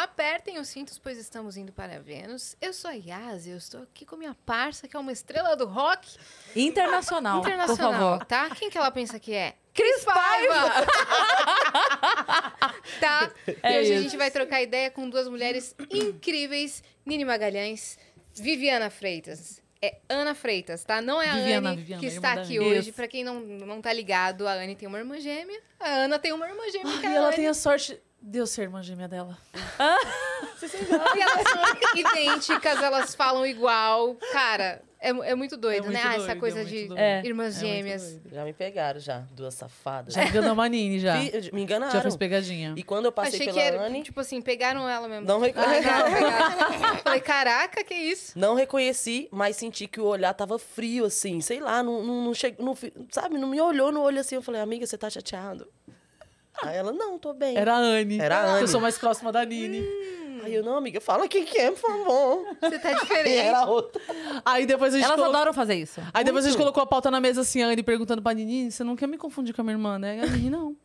Apertem os cintos, pois estamos indo para Vênus. Eu sou a Yas e eu estou aqui com minha parça, que é uma estrela do rock Internacional, Ah, por internacional, favor. tá? Quem que ela pensa que é? Cris Paiva! tá? É e hoje a gente vai trocar ideia com duas mulheres incríveis, Nini Magalhães, Viviana Freitas. É Ana Freitas, tá? Não é a Viviana, Anne Viviana, que irmã está da aqui Anne. hoje. Isso. Pra quem não, não tá ligado, a Anne tem uma irmã gêmea. A Ana tem uma irmã Ah, gêmea. que Ah, é E a ela Anne. tem a sorte de eu ser irmã gêmea dela. E elas são idênticas, elas falam igual. Cara, é, mu- é muito doido, muito né? Ah, essa doido, coisa é muito de doido. É, irmãs gêmeas. Já me pegaram, já. Duas safadas. Já enganou a Manini, já. Fi- Me enganaram. Já fez pegadinha. E quando eu passei Achei pela que era, Anne, tipo assim, pegaram ela mesmo. não, reco- Pegaram, pegaram. Falei, caraca, que isso? não reconheci, mas senti que o olhar tava frio, assim. Sei lá, não, não, não chegou... não fi- sabe, não me olhou no olho assim. Eu falei, amiga, você tá chateado? Aí ela, não, tô bem. Era a Anne. Era a Eu Anne. sou mais próxima da Hum. Nini. Aí eu, não, amiga, fala quem que é, por favor. Você tá E diferente. era outra. Aí depois a gente Elas colocou- adoram fazer isso. Aí depois a gente colocou a pauta na mesa assim, a Anne perguntando pra Nini, você não quer me confundir com a minha irmã, né? E a Nini, não.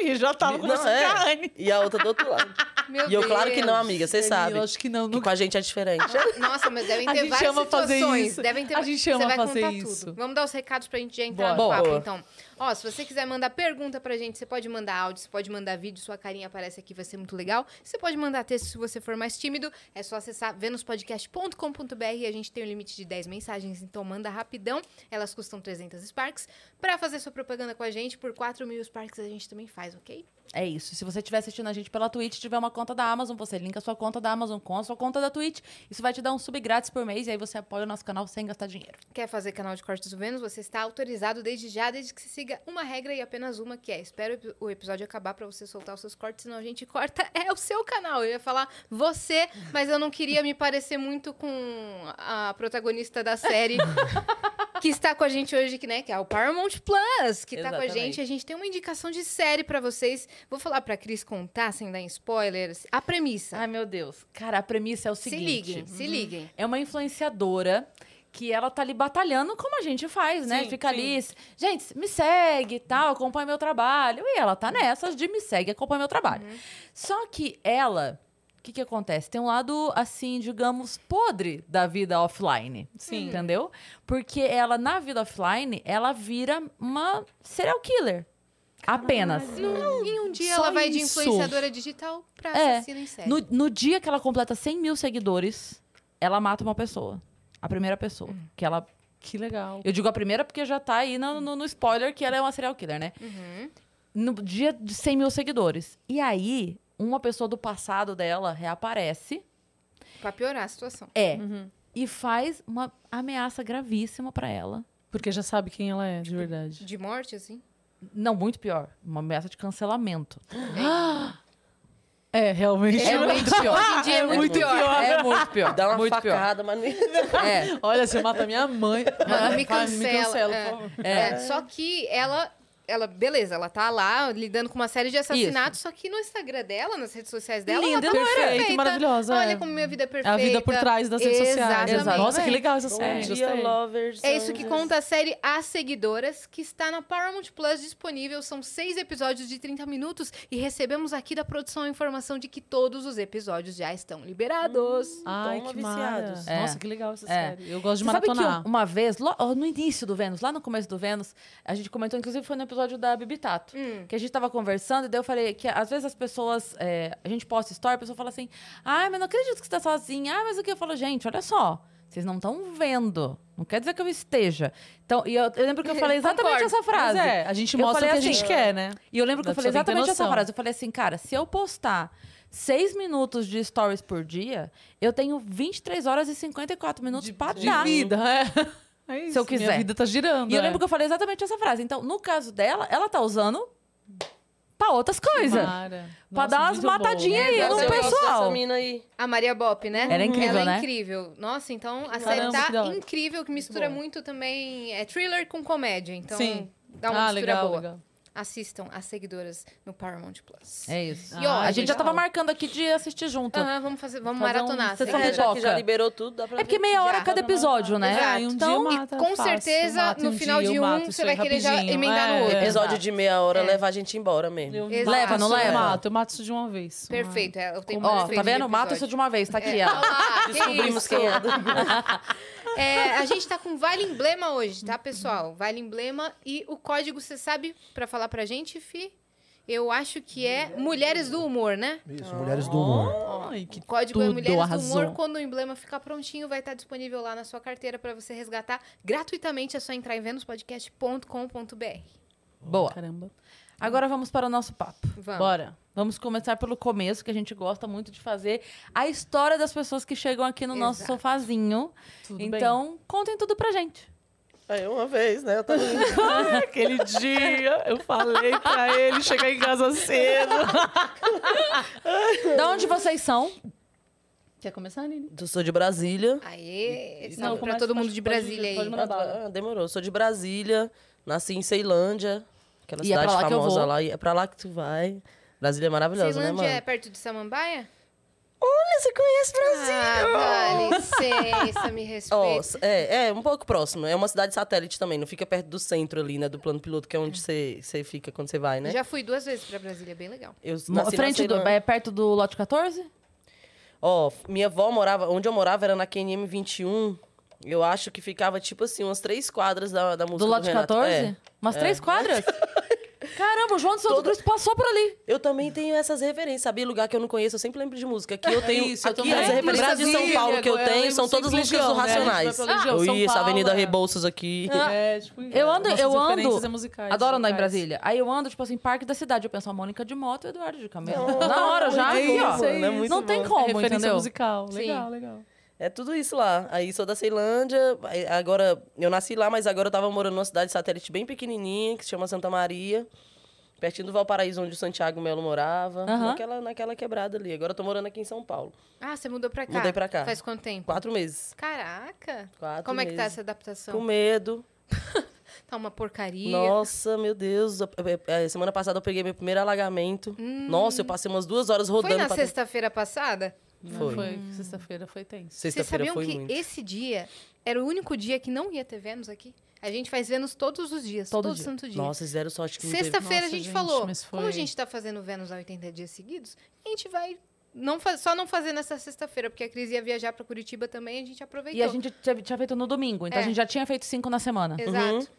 E já tava Não, conversando com a é. Anne. E a outra do outro lado. Meu E eu, claro que Deus. não, amiga, você Nini, sabe. Eu acho que não. Que com Nunca... a gente é diferente. Nossa, mas devem A ter gente várias ama fazer situações. isso. Devem ter A gente ama Você vai fazer contar isso. tudo. Vamos dar os recados pra gente já entrar Bora. no papo, Boa. então. Ó, se você quiser mandar pergunta pra gente, você pode mandar áudio, você pode mandar vídeo, sua carinha aparece aqui, vai ser muito legal. Você pode mandar texto se você for mais tímido. É só acessar venuspodcast.com.br e a gente tem um limite de 10 mensagens, então manda rapidão. Elas custam 300 Sparks. Pra fazer sua propaganda com a gente, por 4 mil Sparks a gente também faz, ok? É isso. Se você estiver assistindo a gente pela Twitch, tiver uma conta da Amazon, você linka sua conta da Amazon com a sua conta da Twitch. Isso vai te dar um sub grátis por mês e aí você apoia o nosso canal sem gastar dinheiro. Quer fazer canal de cortes do Vênus? Você está autorizado desde já, desde que se siga uma regra e apenas uma, que é espera o epi- o episódio acabar para você soltar os seus cortes, senão a gente corta. É o seu canal. Eu ia falar você, mas eu não queria me parecer muito com a protagonista da série que está com a gente hoje, que, né, que é o Paramount Plus, que está com a Exatamente. gente. A gente tem uma indicação de série para vocês. Vou falar para Cris contar, sem dar spoilers, a premissa. Ai, meu Deus. Cara, a premissa Ah, é o se seguinte. liguem, se liguem. Um É uma influenciadora que ela tá ali batalhando como a gente faz, né? Sim, Fica ali, gente, me segue e tal, acompanha meu trabalho. E ela tá nessas de me segue, acompanha meu trabalho. Uhum. Só que ela, o que que acontece? Tem um lado, assim, digamos, podre da vida offline. Sim. Entendeu? Porque ela, na vida offline, ela vira uma serial killer. Apenas. Num- em um dia Uhum. Só ela vai de isso. influenciadora digital pra É. assassina em série. No, no dia que ela completa 100 mil seguidores, ela mata uma pessoa. A primeira pessoa. Que ela Que legal. Eu digo a primeira porque já tá aí no, no- no spoiler que ela é uma serial killer, né? No dia de 100 mil seguidores. E aí, uma pessoa do passado dela reaparece. Pra piorar a situação. É. E faz uma ameaça gravíssima pra ela. Porque já sabe quem ela é, de verdade. De morte, assim? Não, muito pior. Uma ameaça de cancelamento. É, realmente. É muito pior. Hoje em dia é, muito, muito pior. É muito pior. Dá uma muito facada, mas não pior. É. Olha, você mata minha mãe. Mano, me Ai, cancela. me cancela, é. por favor. É, Só que ela. Ela, beleza, ela tá lá lidando com uma série de assassinatos, só que no Instagram dela, nas redes sociais dela, Linda, ela tá perfeita, maravilhosa, Olha é. como minha vida é perfeita. É a vida por trás das redes sociais. Exatamente. Nossa, que legal essa Bom série. um dia, gostei. lovers. um É isso que anjos. conta a série As Seguidoras, que está na Paramount Plus disponível. São seis episódios de 30 minutos e recebemos aqui da produção a informação de que todos os episódios já estão liberados. Ai, Toma que mara. viciados. Nossa, que legal essa É. série. Eu gosto de Você sabe que maratonar. um- uma vez, lo- ó, no início do Vênus, lá no começo do Vênus, a gente comentou, inclusive foi no episódio da Bibitato, Hum. que a gente tava conversando e daí eu falei que às vezes as pessoas, é, a gente posta story, a pessoa fala assim, ai, mas não acredito que você tá sozinha, ai, mas o que? Eu falo, gente, olha só, vocês não estão vendo, não quer dizer que eu esteja. Então, e eu, eu lembro que eu falei exatamente Concordo. essa Mas frase. é, a gente Eu mostra o falei que a assim, gente quer, né? E eu lembro que Da eu falei pessoa tem que ter exatamente essa noção. frase. Eu falei assim, cara, se eu postar seis minutos de stories por dia, eu tenho 23 horas e 54 minutos pra De dar. vida, é. É isso, eu quiser. Minha vida tá girando. E eu é. lembro que eu falei exatamente essa frase. Então, no caso dela, ela tá usando pra outras coisas. Mara. Pra dar umas é. muito bom. matadinhas aí, Eu no gosto dessa pessoal. mina aí. A Maria Bop, né? Ela é incrível, Ela é né? incrível. Nossa, então a série Caramba, que da tá hora. incrível, que mistura muito também é thriller com comédia. Então Sim. dá uma ah, mistura legal, boa. legal. assistam as seguidoras no Paramount Plus. É isso. E, ó, a gente legal. já Ah, tava marcando aqui de assistir então junto. Aham, vamos fazer, vamos Fazer um- maratonar. você assim. sabe É, já que já Foca. liberou tudo, dá pra É porque ver. meia hora Já. cada episódio, né? Exato. Aí um então, e dia mata, com fácil, certeza, mata no um final dia, de eu um, mato você isso aí vai querer já rapidinho. emendar no É, outro. exato. Episódio de meia hora É. leva a gente embora mesmo. Eu Exato. Leva, não mato, leva? Eu mato, eu mato isso de uma vez. Perfeito, é o tempo ó, perfeito tá de vendo? Mata isso episódio. de uma vez, tá aqui, É, ó. olha lá, que Descobrimos isso. quem é. É, a gente tá com Vale Emblema hoje, tá, pessoal? Vale Emblema e o código, você sabe pra falar pra gente, Fi? Eu acho que é Mulheres do Humor, né? Isso, Mulheres do Humor. Ai, que O código é tudo, Mulheres do arrasou. Humor. Quando o emblema ficar prontinho, vai estar disponível lá na sua carteira pra você resgatar gratuitamente. É só entrar em venuspodcast.com.br. Boa. caramba. Agora vamos para o nosso papo. Vamos. Bora. Vamos começar pelo começo, que a gente gosta muito de fazer a história das pessoas que chegam aqui no nosso Exato. sofazinho. Tudo bem. então, contem tudo pra gente. Aí uma vez, né? Eu tava indo. Aquele dia eu falei pra ele chegar em casa cedo. Da onde vocês são? Quer começar, Nini? Eu sou de Brasília. Aê! Não, Salve pra começa- todo mundo pode- de pode- Brasília pode aí. mandar bala. Ah, demorou. Eu sou de Brasília, nasci em Ceilândia, aquela E é pra cidade lá que eu famosa vou. lá. E é pra lá que tu vai. Brasília é maravilhosa, Ceilândia né, é mano? perto de Samambaia? Olha, você conhece Brasília! Ah, dá licença, me Ó, respeita. s- é, é, um pouco próximo. É uma cidade satélite também, não fica perto do centro ali, né? Do plano piloto, que é onde você você fica quando você vai, né? Já fui duas vezes pra Brasília, bem legal. Eu Mo- nasci na Frente do, Ceilândia. é perto do lote 14? Ó, minha avó morava... Onde eu morava era na QNM 21. Eu acho que ficava, tipo assim, umas três quadras da, da música do lote Renato. 14? É. Umas três quadras? Caramba, o João de Santo Todo- Cruz passou por ali. Eu também tenho essas referências, sabia? Lugar que eu não conheço, eu sempre lembro de música. Aqui eu tenho. isso, eu aqui também. as É, referências de São Brasília, Paulo que eu agora eu tenho lembro são todas sempre músicas do Legião, né? Racionais. A gente vai pra Legião, Eu São Ah, isso, Paulo, Avenida é. Rebouças aqui. É, tipo, Eu ando, nossas eu referências ando. é musicais, adoro andar em locais. Brasília. Aí eu ando, tipo assim, parque da cidade. Eu penso, a Mônica de moto e o Eduardo de Camelo. Na hora já, é aqui, ó. isso, é isso. não tem bom. É como, referência entendeu? musical. Sim. Legal, legal. É tudo isso lá. Aí sou da Ceilândia. aí Agora, eu nasci lá, mas agora eu tava morando numa cidade satélite bem pequenininha, que se chama Santa Maria. Pertinho do Valparaíso, onde o Santiago Melo morava. Aham. Naquela, naquela quebrada ali. Agora eu tô morando aqui em São Paulo. Ah, você mudou pra cá? Mudei pra cá. Faz quanto tempo? Quatro meses. Caraca! Quatro Como é que tá meses. essa adaptação? Com medo. Tá uma porcaria. Nossa, meu Deus. Eu- eu- eu- Semana passada eu peguei meu primeiro alagamento. Nossa, eu passei umas duas horas rodando Hum. Foi na pra ter- sexta-feira passada? Não Foi. Foi. Hum. Sexta-feira foi tenso. Vocês Sexta-feira sabiam foi que muito. esse dia era o único dia que não ia ter Vênus aqui? A gente faz Vênus todos os dias, Todo todo, dia. santo dia. Nossa, fizeram sorte que não teve. Sexta-feira a Nossa, gente, gente, falou, mas foi- como a gente tá fazendo Vênus há 80 dias seguidos, a gente vai não fa- só não fazer nessa sexta-feira, porque a Cris ia viajar pra Curitiba também, a gente aproveitou. E a gente tinha, tinha feito no domingo, então É. a gente já tinha feito cinco na semana. Uhum. Exato.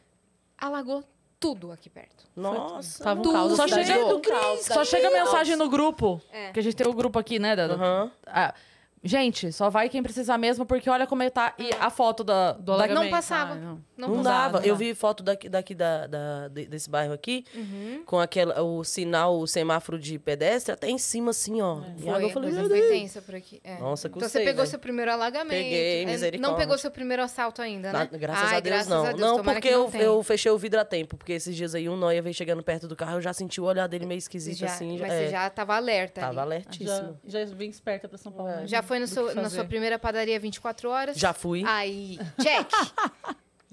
Alagou tudo aqui perto. Nossa. Tava um tudo. caos, Só cidade chega, do um só chega mensagem no grupo. Tá É. Que a gente tem o grupo aqui, né? da- da- Uhum. Aham. Ah, gente, só vai quem precisar mesmo, porque olha como é tá. E a foto da. Do da- alagamento. passava. Ah, não. Não, Não, passou. dava. dá, não Eu dá. vi foto daqui, daqui da, da- de- desse bairro aqui, Uhum. com aquela, o sinal, o semáforo de pedestre até em cima, assim, É. ó. E Foi, agora eu falei, coisa meu foi Deus. tensa por aqui. é. Nossa, Então custei, você pegou velho. seu primeiro alagamento. Peguei, É, Não misericórdia. pegou seu primeiro assalto ainda, Na- né? Ah, graças Ai, a Deus, graças não. A Deus, não, tomara porque que não eu, tenha. eu fechei o vidro a tempo, porque esses dias aí um noia veio chegando perto do carro, eu já senti o olhar dele meio Você esquisito, já, assim. mas é, você já tava alerta. Tava ali. alertíssimo. Já, já vim esperta pra São Paulo. né? Já foi no Do que seu- na fazer. sua primeira padaria 24 horas? Já fui. É, Aí, check!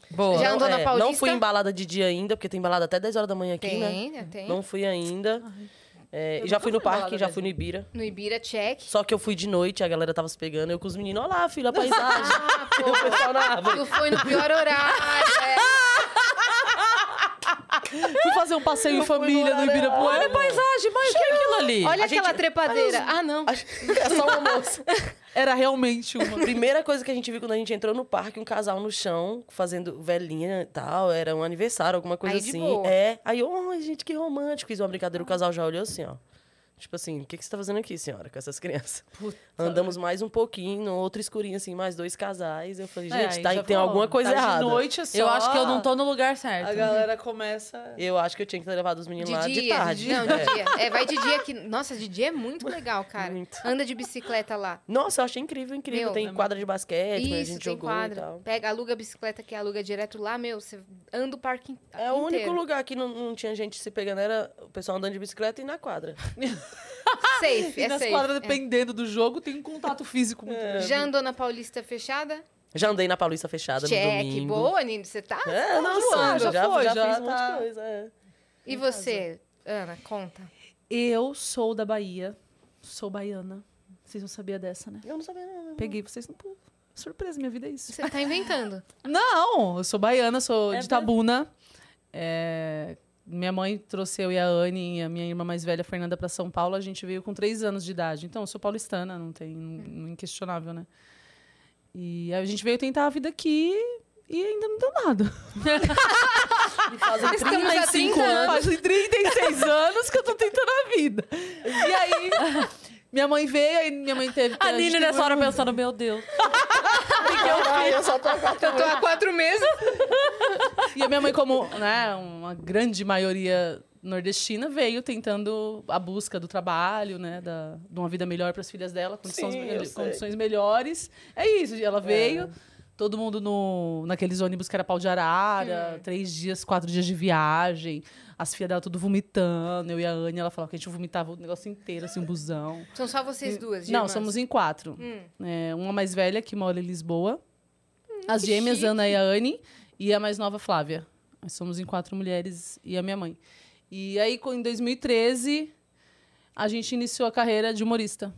Boa. Ah, Já- andou na Não Paulista? fui em balada de dia ainda, porque tem balada até 10 horas da manhã aqui, tem, né? né? tem. Não fui ainda. É, eu e já nunca fui no fui em balada parque, já mesmo. fui no Ibira. No Ibira, check. Só que eu fui de noite, a galera tava se pegando. Eu com os meninos, olha lá, filho, a paisagem. Ah, E o pessoal na árvore. pô, tu foi no pior horário. é. Fui fazer um passeio em família no horário Ibirapuera. Olha a paisagem, mãe, o que é aquilo ali? Olha A gente- aquela trepadeira. Ah, não. É só um almoço. Era realmente uma. Primeira coisa que a gente viu quando a gente entrou no parque, um casal no chão, fazendo velhinha e tal. Era um aniversário, alguma coisa Aí de assim. boa. É. Aí, oh, gente, que romântico. Fiz uma brincadeira, o casal já olhou assim, ó. Tipo assim, o que, que você tá fazendo aqui, senhora, com essas crianças? Andamos mais um pouquinho, no outro escurinho, assim, mais dois casais. Eu falei, É, gente, aí tá, já tem alguma falou, coisa tá errada. De noite é só... Eu acho que eu não tô no lugar certo. A galera começa. Eu acho que eu tinha que ter levado os meninos De lá dia. de tarde. Não, de É. dia. É, vai de dia que. Nossa, de dia é muito legal, cara. Muito. Anda de bicicleta lá. Nossa, eu achei incrível, Meu, incrível. é tem quadra de basquete, mas a Isso, gente tem jogou e quadra. tal. Pega, aluga a bicicleta que aluga direto lá, meu, você anda o parque in- Tá, inteiro. É o único lugar que não, não tinha gente se pegando, era o pessoal andando de bicicleta e na quadra. Safe, E é nas safe. quadras, é. dependendo do jogo, tem um contato físico muito grande. Já andou na Paulista fechada? Já andei na Paulista fechada Check. no domingo. Boa, Nini, você tá? É, não, já já, foi, já, já fiz um monte tá. de coisa. é. E você, Ana, conta. Eu sou da Bahia. Sou baiana. Vocês não sabiam dessa, né? Eu não sabia, não. Peguei vocês no pulo. Surpresa, minha vida é isso. Você tá inventando. Não, eu sou baiana, sou É de Tabuna. É, minha mãe trouxe eu e a Anne e a minha irmã mais velha, Fernanda, para São Paulo. A gente veio com três anos de idade. Então, eu sou paulistana, não tem... É. não- Inquestionável, né? E a gente veio tentar a vida aqui e ainda não deu nada. Fazem Estamos há 35 30 anos. Fazem 36 anos que eu tô tentando a vida. E aí, minha mãe veio, aí minha mãe teve... A Nina gente nessa teve- hora pensando, meu Deus. Ai, eu só tô há quatro Ah, Eu tô há quatro meses. E a minha mãe, como né, uma grande maioria nordestina, veio tentando a busca do trabalho, né? Da, de uma vida melhor para as filhas dela, condições, Sim, mel- eu sei. condições melhores. É isso, e ela veio. Todo mundo no, naqueles ônibus que era pau de arara, três dias, quatro dias de viagem. As filhas dela tudo vomitando. Eu e a Anne, ela falava que a gente vomitava o negócio inteiro, assim, um busão. São só vocês duas, de Não, irmãs. somos em quatro. Hum. É, uma mais velha que mora em Lisboa. as que gêmeas, chique. Ana e a Anne. E a mais nova, Flávia. Nós somos em quatro mulheres e a minha mãe. E aí, com- em 2013, a gente iniciou a carreira de humorista.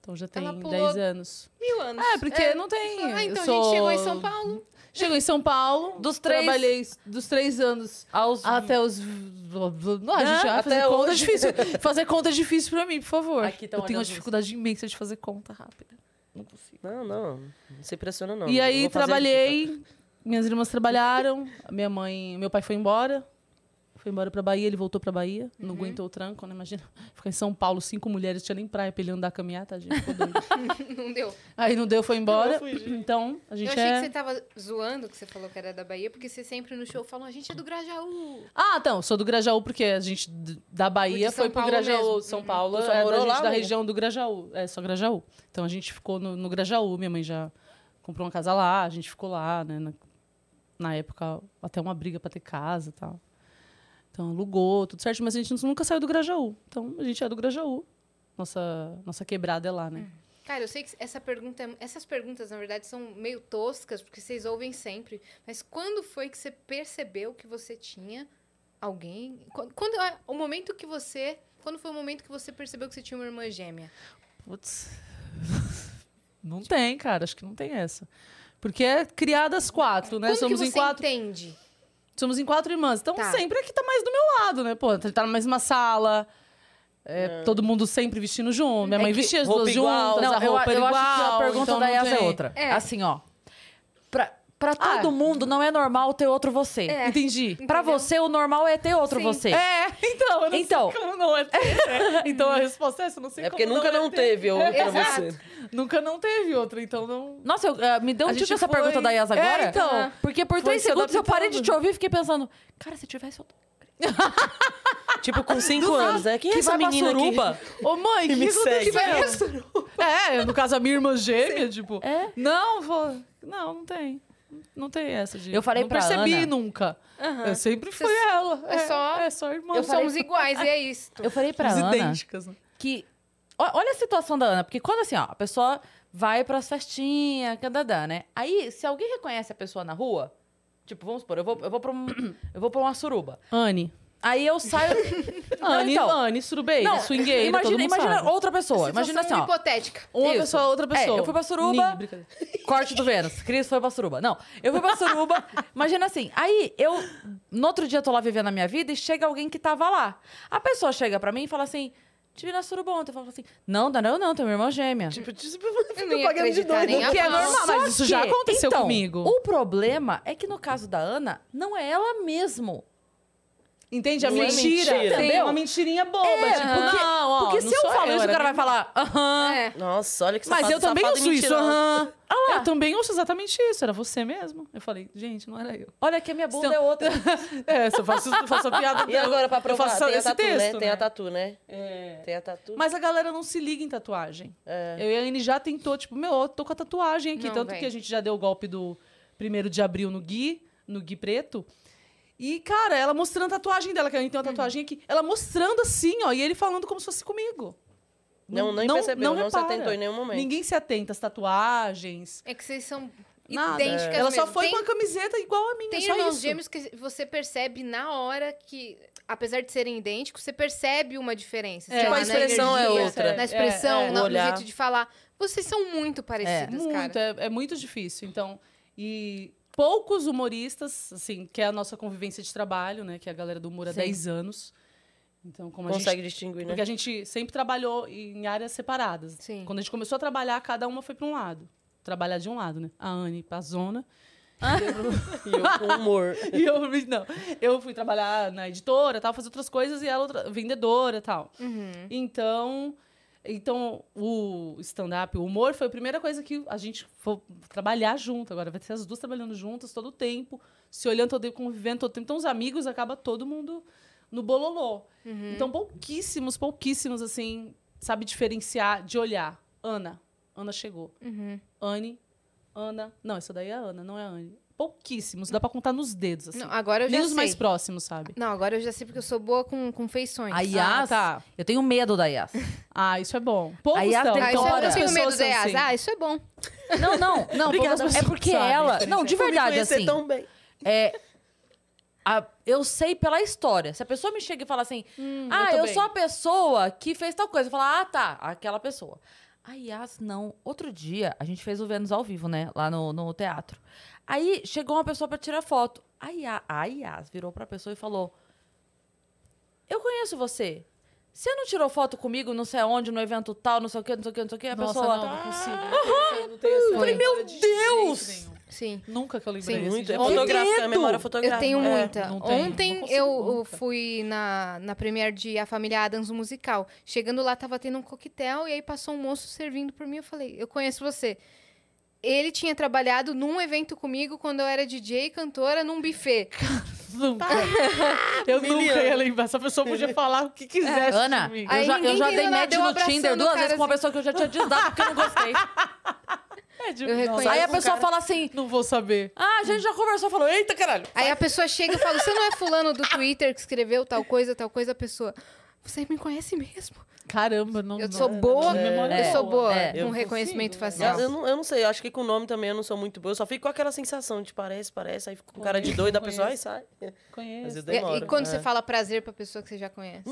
Então já tem Ela 10 pulou- anos. Mil anos. É, porque não tem. Ah, então a eu gente sou- chegou em São Paulo. Chegou em São Paulo. Dos três- Trabalhei s- dos três anos Aos... até os. Não, a Né? gente, ah, fazer Até conta é hoje. difícil. Fazer conta é difícil pra mim, por favor. Aqui tão eu olhando tenho uma isso. dificuldade imensa de fazer conta rápida. Não, não. Não se pressiona, não. E Eu aí vou fazer tá? trabalhei, minhas irmãs trabalharam, a minha mãe, meu pai foi embora. Foi embora pra Bahia, ele voltou pra Bahia. Uhum. Não aguentou o tranco, né? Imagina. Ficar em São Paulo, cinco mulheres, tinha nem praia pra ele andar caminhar, tá, gente? Ficou doido. Não deu. aí não deu, foi embora. Então, a Eu gente achei é... que você tava zoando, que você falou que era da Bahia, porque você sempre no show falam, a gente é do Grajaú. Ah, então, sou do Grajaú, porque a gente d- da Bahia O de São foi pro Paulo Grajaú. mesmo. Uhum. São Paulo Tu só é da, morou gente lá, da amiga? região do Grajaú. É, só Grajaú. Então a gente ficou no, no Grajaú, minha mãe já comprou uma casa lá, a gente ficou lá, né? Na, na época, até uma briga pra ter casa e tal. Então alugou, tudo certo, mas a gente nunca saiu do Grajaú. Então a gente é do Grajaú. Nossa, nossa quebrada é lá, né? Cara, eu sei que essa pergunta, é- essas perguntas, na verdade, são meio toscas, porque vocês ouvem sempre. Mas quando foi que você percebeu que você tinha alguém? Quando, quando é o momento que você... Quando foi o momento que você percebeu que você tinha uma irmã gêmea? Hum. Putz. Não tem, cara, acho que não tem essa. Porque é criadas quatro, né? Quando Somos que você em quatro. entende? Somos em quatro irmãs. Então Tá. sempre aqui tá mais do meu lado, né? Pô, tá na mesma sala. é, todo mundo sempre vestindo junto. Minha É mãe que vestia as roupa duas igual. juntas, Não, a roupa eu, era eu igual. acho que a pergunta então da não Yas é tem. Ah. outra. É. Assim, ó. Pra, pra todo mundo, não é normal ter outro você. É. Entendi. Pra Entendeu? você, o normal é ter outro Sim. você. É, então, eu não Então. sei como não é. ter. Então a resposta é essa, eu não sei É porque como nunca não é ter. teve outra Exato. você. Nunca não teve outra, então não... Nossa, eu, eh, me deu A um gente tiro essa foi- pergunta da Yas agora. É, então. Ah. Porque por Foi três se segundos eu parei de adaptando. te ouvir e fiquei pensando, cara, se tivesse outro. Tipo, com 5 anos, né? Quem é Que essa vai pra menina aqui? suruba? Ô mãe, que me isso segue. É, no caso a minha irmã gêmea, tipo... É. Não, vou... Não, não tem. Não tem essa de... Eu falei não pra percebi Ana- nunca. Eu sempre fui Vocês- ela. é É, só- É só irmã. Eu Somos Somos iguais, e é isso. Eu falei pra Somos Ana idênticas. né? que... ó, Olha a situação da Ana, porque quando assim, ó, a pessoa vai pras festinhas, cadadã, né? Aí, se alguém reconhece a pessoa na rua, tipo, vamos supor, eu vou, eu vou pra um- eu vou pra uma suruba. Anne. Aí eu saio. Não, Anne, então, Anne, surubeira, não, swingueira, imagina, todo mundo imagina sabe. outra pessoa. Imagina assim, Situação ó. hipotética. Uma Isso. pessoa, outra pessoa. É, eu fui pra suruba. Nin- brincadeira. Corte do Vênus. Cris foi pra suruba. Não, eu fui pra suruba. imagina assim. Aí eu, no outro dia, eu tô lá vivendo a minha vida e chega alguém que tava lá. A pessoa chega pra mim e fala assim: Te vi na suruba ontem. Eu falo assim: Não, não, não, não, tem minha irmã gêmea. Tipo, tipo, Eu não fica ia pagando de acreditar doido. nem a que pau. é normal. mas isso já aconteceu então, comigo. O problema é que no caso da Ana, não é ela mesmo. Entende? A Não é mentira. mentira. Tem Entendeu? uma mentirinha boba. É, tipo, porque- não, ó, Porque não se eu sou né? falo isso, era o cara vai minha- falar, aham. É. Nossa, olha que Mas safado, eu também safado e ouço isso, mentiroso. aham. Eu também ouço exatamente isso. Era você mesmo. Eu falei, gente, não era eu. Olha que a minha bunda Então- é outra. É, se eu faço, eu faço a piada E agora, pra eu provar, faço tem a esse tatu, texto, né? Tem a né? tatu, né? É. Tem a tatu. Mas a galera não se liga em tatuagem. É. Eu e a Anne já tentou, tipo, meu, eu tô com a tatuagem aqui. Não, tanto véi. que a gente já deu o golpe do primeiro de abril no Gui, no Gui Preto. E, cara, ela mostrando a tatuagem dela, que a gente Uhum. tem uma tatuagem aqui. Ela mostrando assim, ó, e ele falando como se fosse comigo. Não, nem percebeu, não se repara. atentou em nenhum momento. Ninguém se atenta às tatuagens. É que vocês são Nada. idênticas Ela só mesmo. foi Tem- com a camiseta igual a minha, Tem é só irmãos isso. gêmeos que você percebe na hora que, apesar de serem idênticos, você percebe uma diferença. É, sei tipo, lá, a expressão na é energia, outra. Na expressão, É, é. na- O no olhar. jeito de falar. Vocês são muito parecidas, Muito, cara. é, é muito difícil. Então, e poucos humoristas, assim, que é a nossa convivência de trabalho, né? Que é a galera do humor há Sim. 10 anos. Então, como a gente Consegue distinguir, né? Porque a gente sempre trabalhou em áreas separadas. Sim. Quando a gente começou a trabalhar, cada uma foi para um lado. Trabalhar de um lado, né? A Anne pra zona. E eu com humor. e é eu, não, eu fui trabalhar na editora, tal, fazer outras coisas, e ela outra, vendedora tal. Uhum. Então, então o stand-up, o humor foi a primeira coisa que a gente foi trabalhar junto. Agora vai ser as duas trabalhando juntas todo o tempo, se olhando todo tempo, convivendo todo tempo. Então os amigos acaba todo mundo no bololô. Uhum. Então pouquíssimos, pouquíssimos assim, sabe diferenciar de olhar. Ana, Ana chegou. Uhum. Anne, Ana. Não, essa daí é a Ana, não é a Anne. Pouquíssimos, dá pra contar nos dedos assim. Não, agora eu já Nem os sei. mais próximos, sabe? Não, agora eu já sei porque eu sou boa com, com feições. Ah, A Yas, tá. eu tenho medo da Yas. Ah, isso é bom. Poucos Aí a são. Dayana- Ah, isso Então, eu olha, não as tenho medo pessoas de são Yas. assim. Ah, isso é bom. Não, não, não. Obrigada, é você porque sabe é a ela. diferença. Não, de Por me verdade, conhecer assim. tão bem. É, a- eu sei pela história. Se a pessoa me chega e fala assim, ah, Hum, Uhum, eu tô eu, bem." sou a pessoa que fez tal coisa. Eu falo, ah, tá, aquela pessoa. Aí, as não. Outro dia, a gente fez o Vênus ao vivo, né? Lá no, no teatro. Aí, chegou uma pessoa pra tirar foto. Aí, a, a Yas virou pra pessoa e falou, eu conheço você. Você não tirou foto comigo, não sei aonde, no evento tal, não sei o quê, não sei o quê, não sei o quê. A Nossa, pessoa... "Ah." não, não consigo. Eu não tenho essa Eu falei, memória meu de Deus! jeito nenhum. Sim. Nunca que eu lembrei. Sim, assim, Muito. de É alguém. fotográfica, é medo! memória fotográfica. Eu tenho É. muita. não tenho, não Ontem consigo eu eu nunca. fui na, na premiere de A Família Adams, o musical. Chegando lá, tava tendo um coquetel e aí passou um moço servindo por mim. Eu falei, eu conheço você. Ele tinha trabalhado num evento comigo quando eu era DJ e cantora num buffê. Nunca. Eu nunca ia lembrar. Essa pessoa podia falar o que quisesse É, Ana, de mim. eu Aí já, eu ninguém já tem dei nada, match eu no abraçando Tinder o duas cara vezes com uma assim. pessoa que eu já tinha desdado porque eu não gostei. É, de- eu Nossa, reconheço. Aí a com pessoa cara. fala assim, Não vou saber. ah, a gente já conversou, falou, eita caralho. Aí a pessoa chega e fala: Você não é fulano do Twitter que escreveu tal coisa, tal coisa? A pessoa. Você me conhece mesmo. Caramba, não. Eu não- sou boa, que memória eu sou boa é. com Eu reconhecimento consigo, né? facial. Eu, eu não, eu não sei, eu acho que com o nome também eu não sou muito boa. Eu só fico com aquela sensação de parece, parece, aí fico com cara de Conheço, doida, a conheço. É. pessoa ai, sai. Mas Conheço. E- eu E, demoro. quando é. Hum, você fala prazer pra pessoa que você já conhece?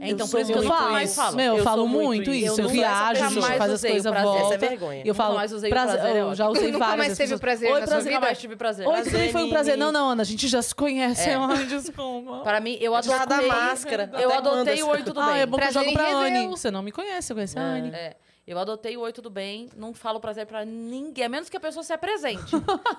É, então, sou por isso que eu muito nunca isso. mais falo. Meu, eu, Eu falo sou muito muito isso. isso. Eu Eu viajo, nunca a gente mais faz as usei o coisas, prazer. Essa volta. é vergonha. assim, Eu falo, Nunca mais usei o prazer, prazer, é eu já ótimo. usei Nunca várias. mais as teve pessoas, prazer Oi, na sua prazer, Nunca vida. mais tive prazer. Oi, tudo bem, foi um Nini. prazer. Não, não, Ana, a gente já se conhece. É. Ai, desculpa. Para mim, eu adotei... Já da máscara. Eu Até quando adotei essa- o Oi Tudo Ah, Bem. é bom que eu Prazer jogo em pra rever Anne. o- Você não me conhece, eu conheço a Anne. É, eu adotei o Oi Tudo Bem, não falo prazer pra ninguém, a menos que a pessoa se apresente,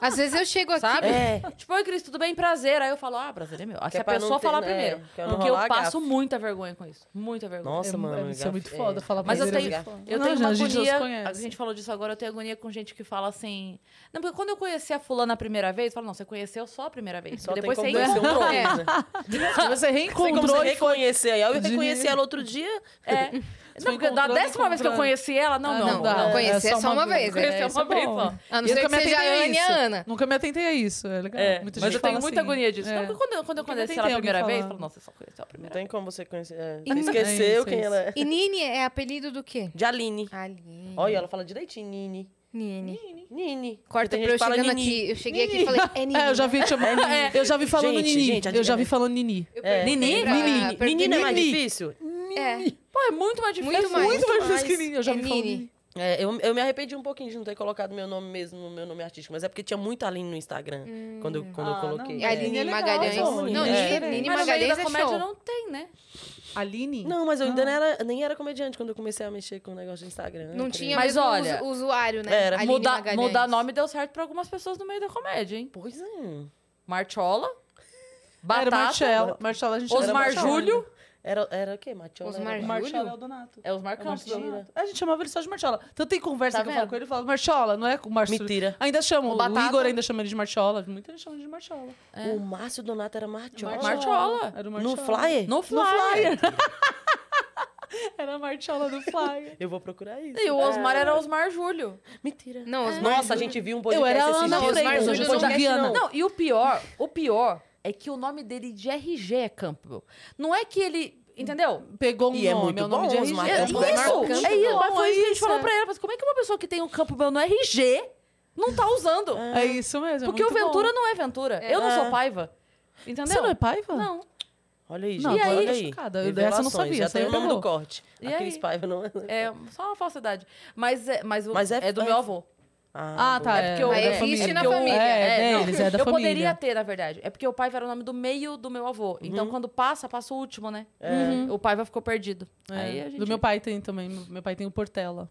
Às vezes eu chego aqui. sabe? É, Tipo, Oi, Cris, tudo bem? Prazer. Aí eu falo, ah, prazer é meu. Aí Que se é a pra não pessoa ter- falar né, primeiro. que é não porque eu rolar passo gafe. muita vergonha com isso. Muita vergonha. Nossa, mano. Isso é muito gafe. foda falar Mas eu prazer, tenho, é eu muito foda. tenho Não, uma a gente já se agonia. conhece. A gente falou disso agora, eu tenho agonia com gente que fala assim. Não, porque quando eu conheci a fulana a primeira vez, fala, não, você conheceu só a primeira vez. Só depois tem você como conhecer um encontrou. trono, né? Se você Tem como reencontrou você e foi. reconhecer. Aí eu De- reconheci ela outro dia. É. Não, porque da encontrando, décima vez que eu encontrando. conheci ela, não, Ah, meu não, amor. dá. Não, Não, conhecer é só uma vez, né? Conhecer Isso é uma vez, bom. ó. A não Eu ser que nunca me seja atentei a Anne e a isso. Ana. Nunca me atentei a isso. É legal. É, Muita mas gente eu tenho fala muita assim. agonia disso. Não, É. porque quando eu, quando eu Nunca me conheci atentei ela a alguém primeira vez, eu falando. falo, nossa, eu só conheci ela a Não primeira vez. tem como você conhecer. é, E- você esqueceu É isso, é quem isso. ela é. E Nini é apelido do quê? De Aline. Aline. Olha, ela fala direitinho, Nini. Nini. Nini. Corta Tem pra gente eu que fala chegando Nini. aqui. Eu cheguei aqui e falei, é Nini. É, eu já vi, te chamar- É, eu já vi falando Gente, Nini. gente, a eu já vi gente- falando Nini. Eu É. perguntei Nini? pra- Nini? perguntei- Nini não é mais Nini. difícil? É. Pô, é muito mais difícil. Muito mais. Muito mais Mas- vezes que Nini. Eu já É vi falando Nini. Nini. É, eu, eu me arrependi um pouquinho de não ter colocado meu nome mesmo, no meu nome artístico, mas é porque tinha muita Aline no Instagram quando, eu- quando Ah, eu coloquei. não, E a É. Aline Nini é legal, Magalhães. não, Não, Nini Nini, é diferente. Nini Mas no meio Magalhães da é comédia show. não tem, né? Aline? Não, mas eu ainda, não era, nem era comediante quando eu comecei a mexer com o negócio de Instagram. né? Não Eu tinha Mas mesmo olha, usu- usuário, né? era. Aline Mudar, Magalhães. mudar nome deu certo pra algumas pessoas no meio da comédia, hein? queria- Pois é. Marchola, Era Batata, Marcella. Marcella a gente Osmar era Marcella. Júlio. Era, era o quê? Matiola? Osmar Era- Júlio. Marcella é o Donato. é os É o marcantes. Marcelo. mentira. A gente chamava ele só de Marchola. Tanto tem conversa Tá que eu falo vendo? com ele, eu falo, Marchola, não é com Marcio. Mentira. Ainda chama, o, Batata. Igor ainda chama ele de Marchola. Muita gente chama ele de Marchola. O Márcio Donato era Martiola. Martiola. Era o No Marchola. Flyer? No Flyer. Era a Marchola do Flyer. Eu vou procurar isso. E o É. Osmar era Osmar Júlio. Mentira. Não, Osmar Nossa, a gente viu um podcast Eu era a esses Ana dias. Freitas, Não, hoje eu não sou podcast, Viana. não. Não, e o pior, o pior é que o nome dele de RG é Campbell. Não é que ele, entendeu? Pegou um E é nome, muito é o nome bom, de Osmar É RG. isso, Campbell. assim, um é isso, mas foi isso que a gente falou pra ela. Mas como é que uma pessoa que tem um Campbell no RG não tá usando. É isso mesmo. é Porque o muito bom. Ventura não é Ventura. Eu não sou paiva. Entendeu? Você não é paiva? Não. Olha aí, gente. Não, agora eu olha tô aí. chocada. Eu- dessa eu não sabia, Já essa tem aí o nome pegou. do corte. E Aquele aí? Spy não É só uma falsidade. Mas é, mas, o- Mas é- é, do é- meu avô. Ah, tá. É porque eu- da Mas existe família. na Porque eu- família. É, não. é deles, é da eu família. poderia ter, na verdade. É porque o pai era o nome do meio do meu avô. Então, quando passa, passa o último, né? O pai ficou perdido. É, Aí a gente... Do meu pai tem também. Meu meu pai tem o Portela.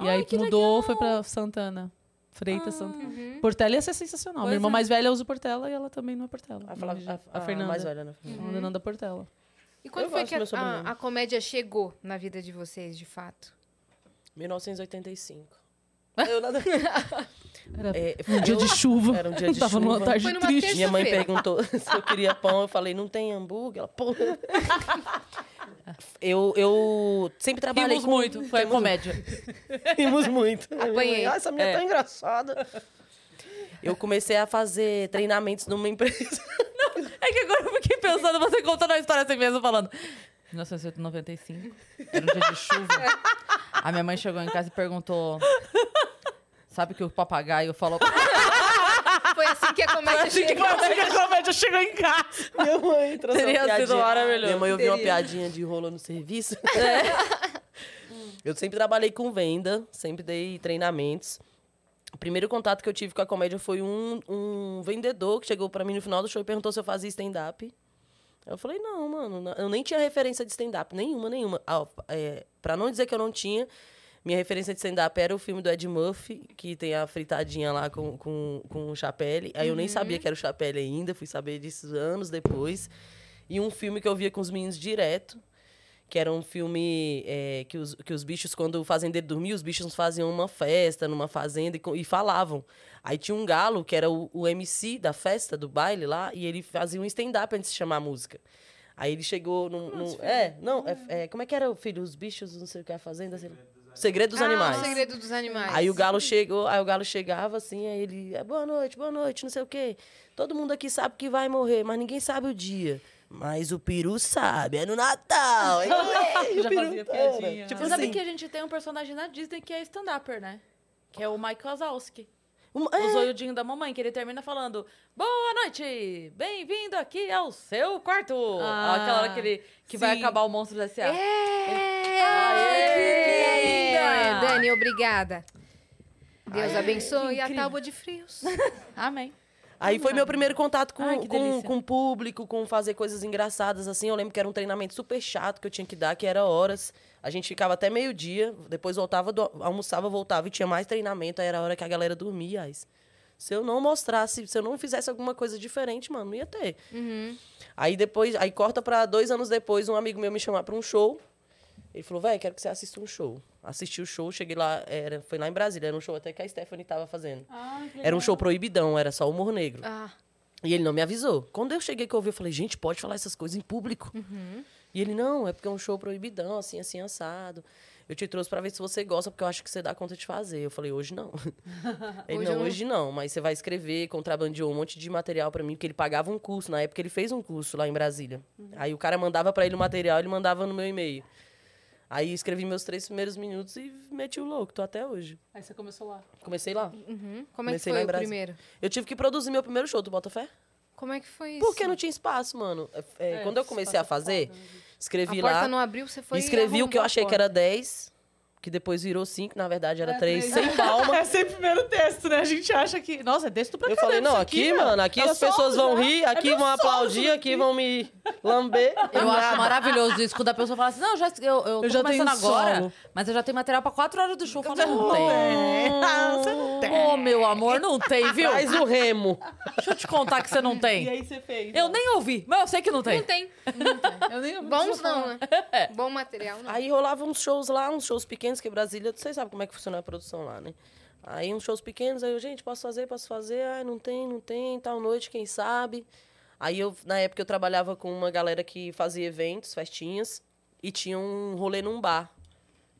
E Ai, aí que mudou, legal. foi pra Santana. Freitas, Santana. Portela ia ser sensacional. Pois Minha irmã é. mais velha usa Portela e ela também não é Portela. A, O Flá- nome de- a- a Fernanda. mais velha, né? A Fernanda Portela. E quando Eu foi gosto que do a, meu sobrenome. a- a comédia chegou na vida de vocês, de fato? 1985. Eu nada... Era É, um dia eu- de chuva. Era um dia de Tava numa chuva. tarde Foi numa triste. terça- Minha mãe Terça-feira. perguntou se eu queria pão. Eu falei, não tem hambúrguer? Ela, pão. Eu, eu sempre trabalhei Rimos com... muito, foi a comédia. Rimos muito. Apanhei. Ah, essa menina é É. tão engraçada. Eu comecei a fazer treinamentos numa empresa. É que agora eu fiquei pensando, você contando a história assim mesmo, falando. 1995, era um dia de chuva. A minha mãe chegou em casa e perguntou: Sabe que o papagaio falou. Foi assim que a comédia chegou. a comédia chegou em casa. Minha mãe trouxe Teria uma sido piadinha. maravilhoso. Minha mãe ouviu uma Teria. piadinha de rolo no serviço. É. Eu sempre trabalhei com venda, sempre dei treinamentos. O primeiro contato que eu tive com a comédia foi um, um vendedor que chegou pra mim no final do show e perguntou se eu fazia stand-up. Eu falei, não, mano, não- eu nem tinha referência de stand-up, nenhuma, nenhuma. Ah, é, pra não dizer que eu não tinha, minha referência de stand-up era o filme do Ed Murphy, que tem a fritadinha lá com, com, com o Chapelle. Aí eu nem sabia que era o Chapelle ainda, fui saber disso anos depois. E um filme que eu via com os meninos direto, que era um filme é, que, os, que os bichos, quando o fazendeiro dormia, os bichos faziam uma festa numa fazenda e, co- e falavam. Aí tinha um galo que era o, o MC da festa, do baile lá, e ele fazia um stand-up antes de chamar a música. Aí ele chegou num. num- é, não, é, é, como é que era o filho? Os bichos, não sei o que, a fazenda. sei lá. Segredo dos Ah, animais. O segredo dos animais. Aí o galo chegou, aí o galo chegava assim, aí ele, "É, boa noite, boa noite, não sei o quê. Todo mundo aqui sabe que vai morrer, mas ninguém sabe o dia. Mas o peru sabe, é no Natal. Aí, "Ei, o Já peru fazia tá." piadinha. Tipo Você sabe assim, que a gente tem um personagem na Disney que é stand-upper, né? Que é o Mike Wazowski. uma- O é, zoiudinho da mamãe, que ele termina falando: Boa noite! Bem-vindo aqui ao seu quarto! Ah, Aquela hora que, ele, que vai sim. acabar o monstro da S.A. É, Aê, que linda! Dani, obrigada. Deus abençoe a incrível. tábua de frios. Amém. Aí foi meu primeiro contato com, Ai, que com, delícia. com o público, com fazer coisas engraçadas, assim. Eu lembro que era um treinamento super chato que eu tinha que dar, que era horas. A gente ficava até meio-dia, depois voltava, do- almoçava, voltava e tinha mais treinamento. Aí era a hora que a galera dormia. Aí, se eu não mostrasse, se eu não fizesse alguma coisa diferente, mano, não ia ter. Hum. Aí depois, aí corta pra dois anos depois, um amigo meu me chamar pra um show. Ele falou, velho, quero que você assista um show. Assisti o show, cheguei lá, era, foi lá em Brasília, era um show até que a Stephanie tava fazendo. era um show proibidão, era só humor negro. Ah, E ele não me avisou. Quando eu cheguei que eu ouvi, eu falei, gente, pode falar essas coisas em público. Uhum. E ele, não, é porque é um show proibidão, assim, assim, assado. Eu te trouxe pra ver se você gosta, porque eu acho que você dá conta de fazer. Eu falei, hoje não. ele, Hoje não, eu não- hoje não, mas você vai escrever, contrabandeou um monte de material pra mim, porque ele pagava um curso. Na época ele fez um curso lá em Brasília. Uhum. Aí o cara mandava pra ele o material, ele mandava no meu e-mail. Aí escrevi meus três primeiros minutos e meti o louco, tô até hoje. Aí você começou lá. Comecei lá. uhum. Como é que Comecei lá foi em o Brasília. primeiro? Eu tive que produzir meu primeiro show, do Botafé? Como é que foi isso? Porque não tinha espaço, mano. É, É, quando eu comecei a espaço fazer, é foda, né, A escrevi porta lá. não abriu, você foi escrevi o que eu arrombar a achei que porta. era 10, que depois virou 5, na verdade era É, 3, três. sem palma. É sempre primeiro texto, né? A gente acha que. Nossa, é texto pra Eu caramba falei, não, isso aqui, meu. mano, aqui É as só pessoas vão usar. rir, aqui meu vão solo aplaudir, isso aqui vão me lamber. Eu Nada. acho maravilhoso isso, quando a pessoa fala assim, não, eu já, eu, eu tô Eu já começando tenho um agora, solo." mas eu já tenho material pra quatro horas do show. Eu falo, não Não tem. tem. Ah, você não tem. Ô, meu amor, não tem, viu? Faz o remo. Deixa eu te contar que você não E tem. aí você fez. né? Eu nem ouvi, mas eu sei que não Não tem. tem. Eu nem ouvi Bons você falar. não, né? Bom material não. Aí rolava uns shows lá, uns shows pequenos, que Brasília, vocês sabem como é que funciona a produção lá, né? Aí uns shows pequenos, aí eu, gente, posso fazer, posso fazer, ai, não tem, não tem, tal noite, quem sabe. Aí eu, na época, eu trabalhava com uma galera que fazia eventos, festinhas, e tinha um rolê num bar.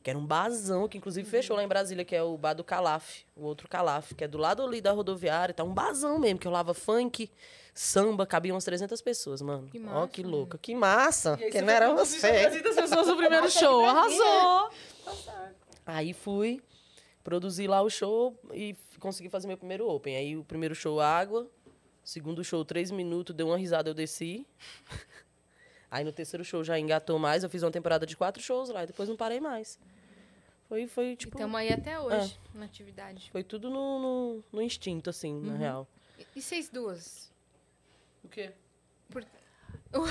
Que era um bazão, que inclusive fechou lá em Brasília, que é o bar do Calaf, o outro Calaf, que é do lado ali da rodoviária, tá um bazão mesmo, que rolava funk, samba, cabia umas 300 pessoas, mano. Que Ó, massa, que louca, que massa, que não era eram você. tá né? 300 pessoas no primeiro show. Arrasou. Aí fui, Produzi lá o show e f- consegui fazer meu primeiro open. Aí o primeiro show, água. Segundo show, três minutos, deu uma risada, eu desci. Aí no terceiro show já engatou mais, eu fiz uma temporada de quatro shows lá, e depois não parei mais. Foi, foi tipo. Estamos aí até hoje, na atividade. Foi tudo no, no, no instinto, assim, Uhum. na real. E- E vocês duas? O quê?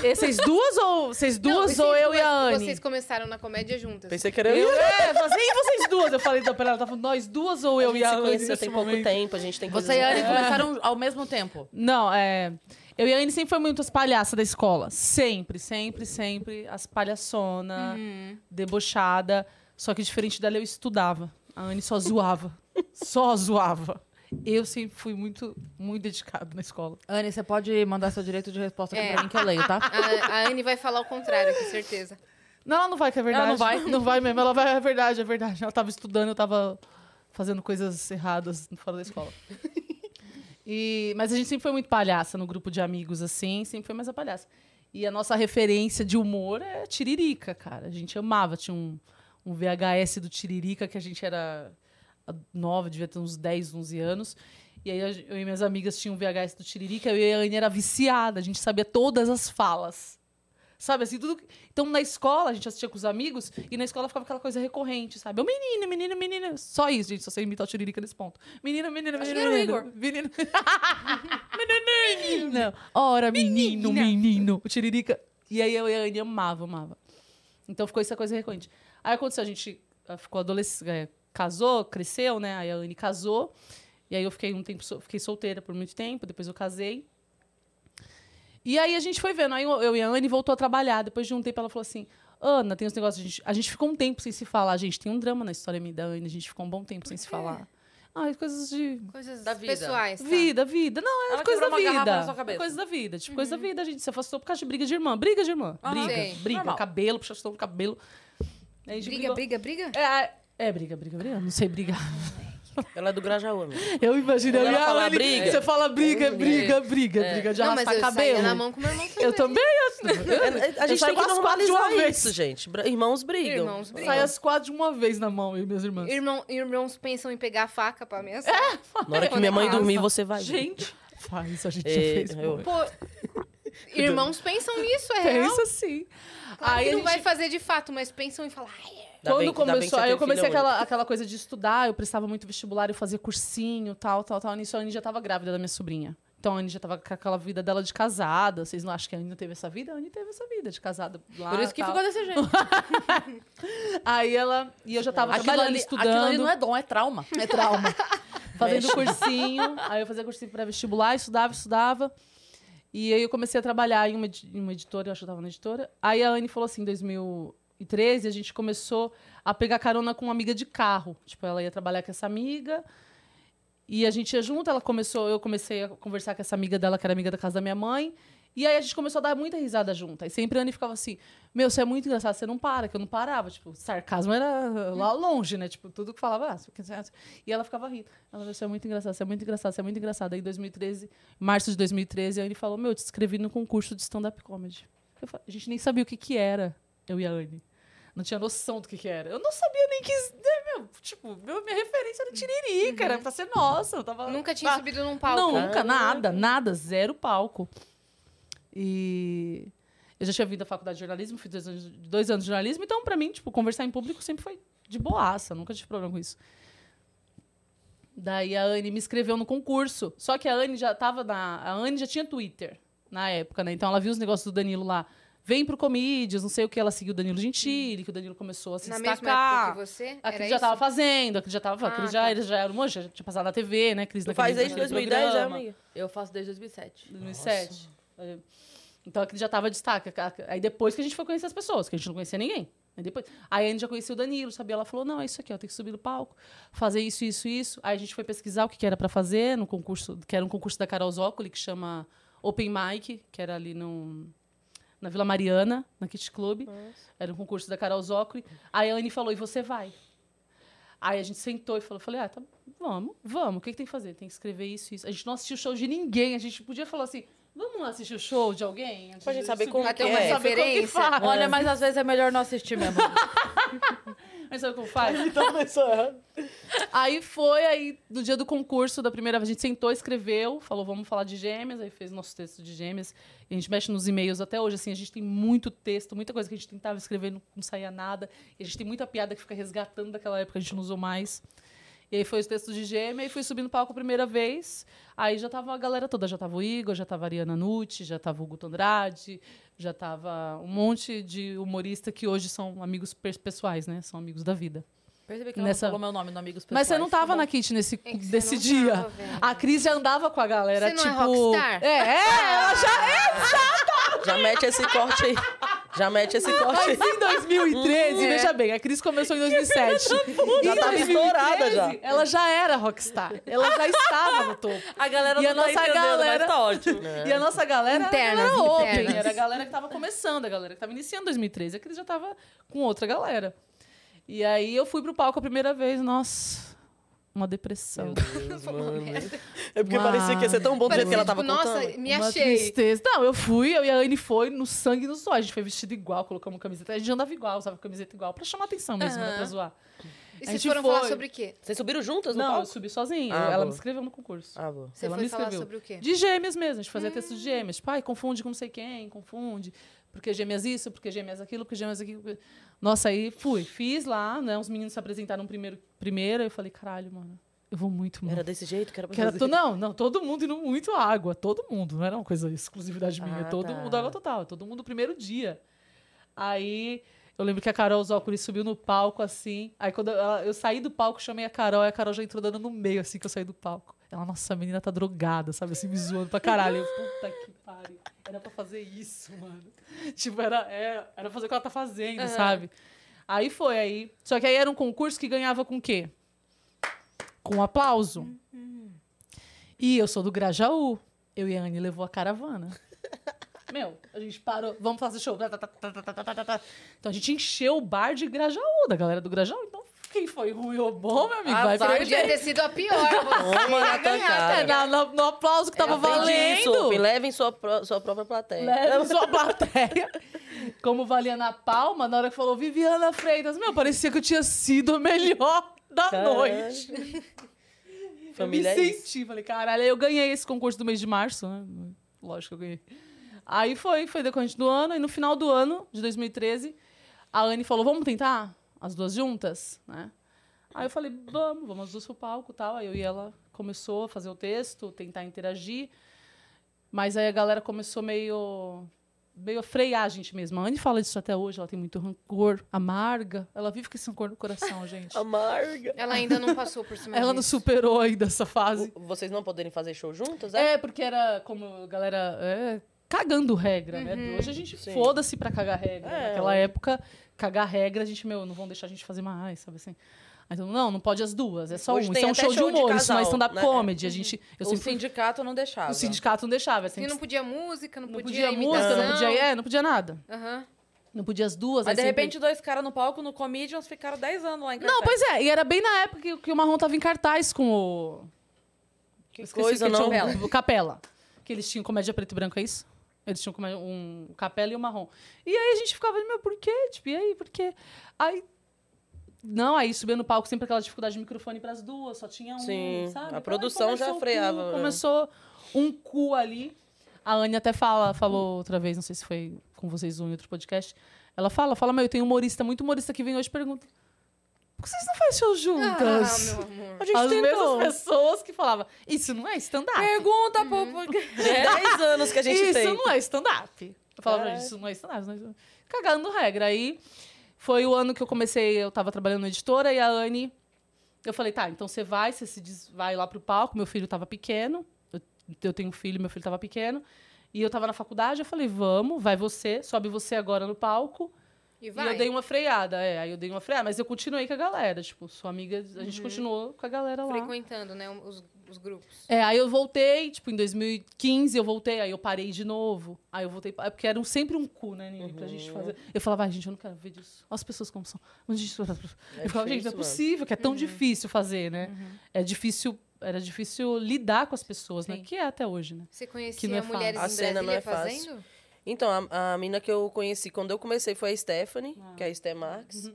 E Vocês duas ou vocês Não, duas vocês ou eu e a duas- Anne? Vocês começaram na comédia juntas. Pensei que era Eu, eu. é, eu falei assim, e vocês duas? Eu falei, então, pera, ela tá falando nós duas ou eu a gente e a se Anne? conheceu nesse tem pouco momento? tempo, a gente tem Você e a coisas- Anne começaram ao mesmo tempo. Não, é. Eu e a Anne sempre foi muito as palhaças da escola. Sempre, sempre, sempre. As palhaçona, Uhum. debochada. Só que diferente dela, eu estudava. A Anne só zoava. só zoava. Eu sempre fui muito, muito dedicado na escola. Anne, você pode mandar seu direito de resposta aqui É. pra mim que eu leio, tá? A, a Anne vai falar o contrário, com certeza. Não, ela não vai, que é verdade. Ela não vai? Não vai mesmo. Ela vai, é verdade, é verdade. Ela tava estudando, eu tava fazendo coisas erradas fora da escola. E, mas a gente sempre foi muito palhaça no grupo de amigos, assim, sempre foi mais a palhaça. E a nossa referência de humor é Tiririca, cara. A gente amava. Tinha um, um VHS do Tiririca que a gente era a- nova, devia ter uns 10, 11 anos. E aí a gen- eu e minhas amigas tinham um VHS do Tiririca, eu e a Anne era viciada, a gente sabia todas as falas. Sabe assim, tudo. que- Então na escola a gente assistia com os amigos e na escola ficava aquela coisa recorrente, sabe? Eu, menina, menina, menina. Só isso, gente, só sei imitar o Tiririca nesse ponto. Menina, menina, Acho menina. que era o menina, Igor. menina. Menina. Ora, menino, menino. O Tiririca. E aí eu e a Anne amava, amava. Então ficou essa coisa recorrente. Aí aconteceu, a gente ah, ficou adolescente, casou, cresceu, né? Aí a Anne casou. E aí eu fiquei um tempo, so- fiquei solteira por muito tempo, depois eu casei. E aí a gente foi vendo. Aí eu eu e a Anne voltou a trabalhar. Depois de um tempo ela falou assim: Ana, tem uns negócios. A gente, a gente ficou um tempo sem se falar. Gente, tem um drama na história minha e da Anne. A gente ficou um bom tempo sem se falar. Ai, coisas de Coisas Da vida. pessoais. tá? Vida, vida. Não, é Ela coisa quebrou da uma garrafa vida. na sua cabeça. Uhum. É Coisa da vida. Tipo, coisa da vida. A gente se afastou por causa de briga de irmã. Briga de irmã. Aham. Briga, Sei. briga. Ah, Normal. Cabelo, puxação do cabelo. Aí a gente Briga, briga, brigou. briga? É, é, briga, briga, briga. Eu Não sei brigar. Ela é do Grajaú, amiga. Eu imaginei Quando a ela minha fala Anne, briga. Você fala briga, briga, briga, briga. De É. Não, mas arrastar eu cabelo. saía na mão com meu irmão também. Eu também. É, A Eu gente tem que saio com as quatro normalizar de uma vez. isso, gente. Bra- Irmãos brigam. Irmãos brigam. Sai às quatro de uma vez na mão, eu e minhas irmãs. Irmão, irmãos pensam em pegar a faca pra ameaçar. Na hora que minha mãe dormir, você vai. Gente. Faz, a gente já É, fez. eu- pô. Pô, irmãos pensam nisso, é real. Pensa assim. Claro Aí que a não vai gente- fazer de fato, mas pensam em falar. "Ai, é." Ainda Quando bem- ainda bem que começou, você aí eu tem comecei filha aquela, aquela coisa de estudar, eu prestava muito vestibular, eu fazia cursinho, tal, tal, tal. Nisso a Anne já tava grávida da minha sobrinha. Então a Anne já tava com aquela vida dela de casada. Vocês não acham que a Anne não teve essa vida? A Anne teve essa vida de casada lá. Por isso que tal. ficou desse jeito. assim. Aí ela. E eu já tava Aquilo trabalhando, ali, estudando. aquilo ali não é dom, é trauma. É trauma. Fazendo cursinho. Aí eu fazia cursinho para vestibular, estudava, estudava. E aí eu comecei a trabalhar em uma, edi- em uma editora, eu acho que eu tava na editora. Aí a Anne falou assim, em 2013, a gente começou a pegar carona com uma amiga de carro. Tipo, ela ia trabalhar com essa amiga. E a gente ia junto, ela começou, eu comecei a conversar com essa amiga dela, que era amiga da casa da minha mãe. E aí a gente começou a dar muita risada junto. E sempre a Anne ficava assim: Meu, você é muito engraçado, você não para, que eu não parava. Tipo, sarcasmo era lá longe, né? Tipo, tudo que falava. Ah, você quer dizer, e ela ficava rindo. Ela Você é muito engraçado, você é muito engraçado, você é muito engraçado. Aí em 2013, março de 2013, a Anne falou: Meu, eu te inscrevi no concurso de stand-up comedy. Eu fa- a gente nem sabia o que, que era, eu e a Anne. Não tinha noção do que, que era. Eu não sabia nem que. né, meu, tipo, meu- minha referência era tiririca, era pra ser nossa. Eu tava, Nunca tinha Ah, subido num palco. não, nunca, nada, nada, zero palco. E eu já tinha vindo da faculdade de jornalismo, fiz dois anos, dois anos de jornalismo, então pra mim, tipo, conversar em público sempre foi de boaça, nunca tive problema com isso. Daí a Anne me escreveu no concurso, só que a Anne já tava na, a Anne já tinha Twitter na época, né? Então ela viu os negócios do Danilo lá. Vem pro Comídias, não sei o que, ela seguiu o Danilo Gentili, que o Danilo começou a se Na mesma época destacar. que você? A Cris era já isso? tava fazendo, a Cris já tava, a Cris Ah, já, tá. eles já eram, um monte, já tinha passado na TV, né, Cris? Tu naquele- faz desde naquele 2010 já, programa. amiga? é Eu faço desde 2007. 2007. É. Então aquele já tava destaque. A- a- Aí depois que a gente foi conhecer as pessoas, que a gente não conhecia ninguém. Aí depois, aí a gente já conhecia o Danilo, sabia? Ela falou: "Não, é isso aqui, ó, tem que subir no palco, fazer isso, isso, isso". Aí a gente foi pesquisar o que que era pra fazer no concurso, que era um concurso da Carol Zócoli, que chama Open Mic, que era ali no na Vila Mariana, na Kit Club. Era um concurso da Carol Zócoli. Aí a Anne falou: "E você vai?". Aí a gente sentou e falou, falei, ah, tá, vamos, vamos, o que, que tem que fazer? Tem que escrever isso, isso. A gente não assistiu o show de ninguém, a gente podia falar assim, vamos lá assistir o show de alguém? Pra gente saber subir como lá, que pra é. saber como que Referência. faz. Olha, mas às vezes é melhor não assistir mesmo. A gente Aí sabe como faz? Então, pessoa errada. Aí foi, aí no dia do concurso, da primeira vez, a gente sentou, escreveu, falou, vamos falar de gêmeas, aí fez nosso texto de gêmeas. E a gente mexe nos e-mails até hoje, assim, a gente tem muito texto, muita coisa que a gente tentava escrever, não, não saía nada. E a gente tem muita piada que fica resgatando daquela época, a gente não usou mais. E aí foi os textos de gêmea e fui subir no palco a primeira vez. Aí já tava a galera toda, já tava o Igor, já tava a Ariana Nucci, já tava o Guto Andrade, já tava um monte de humorista que hoje são amigos pers- pessoais, né? São amigos da vida. Percebi que ela não Nessa... falou falou meu nome no Amigos Mas você não tá- tava na kit nesse tá É que você desse não dia. tava, velho. a Cris já andava com a galera, Você não é tipo. rockstar? Ah. é, é, ela já é Já mete esse corte aí. Já mete esse corte aí. em 2013. É. Veja bem, a Cris começou em 2007. Já Em tava 2013, estourada já. Ela já era rockstar. Ela já estava no topo. A galera E não a tá nossa entendendo, galera- mas tá ótimo. É. E a nossa galera Internas, era a galera open, internas. era a galera que tava começando, a galera que tava iniciando em 2013, a Cris já tava com outra galera. E aí eu fui pro palco a primeira vez, nossa, uma depressão. É porque parecia que ia ser tão bom do jeito que ela tava tipo, nossa, contando. me Uma achei. tristeza. Não, eu fui, eu e a Anne foi no sangue e no suor. A gente foi vestido igual, colocamos camiseta. A gente andava igual, usava camiseta igual, pra chamar atenção mesmo, né? Pra zoar. E A vocês gente foram falar foi. sobre o quê? Vocês subiram juntas no Não, eu palco? subi sozinha. Ah, eu- ela boa. me escreveu no concurso. Ah, boa. Você Ela foi me falar escreveu. sobre o quê? De gêmeas mesmo, a gente fazia texto de gêmeas. Tipo, ai, confunde com não sei quem, confunde. Porque gêmeas isso, porque gêmeas aquilo, porque gêmeas aquilo. porque- Nossa, aí fui, fiz lá, né? Os meninos se apresentaram primeiro, primeiro eu falei, caralho, mano, eu vou muito mal. Era desse jeito que era pra Que era fazer. to- não, não, todo mundo indo muito à água, todo mundo, não era uma coisa exclusividade minha, Ah, todo tá. mundo água total, todo mundo primeiro dia. Aí eu lembro que a Carol Zóculos subiu no palco assim, aí quando ela- eu saí do palco, chamei a Carol, e a Carol já entrou dando no meio assim que eu saí do palco. Ela, nossa, a menina tá drogada, sabe, assim, me zoando pra caralho. Eu, puta que pariu, era pra fazer isso, mano. Tipo, era, é, era fazer o que ela tá fazendo, sabe? Aí foi, aí. Só que aí era um concurso que ganhava com o quê? Com aplauso. E eu sou do Grajaú. Eu e a Anne levou a caravana. Meu, a gente parou, vamos fazer show. tá, tá, tá, tá, tá, tá, tá, tá, tá. Então a gente encheu o bar de Grajaú, da galera do Grajaú. Então quem foi ruim ou bom, meu amigo, vai Azar perder. Podia ter sido a pior. Você Toma ia na tua ganhar, cara. É, na- na- no aplauso que tava Aprendi isso, valendo. Open. Levem sua, pró- sua própria plateia. Leve sua plateia. Né? Como valia na palma, na hora que falou Viviana Freitas, meu, parecia que eu tinha sido a melhor da Caralho. noite. Família eu é me isso. senti, falei, caralho, aí eu ganhei esse concurso do mês de março, né? Lógico que eu ganhei. Aí foi, foi decorrente do ano, e no final do ano, de 2013, a Anne falou, vamos tentar? As duas juntas, né? Aí eu falei, vamos, vamos as duas pro palco e tal. Aí eu e ela começou a fazer o texto, tentar interagir. Mas aí a galera começou meio meio a frear a gente mesmo. A Anne fala disso até hoje, ela tem muito rancor, amarga. Ela vive com esse rancor no coração, gente. Amarga. Ela ainda não passou por cima ela não disso. superou ainda essa fase. O- Vocês não poderem fazer show juntas? É. É, porque era como a galera é, cagando regra, né? Hoje a gente Uhum. Sim. foda-se pra cagar regra. É, Naquela hoje- época, cagar regra, a gente, meu, não vão deixar a gente fazer mais, sabe assim? Aí, todo mundo, não, não pode as duas, é só Hoje um. tem Isso é um até show de show de humor, isso não é casal, stand-up né? comedy. A gente, eu o sempre fui- sindicato não deixava. o sindicato não deixava. E Sempre, não podia música, não, não podia, podia música, não podia, imitação. é, não podia nada. Aham. Não podia as duas. Mas de aí sempre- repente, dois caras no palco, no Comedians, ficaram 10 anos lá em Não, cartaz. pois é, e era bem na época que, que o Marrom tava em cartaz com o. Que Esqueci coisa, que não. tinha um- o Capela. Que eles tinham comédia preto e branco, é isso? Eles tinham comédia- um capela e um marrom. E aí a gente ficava, meu, por quê? Tipo, e aí, por quê? Aí. Não, aí subia no palco sempre aquela dificuldade de microfone pras duas, só tinha um. Sim, sabe? a Então, aí produção começou já o cu, freava, né? começou um cu ali. A Anne até fala, falou outra vez, não sei se foi com vocês ou em outro podcast. Ela fala, fala, meu, tem humorista, muito humorista que vem hoje e pergunta. Por que vocês não fazem show Ah, juntas? meu amor. A gente As tentou. mesmas pessoas que falavam, isso não é stand-up. Pergunta, pô. por- 10 anos que a gente isso tem. não é stand-up. Eu falava, Caralho. pra gente, isso não é stand-up. isso não é stand-up. Cagando regra. Aí foi o ano que eu comecei, eu tava trabalhando na editora e a Anne. Eu falei, tá, então você vai, você se des- vai lá pro palco. Meu filho tava pequeno. Eu, eu tenho um filho, meu filho tava pequeno. E eu tava na faculdade, eu falei, vamos, vai você, sobe você agora no palco. E E vai. eu dei uma freada, é, aí eu dei uma freada, mas eu continuei com a galera, tipo, sua amiga, a gente continuou com a galera lá. Frequentando, né, os, os grupos. É, aí eu voltei, tipo, em 2015 eu voltei, aí eu parei de novo. Aí eu voltei, é porque era um- sempre um cu, né, Nini, pra gente fazer. Eu falava, ai, gente, eu não quero ver disso. Olha as pessoas como são. Mas, gente, eu falava, gente, difícil, não é mano. possível, que é tão difícil fazer, né? É difícil, era difícil lidar com as pessoas, né? Que é até hoje, né? Você Que não conhecia é fácil. mulheres A em cena não Brasília é fácil. fazendo? Ah. Uhum. Então, a, a mina que eu conheci quando eu comecei foi a Stephanie, que é a Sté Marx.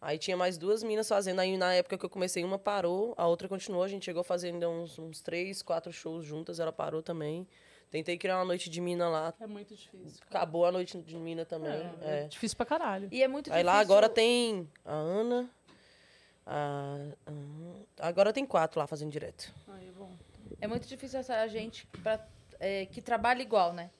Aí tinha mais duas minas fazendo. Aí na época que eu comecei, uma parou, a outra continuou. A gente chegou fazendo uns, uns três, quatro shows juntas, ela parou também. Tentei criar uma noite de mina lá. É muito difícil. Acabou a noite de mina também. é. Difícil pra caralho. E é muito Aí difícil. lá agora tem a Ana. a- a- agora tem quatro lá fazendo direto. É muito difícil essa gente pra- é, que trabalha igual, né?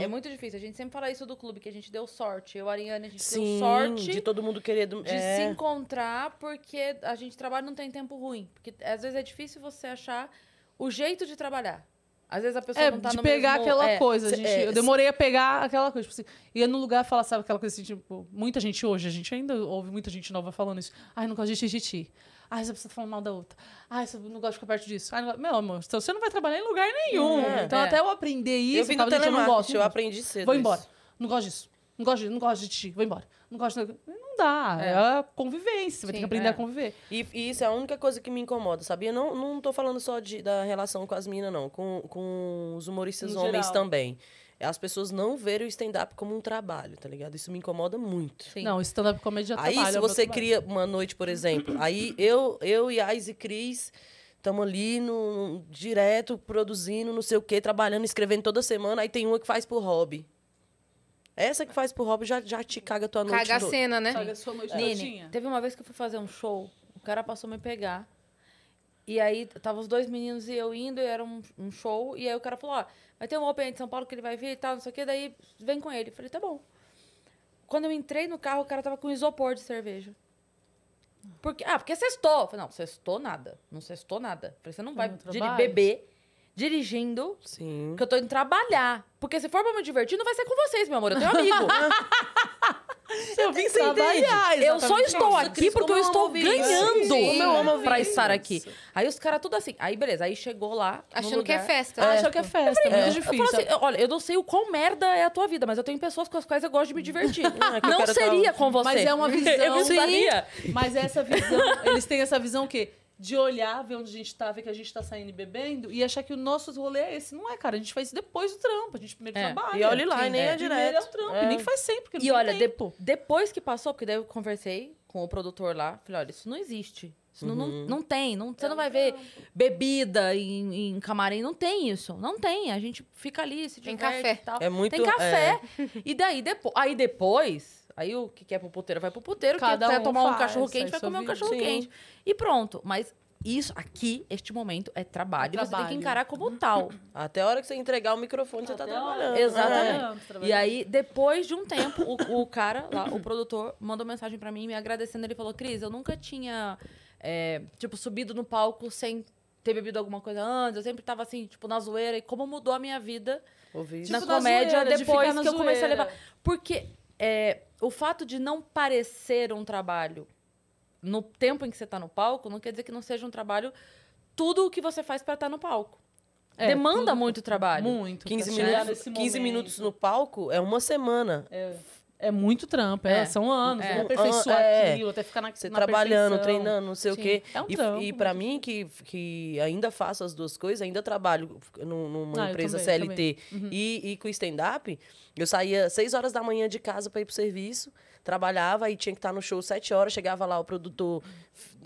É muito difícil. A gente sempre fala isso do clube, que a gente deu sorte. Eu, Ariane, a gente deu sorte de de, todo mundo querer. do- é. se encontrar, porque a gente trabalha e não tem tempo ruim. Porque às vezes é difícil você achar o jeito de trabalhar. Às vezes a pessoa É, não tá de no pegar mesmo- aquela é. coisa. cê- gente, é, eu demorei a pegar aquela coisa. Tipo assim, ia num lugar falar, sabe, aquela coisa assim, tipo, muita gente hoje, a gente ainda ouve muita gente nova falando isso. Ai, não gosto de xixi. Ai, essa pessoa tá falando mal da outra. Ai, você não gosta de ficar perto disso. Ai, não... gosto- Meu amor, então você não vai trabalhar em lugar nenhum. É. então, É. até eu aprender isso, eu vim do falava, gente, eu não telemarketing, gosto. eu não gosto. aprendi cedo. Vou isso. embora. Não gosto disso. Não gosto disso. Não gosto de xixi. Vou embora. Não gosto. de- Não dá. É, a convivência. Você vai ter Sim, que aprender é. a conviver. E, e isso é a única coisa que me incomoda, sabia? Não, não tô falando só de, da relação com as minas, não. Com, com os humoristas No homens geral. também. É As pessoas não verem o stand-up como um trabalho, tá ligado? Isso me incomoda muito. Sim. Não, stand-up comedy já Aí, trabalha, se é o meu você trabalho. cria uma noite, por exemplo, aí eu, eu e Ais e Cris estamos ali no, no- direto, produzindo, não sei o quê, trabalhando, escrevendo toda semana, aí tem uma que faz por hobby. Essa que faz por hobby já, já te caga a tua noite. Caga a toda. cena, né? Sabe, a sua noite Nini, todinha. teve uma vez que É, eu fui fazer um show, o cara passou a me pegar. E aí, tava os dois meninos e eu indo, e era um, um show. E aí o cara falou, ó, vai ter um Open aí de São Paulo que ele vai vir e tal, não sei o quê. Daí, vem com ele. Eu falei, tá bom. Quando eu entrei no carro, o cara tava com isopor de cerveja. Porque, ah, porque cestou. Eu falei, não, cestou nada. Não cestou nada. Eu falei, você não vai meu diri- trabalho. beber dirigindo, Sim. porque eu tô indo trabalhar. Porque se for pra me divertir, não vai ser com vocês, meu amor. Eu tenho amigo. Eu vim sem trabalhar, Eu só estou Nossa, aqui Cris, porque como eu eu estou amo ouvir isso. ganhando Sim, como eu amo ouvir pra isso. estar aqui. Aí os caras tudo assim. Aí beleza, aí chegou lá. no Achando que é lugar. festa. Ah, né? achou que é festa, é muito Eu falo difícil. assim, olha, eu não sei o quão merda é a tua vida, mas eu tenho pessoas com as quais eu gosto de me divertir. é que eu não quero seria tal- com você. Mas é uma visão. Eu precisaria. assim, Mas essa visão, eles têm essa visão o quê? De olhar, ver onde a gente tá, ver que a gente tá saindo e bebendo e achar que o nosso rolê é esse. Não é, cara. A gente faz isso depois do trampo. A gente primeiro É. trabalha. E olha lá, e nem é Primeiro direto. é o trampo. E nem faz sempre, porque não E tem olha, de- tempo. depois que passou, porque daí eu conversei com o produtor lá, falei, olha, isso não existe. Isso não, Uhum. não, não tem. Não, você não vai ver bebida em, em camarim. Não tem isso. Não tem. A gente fica ali, se Tem diverte café. e tal. É muito- Tem café. é. E daí depois. Aí depois. Aí o que quer pro puteiro vai pro puteiro. Cada Cada quer um tomar um faz, cachorro quente, faz vai sua comer um vida. cachorro quente. E pronto. Mas isso aqui, este momento, é trabalho. É e você tem que trabalho. encarar como tal. Até a hora que você entregar o microfone, você tá Até a hora. trabalhando. Exatamente. É. E aí, depois de um tempo, o, o cara lá, o produtor, mandou mensagem pra mim me agradecendo. Ele falou, Cris, eu nunca tinha, é, tipo, subido no palco sem ter bebido alguma coisa antes. Eu sempre tava assim, tipo, na zoeira. E como mudou a minha vida É. Ouvi isso. na Tipo, na comédia zoeira, de depois ficar na que eu comecei a zoeira. levar. Porque é, o fato de não parecer um trabalho no tempo em que você tá no palco, não quer dizer que não seja um trabalho tudo o que você faz pra estar no palco. É, Demanda tudo- muito trabalho. Muito. 15 pra chegar minutos, nesse 15 momento. minutos no palco é uma semana. É, é muito trampo. é, É. são anos. É. Vamos aperfeiçoar É. aquilo, até ficar na Você na trabalhando, perfeição. treinando, não sei o Sim. quê. É um e trampo, e para mim, que, que ainda faço as duas coisas, ainda trabalho num- numa Ah, eu empresa também, Uhum. CLT E, e com stand-up, eu saía 6 horas da manhã de casa para ir pro serviço, trabalhava e tinha que estar no show 7 horas, chegava lá o produtor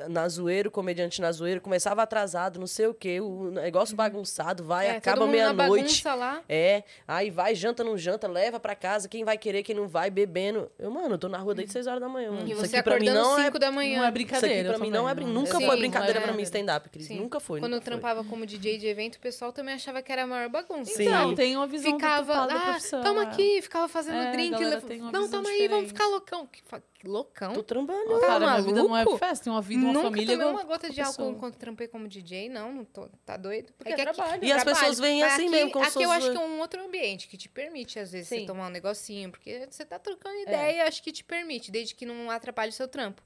na zoeira, o comediante na zoeira, começava atrasado, não sei o quê, o Uhum. negócio bagunçado, vai, É, todo acaba mundo na meia-noite. bagunça lá. É, aí vai, janta, não janta, leva pra casa, quem vai querer, quem não vai, bebendo. Eu, mano, eu tô na rua desde 6 horas da manhã. Hum, mano. E Isso você aqui pra mim não acordando assim, é 5 da Não é manhã. isso brincadeira. aqui pra mim também, não é brin- nunca Sim, foi brincadeira não é pra mim brincadeira. stand-up, Cris. Sim. Nunca é foi. Quando eu nunca foi. trampava como DJ de evento, o pessoal também achava que era a maior bagunça. Sim. Então, Sim. tem uma visão Ficava, deturpada da ah, profissão, toma é. aqui, ficava fazendo É, a drink. galera levo- tem uma Não, visão toma aí, vamos diferente. ficar loucão. Que fa- que Loucão? Tô trampando. Tá Cara, minha vida não é maluco? festa, tem uma vida, uma Nunca família. tomei igual uma gota de outra álcool pessoa. enquanto trampei como DJ, não, não tô, tá doido? Porque é trabalho. E as pessoas veem vêm assim mesmo, como se Aqui eu fosse- acho que é um outro ambiente que te permite, às vezes, você Sim. tomar um negocinho, porque você tá trocando ideia, acho que te permite, desde que não atrapalhe o seu trampo.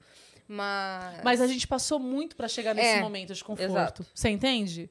Mas. Mas a gente passou muito pra chegar nesse É, momento de conforto. exato. Você entende?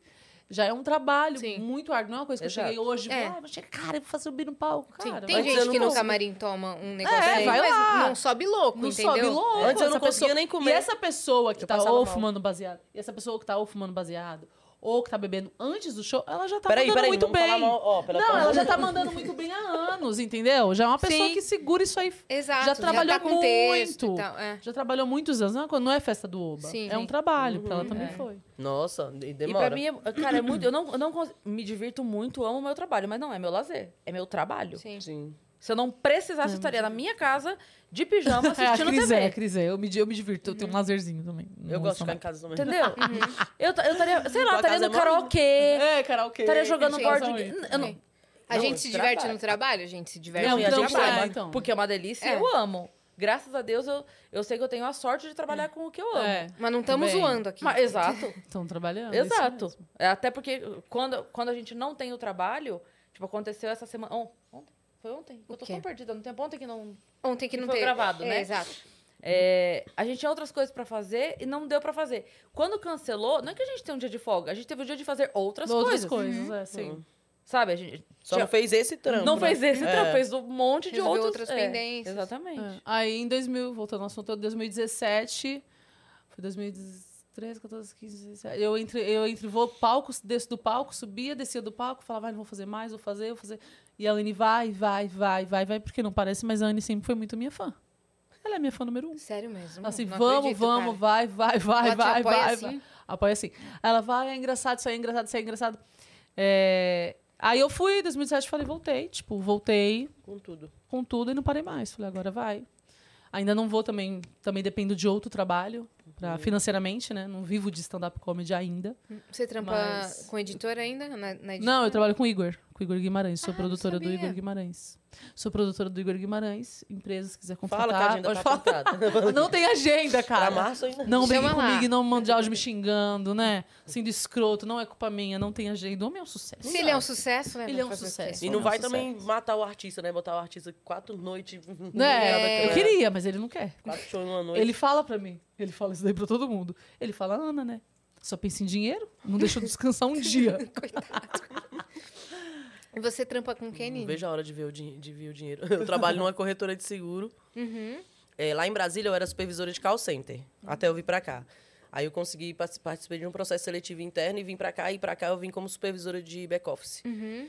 Já é um trabalho Sim. muito árduo. Não é uma coisa que Exato. eu cheguei hoje. É. É. Ah, vou chegar, cara, eu vou fazer subir no palco. Sim, Cara, tem vai- Antes eu gente não que no consigo. camarim toma um negocinho, vai mas lá. não sobe louco, não entendeu? sobe louco. Antes eu não essa conseguia pessoa- nem comer. E essa pessoa que Eu tá passava ou mal. fumando baseado, e essa pessoa que tá ou fumando baseado, ou que tá bebendo antes do show, ela já tá Peraí, mandando peraí, muito vamos falar bem. mal. Ó, pela- Não, pela- ela já tá mandando muito bem há anos, entendeu? Já é uma pessoa Sim. que segura isso aí. Exato. Já trabalhou tá com texto e muito. tal, é. Já trabalhou muitos anos. Não é co- Não é festa do Oba. Sim. é um Sim. trabalho. Pra ela também é. foi. Nossa, e E pra demora. mim, é- cara, é muito. Eu não, eu não cons- me divirto muito, amo o meu trabalho, mas não é meu lazer, é meu trabalho. Sim. Sim. Se eu não precisasse, eu estaria na minha casa, de pijama, assistindo É, a Cris TV. é, a Cris é. Eu me, di- eu me divirto, eu tenho um lazerzinho também. Eu Não gosto de sou ficar em mais- casa também. Entendeu? Uhum. Eu ta- eu estaria, sei lá, Tua estaria no casa é mó linda. karaokê, É, karaokê. estaria jogando sim, board são game. isso. Eu não, A Não, gente se trabalho. diverte no trabalho? A gente se diverte Não, no e a gente trabalho. ama. trabalho, então. porque é uma delícia É. eu amo. Graças a Deus, eu, eu sei que eu tenho a sorte de trabalhar com o que eu amo. É, Mas não estamos Também. zoando aqui. Mas- exato, estão trabalhando. é isso exato. mesmo. É, Até porque quando, quando a gente não tem o trabalho, tipo, aconteceu essa semana. on- Ontem? Foi ontem? O Eu tô quê? tão perdida no tempo. Ontem que não. Ontem que que não foi teve. gravado, É, né? Exato. É, a gente tinha outras coisas pra fazer e não deu pra fazer. Quando cancelou, não é que a gente tem um dia de folga, a gente teve o dia de fazer outras, Outras coisas. coisas, é, sim. Sabe? A gente Só não fez esse trampo. não né? fez esse É. trampo, fez um monte de Resolveu outros, outras pendências. Exatamente. É. Aí em 2000, voltando ao assunto, 2017, foi 2013, 14, 15, 17. Eu entre, eu entre vou palco, desço do palco, subia, descia do palco, falava, "Ai, não vou fazer mais, vou fazer, vou fazer. E a Anne vai, vai, vai, vai, vai, porque não parece, mas a Anne sempre foi muito minha fã. Ela é minha fã número um. Sério mesmo. Assim, não vamos, acredito, vamos, cara. vai, vai, vai, Ela te vai, apoia vai, assim? vai. Apoia assim. Ela vai, é engraçado, isso aí é engraçado, isso aí é engraçado. É, Aí eu fui, em 2017, falei, voltei, tipo, voltei, Com tudo. com tudo e não parei mais. Falei, agora vai. Ainda não vou também, também dependo de outro trabalho, Uhum. pra, financeiramente, né? Não vivo de stand-up comedy ainda. Você trampa Mas- com editora ainda? Na, na editora? Não, eu trabalho com o Igor, com o Igor Guimarães. É Sou Ah, não produtora do sabia. Igor Guimarães. Sou produtora do Igor Guimarães. Empresa, se quiser contratar, Fala que a agenda pode tá falar. apertada. Não tem Pra agenda, cara. março ainda. Não brigue Chama lá. comigo, e não mande áudio me xingando, né? Sendo escroto, não é culpa minha, não tem agenda. O homem é um sucesso. Se ele é um sucesso, né? Ele vai é um fazer o quê? sucesso. E não Nossa, vai sério. também matar o artista, né? Botar o artista quatro noites. Né? É. Eu queria, mas ele não quer. Quatro shows numa noite. Ele fala pra mim. Ele fala isso daí pra todo mundo. Ele fala, Ana, né? Só pensa em dinheiro, não deixa eu descansar um dia. E você trampa com quem, Não Nini? vejo a hora de ver, o din- de ver o dinheiro. Eu trabalho numa corretora de seguro. Uhum. É, lá em Brasília, eu era supervisora de call center, até eu vir pra cá. Aí eu consegui parti- participei de um processo seletivo interno e vim pra cá. E pra cá eu vim como supervisora de back-office. Uhum.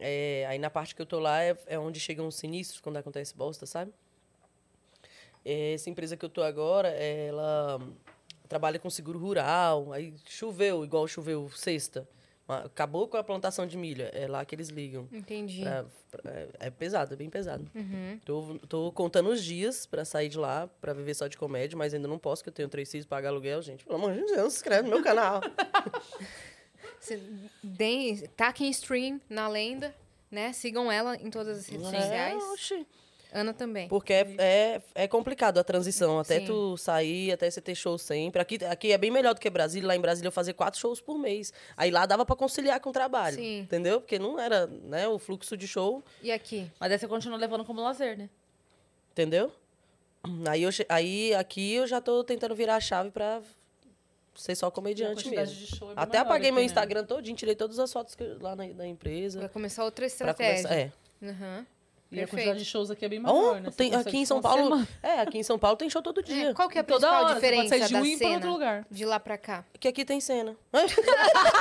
É, aí na parte que eu tô lá é, é onde chegam os sinistros, quando acontece bosta, sabe? É, essa empresa que eu tô agora, ela trabalha com seguro rural. Aí choveu, igual choveu sexta. Mas Acabou com a plantação de milho. É lá que eles ligam. Entendi. Pra- pra- é- é pesado, é bem pesado. Tô, tô contando os dias pra sair de lá, pra viver só de comédia, mas ainda não posso, que eu tenho três filhos, pagar aluguel, gente. Pelo amor de Deus, se inscreve no meu canal. Você deem, taquem stream na lenda, né? Sigam ela em todas as redes É, sociais. oxi. Ana também. Porque é, é, é complicado a transição, até Sim. tu sair, até você ter show sempre. Aqui, aqui é bem melhor do que Brasília, lá em Brasília eu fazia quatro shows por mês. Aí lá dava pra conciliar com o trabalho, Sim. entendeu? Porque não era, né, o fluxo de show E aqui? Mas aí você continua levando como lazer, né? Entendeu? Aí, eu che- aí aqui eu já tô tentando virar a chave pra ser só comediante quantidade mesmo. de show é bem Até maior apaguei aqui, meu né? Instagram todinho, tirei todas as fotos que- lá na, da Vai empresa. começar outra Pra começar. estratégia. É. Aham. E a Perfeito. quantidade de shows aqui é bem Oh, maior, né? Você tem, consegue aqui em São ficar uma Paulo. semana- É, aqui em São Paulo tem show todo dia. É, qual que é a Toda principal hora, você pode diferença sair de da um e ir pra cena outro lugar. de lá pra cá? Que aqui tem cena.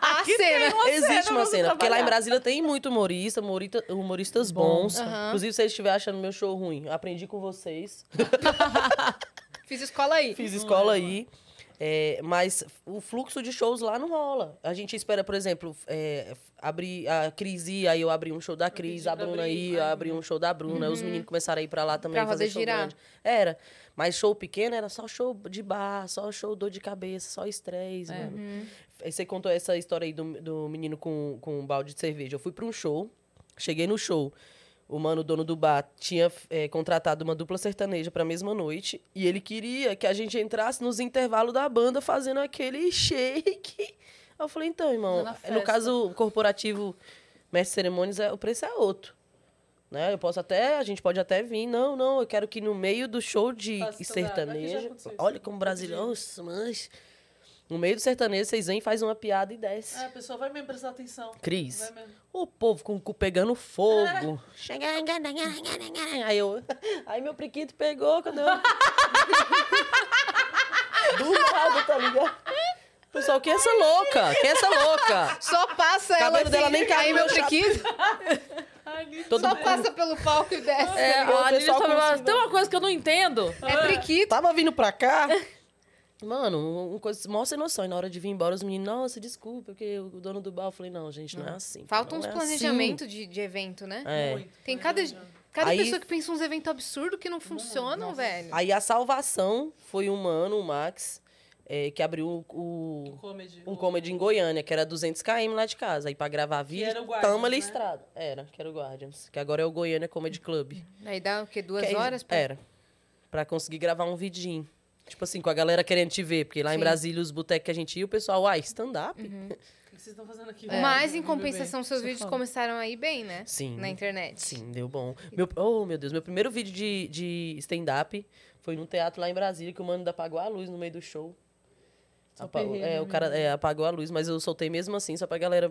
A cena. Existe uma cena, vamos cena. Porque lá em trabalhar. Brasília tem muito humorista, humorita- humoristas bons. Aham. Inclusive, se vocês estiverem achando meu show ruim, aprendi com vocês. Fiz escola aí. Fiz escola aí. É, mas o fluxo de shows lá não rola. A gente espera, por exemplo, é, abrir a Cris ir, aí eu abri um show da Cris, pedi a pra Bruna abrir, ir, ai, eu abri um show da Bruna, os meninos começaram a ir pra lá também Pra fazer roda show girar. grande. Era. Mas show pequeno era só show de bar, só show dor de cabeça, só estresse, mano. Aí Você contou essa história aí do, do menino com, com um balde de cerveja. Eu fui pra um show, cheguei no show. O mano, dono do bar, tinha eh, contratado uma dupla sertaneja pra mesma noite. E ele queria que a gente entrasse nos intervalos da banda fazendo aquele shake. Aí eu falei, então, irmão, Na no festa. caso o corporativo mestre cerimônias, é- o preço é outro. Né? Eu posso até, a gente pode até vir. Não, não, eu quero que no meio do show de Faça toda- Aqui já sertanejo. aconteceu isso, né? Olha como brasileiro, nossa, mas. No meio do sertanejo, vocês vêm, faz uma piada e desce. É, a pessoa vai mesmo prestar atenção. Vai Cris, mesmo. o povo com o cu pegando fogo. É. Chega- Aí eu. Aí meu priquito pegou quando eu. Do nada, tá ligado? O pessoal, que essa louca? Que essa louca? Só passa ela. assim. Cabelo dela nem caiu aí no meu meu chapéu. chiquito. Todo Só mundo passa pelo palco e desce. É, Pegou o a Lívia pessoal só falava, curtindo. tem uma coisa que eu não entendo. É priquito. tava vindo pra cá. Mano, uma coisa, mó sem noção. E na hora de vir embora, os meninos, nossa, desculpa, porque o dono do bar, eu falei, não, gente, não, é assim. Falta não uns é assim." planejamentos de, de evento, né? É. Tem cada, cada Aí- pessoa que pensa uns eventos absurdos que não funcionam, velho. Aí a salvação foi um mano, o Max, eh, que abriu o, Comedy. um comedy em Goiânia, que era 200 km lá de casa. Aí pra gravar vídeo, era o Guardians, tamo ali né? estrada. Era, que era o Guardians. Que agora é o Goiânia Comedy Club. Aí dá o quê? Duas Que aí- é. horas? pra- Era. Pra conseguir gravar um vidinho. Tipo assim, com a galera querendo te ver. Porque lá em Sim. Uhum. Brasília, os botecos que a gente ia, o pessoal, ai, stand-up? O que vocês estão fazendo aqui? É. Mas, Meu em bebê? compensação, seus Você vídeos fala. começaram a ir bem, né? Sim. Na internet. Sim, deu bom. Meu, oh, meu Deus, meu primeiro vídeo de, de stand-up foi num teatro lá em Brasília, que o mano ainda apagou a luz no meio do show. Só Apa- perreiro, é, o né? cara é, apagou a luz, mas eu soltei mesmo assim, só pra galera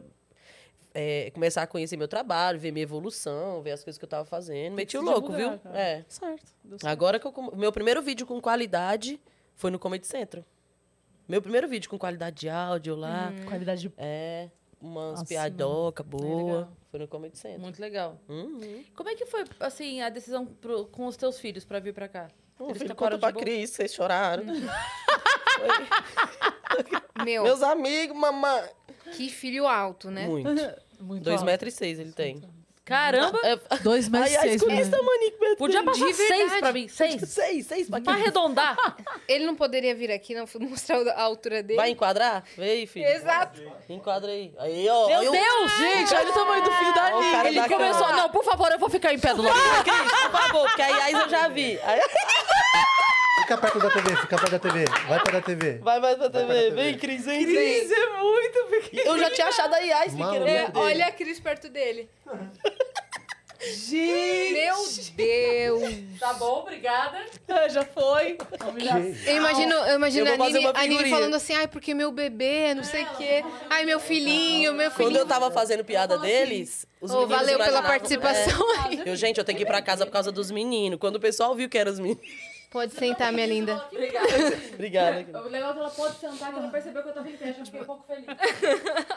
é, começar a conhecer meu trabalho, ver minha evolução, ver as coisas que eu tava fazendo. Meti o se louco, divulgar, viu? cara. É. Certo. Deu certo. Agora que eu. com- Meu primeiro vídeo com qualidade foi no Comedy Centro. Meu primeiro vídeo com qualidade de áudio lá. Qualidade de... É. Umas Uhum. Nossa, é piadoca boa. legal. foi no Comedy Centro. Muito legal. Uhum. Como é que foi, assim, a decisão pro- com os teus filhos pra vir pra cá? Ô, Eles filho, toparam conta de pra boa? Cris, vocês choraram. Meu, Meus amigos, mamãe. que filho alto, né? Muito. Muito 2,6 alto. metros e seis ele tem. Caramba! É, Dois Ai, metros e ai, seis. né? escuta esse menino. tamanho que Podia De passar seis verdade. pra mim. meteu. Seis. Seis, seis pra Pra quê? arredondar. Ele não poderia vir aqui não mostrar a altura dele. Vai enquadrar? Vem, filho. Exato. Enquadra aí. Aí, ó. Meu aí um o- Deus! assim, Gente, olha o tamanho do filho da Olha o Lívia. cara Ele da começou. câmera. Não, Não, por favor, eu vou ficar em pé do lado. Cris, por favor, porque aí, aí eu já vi. Aí- Fica perto da TV, fica perto da TV. Vai perto da TV. Vai, vai pra pra TV. TV. Vem, Cris, vem, Cris. é muito pequeno. Eu já tinha achado a Iás Mano, pequena. É, É, olha a Cris perto dele. Meu Deus! Tá bom, obrigada. Ah, já foi. Eu imagino, eu imagino Eu a vou fazer Nini, uma a Nini figurinha. falando assim, ai, porque meu bebê, não sei o quê. Ai, meu filhinho, meu Quando eu filhinho. tava fazendo piada deles, os Ô, meninos valeu pela imaginavam- participação aí. É. Eu, gente, eu tenho que ir pra casa por causa dos meninos. Quando o pessoal viu que eram os meninos. Pode sentar, minha linda. Obrigada, Cris. O legal é que ela pode sentar, que ela percebeu que eu tava em pé, já fiquei um pouco feliz.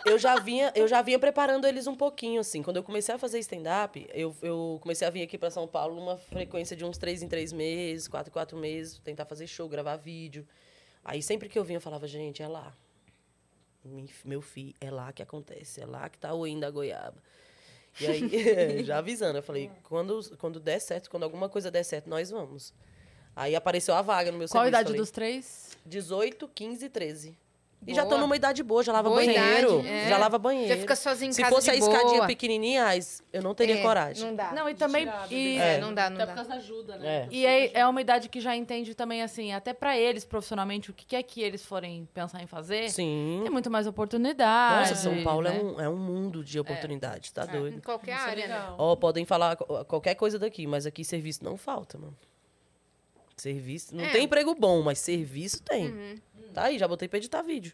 eu já vinha, eu já vinha preparando eles um pouquinho, assim. Quando eu comecei a fazer stand-up, eu, eu comecei a vir aqui pra São Paulo numa frequência de uns três em três meses, quatro em quatro meses, tentar fazer show, gravar vídeo. Aí sempre que eu vinha, eu falava, gente, é lá. Mi- Meu filho, é lá que acontece, é lá que tá o ainda da goiaba. E aí, já avisando, eu falei, quando, quando der certo, quando alguma coisa der certo, nós vamos. Aí apareceu a vaga no meu Qual a serviço. idade falei, dos três? 18, 15 e 13. E Boa. já estão numa idade boa, já lava Boa banheiro. idade, é. Já lava banheiro. Já fica sozinho em Se casa fosse de a escadinha boa. pequenininha, ai, eu não teria É, coragem. Não dá. Não, e também. tirar, E, É, não dá, não Até dá. por causa da ajuda, É. né? Porque e aí é uma idade que já entende também, assim, até pra eles profissionalmente, o que que é que eles forem pensar em fazer. Sim. Tem muito mais oportunidade. Nossa, São Paulo né? é, um, é um mundo de oportunidade, tá Em doido? qualquer Isso é área, né? legal. Ó, podem falar co- qualquer coisa daqui, mas aqui serviço não falta, mano. Serviço. Não É. Uhum. tem emprego bom, mas serviço tem. Tá aí, já botei pra editar vídeo.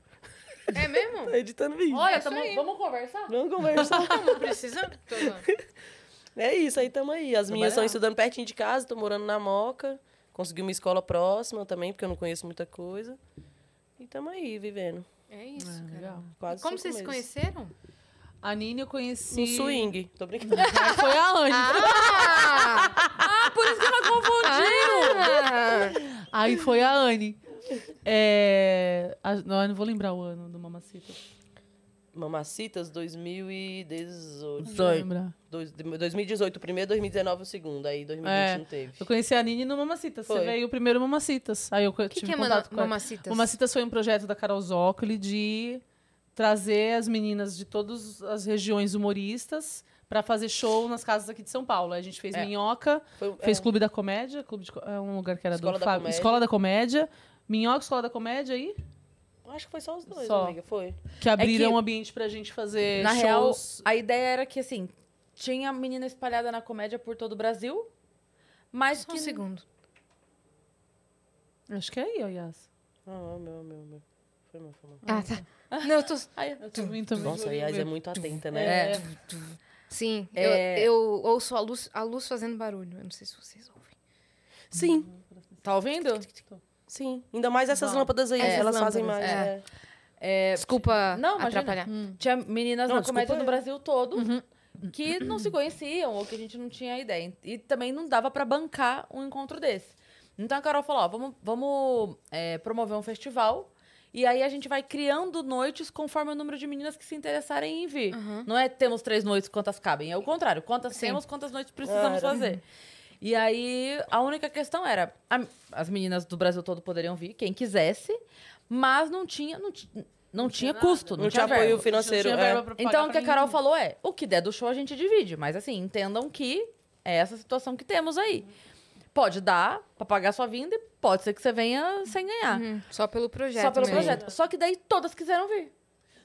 É mesmo? Tá editando vídeo. Olha, isso tamo- aí. vamos conversar? Não conversa. Não precisa. Tô- É isso, aí tamo aí. As minhas estão Trabalhar. estudando pertinho de casa, tô morando na Moca. Consegui uma escola próxima também, porque eu não conheço muita coisa. E tamo aí, vivendo. É isso, Ah, cara. legal. Quase Como cinco vocês se meses. conheceram? A Nini eu conheci... No swing. Tô brincando. Aí Foi a Anne. Ah! Por isso que ela confundiu! ah! Aí foi a Anne. É... a- não, eu não vou lembrar o ano do Mamacita. Mamacitas 2018. Não vou lembrar. Dois- 2018 o primeiro, 2019 o segundo. Aí 2020 É. não teve. Eu conheci a Nini no Mamacitas. Foi. Você veio primeiro no Mamacitas. Aí eu O que, tive que é mana- contato com ela. mamacitas? Mamacitas foi um projeto da Carol Zócoli de trazer as meninas de todas as regiões humoristas pra fazer show nas casas aqui de São Paulo. Aí A gente fez É. Minhoca, Foi- fez é, Clube da Comédia, Clube de Co- é um lugar que era Escola do da Fábio- Comédia. Escola da Comédia, Minhoca, Escola da Comédia aí, Acho que foi só os dois, Só. amiga. Foi. que abriram que- um ambiente pra gente fazer Na real, shows. a ideia era que, assim, tinha menina espalhada na comédia por todo o Brasil, mas Só que... um segundo. Acho que é aí, ó, Yas. Ah, meu, meu, meu. Foi mal, foi mal. Ah, tá. Não, eu tô... Ai, Eu tô vindo também. Nossa, a Yas é muito atenta, né? é. Sim, É. eu, eu ouço a luz, a luz fazendo barulho. Eu não sei se vocês ouvem. Sim, Tá ouvindo? sim. Ainda mais essas lâmpadas aí, Essas elas fazem lâmpadas, mais. é. é. É, Desculpa Não, imagina. atrapalhar. Tinha meninas Não, na comédia desculpa. no Brasil todo que não se conheciam ou que a gente não tinha ideia. E também não dava pra bancar um encontro desse. Então a Carol falou: ó, vamos, vamos é, promover um festival. E aí a gente vai criando noites conforme o número de meninas que se interessarem em vir. Não é temos três noites, quantas cabem. É o contrário. Quantas Sim. temos, quantas noites precisamos Claro. fazer. E aí a única questão era: a- as meninas do Brasil todo poderiam vir, quem quisesse, mas não tinha. Não, ti- não tinha, custo, não, Não tinha verba. apoio financeiro. Não tinha é. verba pra pagar Então, o que pra a Carol ninguém. falou é: o que der do show a gente divide. Mas assim, entendam que é essa situação que temos aí. Pode dar pra pagar sua vinda e pode ser que você venha sem ganhar. Uhum, Só pelo projeto. Só pelo mesmo. projeto. Só que daí todas quiseram vir.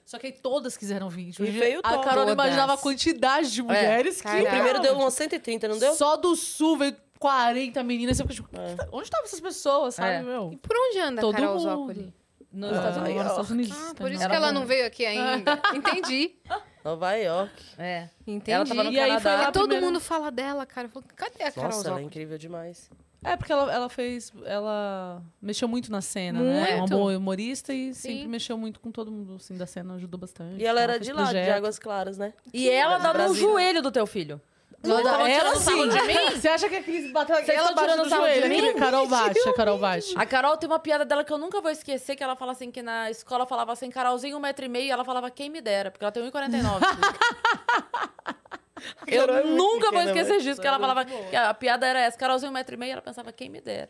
Só que aí todas quiseram vir. Tipo, E veio a todas. Carol não imaginava a quantidade de mulheres que. Caralho. O primeiro vieram. deu umas 130, não deu? É. Só do sul veio 40 meninas. Você fica tipo, onde estavam essas pessoas, sabe, É. E meu? por onde anda Todo a Carol mundo. Zócoli? Nos Estados Unidos. nos Estados Unidos. Ah, por entendeu? isso que ela não veio aqui ainda. Entendi. Nova York. É. Entendi. Ela tava no E aí foi Canadá. lá- Porque todo primeira- mundo fala dela, cara. Eu falo, Cadê a Carol Nossa, ela é Zócoli? incrível demais. É, porque ela, ela fez. Ela mexeu muito na cena, né? É uma Muito. boa humorista e sempre Sim. mexeu muito com todo mundo assim, da cena, ajudou bastante. E ela era fez de lá, de projeto. Águas Claras, né? E ela dá no Brasília. joelho do teu filho. Ela, tirando sim. sarro de Você acha que a Cris bateu aqui? Vocês Ela estão tirando tirando do sarro de joelho. mim? né? Carol bate, a Carol bate. A Carol tem uma piada dela que eu nunca vou esquecer, que ela fala assim, que na escola falava assim, Carolzinho, um metro e meio, e ela falava, quem me dera, porque ela tem 1,49. eu Carol é muito nunca vou pequena, esquecer mas é disso, que ela falava, que a piada era essa, Carolzinho, um metro e meio, e ela pensava, quem me dera.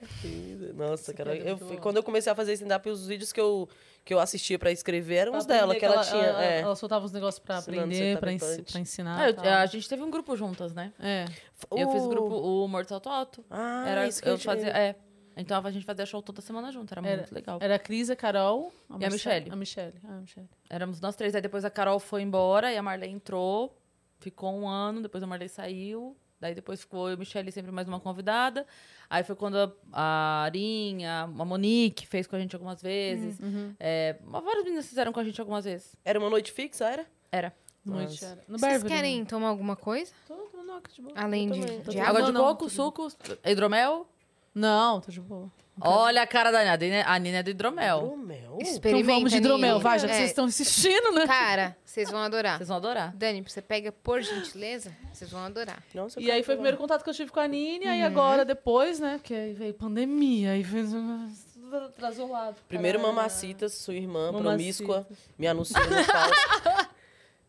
Nossa, é cara, eu fui- quando eu comecei a fazer stand-up, os vídeos que eu, que eu assistia pra escrever eram Pra os dela, aprender, que ela, tinha. Ela, é. ela soltava os negócios pra Ensinando aprender, setup pra, ens- punch. pra ensinar. Ah, eu- tal. a gente teve um grupo juntas, né? É. Eu fiz tá. ah. O- grupo, o Morto Salto Alto. Ah, era, isso que eu, eu te- fazia, é. Então a gente fazia show toda semana junto, era, Era- muito legal. Era a Cris, a Carol. E a Marcela- Michele. A Michelle. Ah, a Michelle. Éramos nós três, aí depois a Carol foi embora e a Marley entrou, ficou um ano, depois a Marley saiu, daí depois ficou eu e a Michelle sempre mais uma convidada. Aí foi quando a, a Arinha, a Monique fez com a gente algumas vezes. Uhum, É, mas várias meninas fizeram com a gente algumas vezes. Era uma noite fixa, era? Era. Noite. era- No Vocês Bárbara, querem né? tomar alguma coisa? Tô, tô, não, tô de Uh, boa. Além de, também. de Eu Água água? não, de não, coco, tudo suco, é hidromel. Não, tô de boa. Olha a cara da Nina. A Nina- A Nina é do hidromel. Hidromel? Então Experimenta, vamos de hidromel, Nina. vai, já É, que Tá. vocês estão insistindo, né? Cara, vocês vão adorar. Vocês vão adorar. Dani, você pega por gentileza, vocês vão adorar. Nossa, eu E quero aí foi o provar. primeiro contato que eu tive com a Nini, Uhum. aí agora, depois, né? Porque aí veio pandemia, aí fez... Tudo atrasou lá. Ah. Primeiro Mamacita, sua irmã Mamacita. promíscua, me anunciou no palco.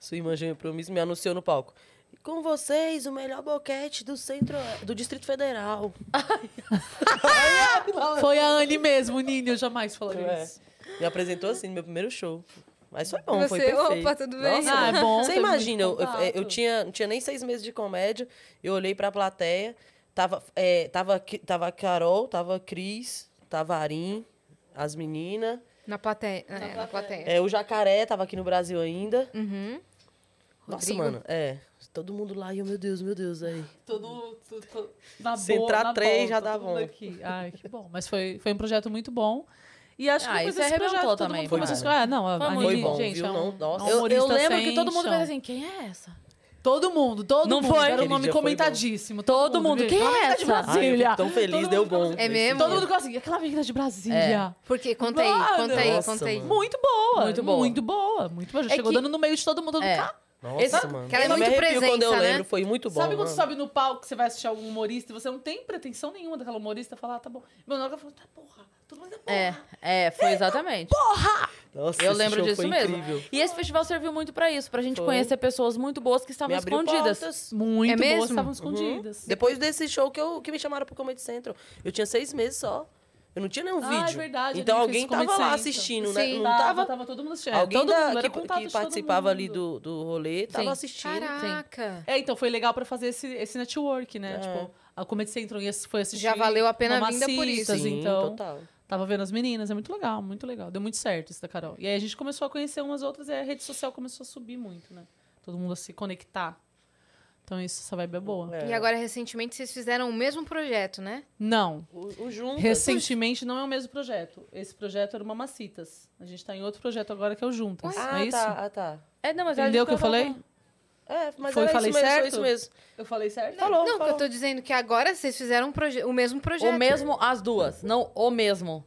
sua irmã gêmea promíscua me anunciou no palco. E com vocês, o melhor boquete do centro do Distrito Federal. Foi a Anne mesmo, Nini, eu jamais falaria É. isso. Me apresentou assim no meu primeiro show. Mas foi bom, foi Você, perfeito. opa, tudo bem? Nossa, Ah, é bom, Você teve muito imagina, eu, eu- contato. eu tinha, não tinha nem seis meses de comédia, eu olhei pra plateia, tava, é, tava, Ki- tava a Carol, tava a Cris, tava a Arim, as meninas, Na plateia. né? é, na plateia. é, o Jacaré tava aqui no Brasil ainda. Uhum. Nossa, Rodrigo. mano, é. Todo mundo lá e eu, meu Deus, meu Deus, aí. Tudo, tudo, tudo na Se boa, entrar na três, volta, já dá tudo bom. Daqui. Ai, que bom. Mas foi, foi um projeto muito bom. E acho que Ah, depois isso desse arrebentou projeto todo também, mundo começou foi. a escolher. Ah, não, a Foi Aline, muito Foi bom, gente, viu? é um- Não, é um nossa. Eu, eu humorista lembro sem que todo mundo chão. fez assim, quem é essa? Todo mundo, todo Não mundo. foi? Era um Aquele nome dia foi comentadíssimo. Todo mundo, quem é essa? Ai, eu fico Brasília. tão feliz, Todo deu mundo bom. É mesmo? Todo mundo ficou assim, aquela menina de Brasília. Porque, conta aí, Mano! conta aí, Nossa, conta aí. mano. Muito boa. É. Muito boa. Muito boa. Muito boa. Já É chegou que- dando no meio de todo mundo. É. É. Nossa, Essa- mano. que ela é Eu me muito arrepio quando eu presença, né? lembro, foi muito bom. Sabe quando mano. né? você sobe no palco que você vai assistir algum humorista e você não tem pretensão nenhuma daquela humorista falar, ah, tá bom. Meu nome falou, tá porra. Todo mundo é porra. É, é, foi exatamente. Nossa, Eu esse lembro show disso foi mesmo. incrível. E esse festival serviu muito pra isso, pra gente Foi. conhecer pessoas muito boas que Me estavam abriu escondidas. portas. Uhum. Muito É boas, mesmo? estavam escondidas. Uhum. Depois desse show que, eu, que me chamaram pro Comedy Central. Eu tinha seis meses só. Eu não tinha nenhum Ah, é vídeo. verdade, Então ele alguém fez tava Comedy lá Central. assistindo, né? Sim. Não Tava, tava. tava, todo mundo assistindo. Alguém todo da- mundo, era que, contato que de todo participava ali mundo. do, do rolê tava Sim. assistindo. Caraca. É, então foi legal pra fazer esse, esse network, né? É. Tipo, a Comedy Central ia- foi assistir. Já valeu a pena a vinda Mamacitas, por isso. Sim, então, assim, total. tava vendo as meninas. É muito legal, muito legal. Deu muito certo isso da Carol. E aí a gente começou a conhecer umas outras e a rede social começou a subir muito, né? Todo mundo a se conectar. Então isso, essa vibe é boa. É. E agora, recentemente, vocês fizeram o mesmo projeto, né? Não, O, o Juntas. Recentemente não é o mesmo projeto. Esse projeto era o Mamacitas. A gente tá em outro projeto agora que é o Juntas. Ah, é isso? tá, ah, tá. É, não, mas Entendeu o que eu ficava falei? É, mas Foi, era falei isso mesmo, certo? foi isso mesmo. Eu falei certo? Falou, não, que falou. eu tô dizendo que agora vocês fizeram um proje- o mesmo projeto. O mesmo, as duas. Não o mesmo.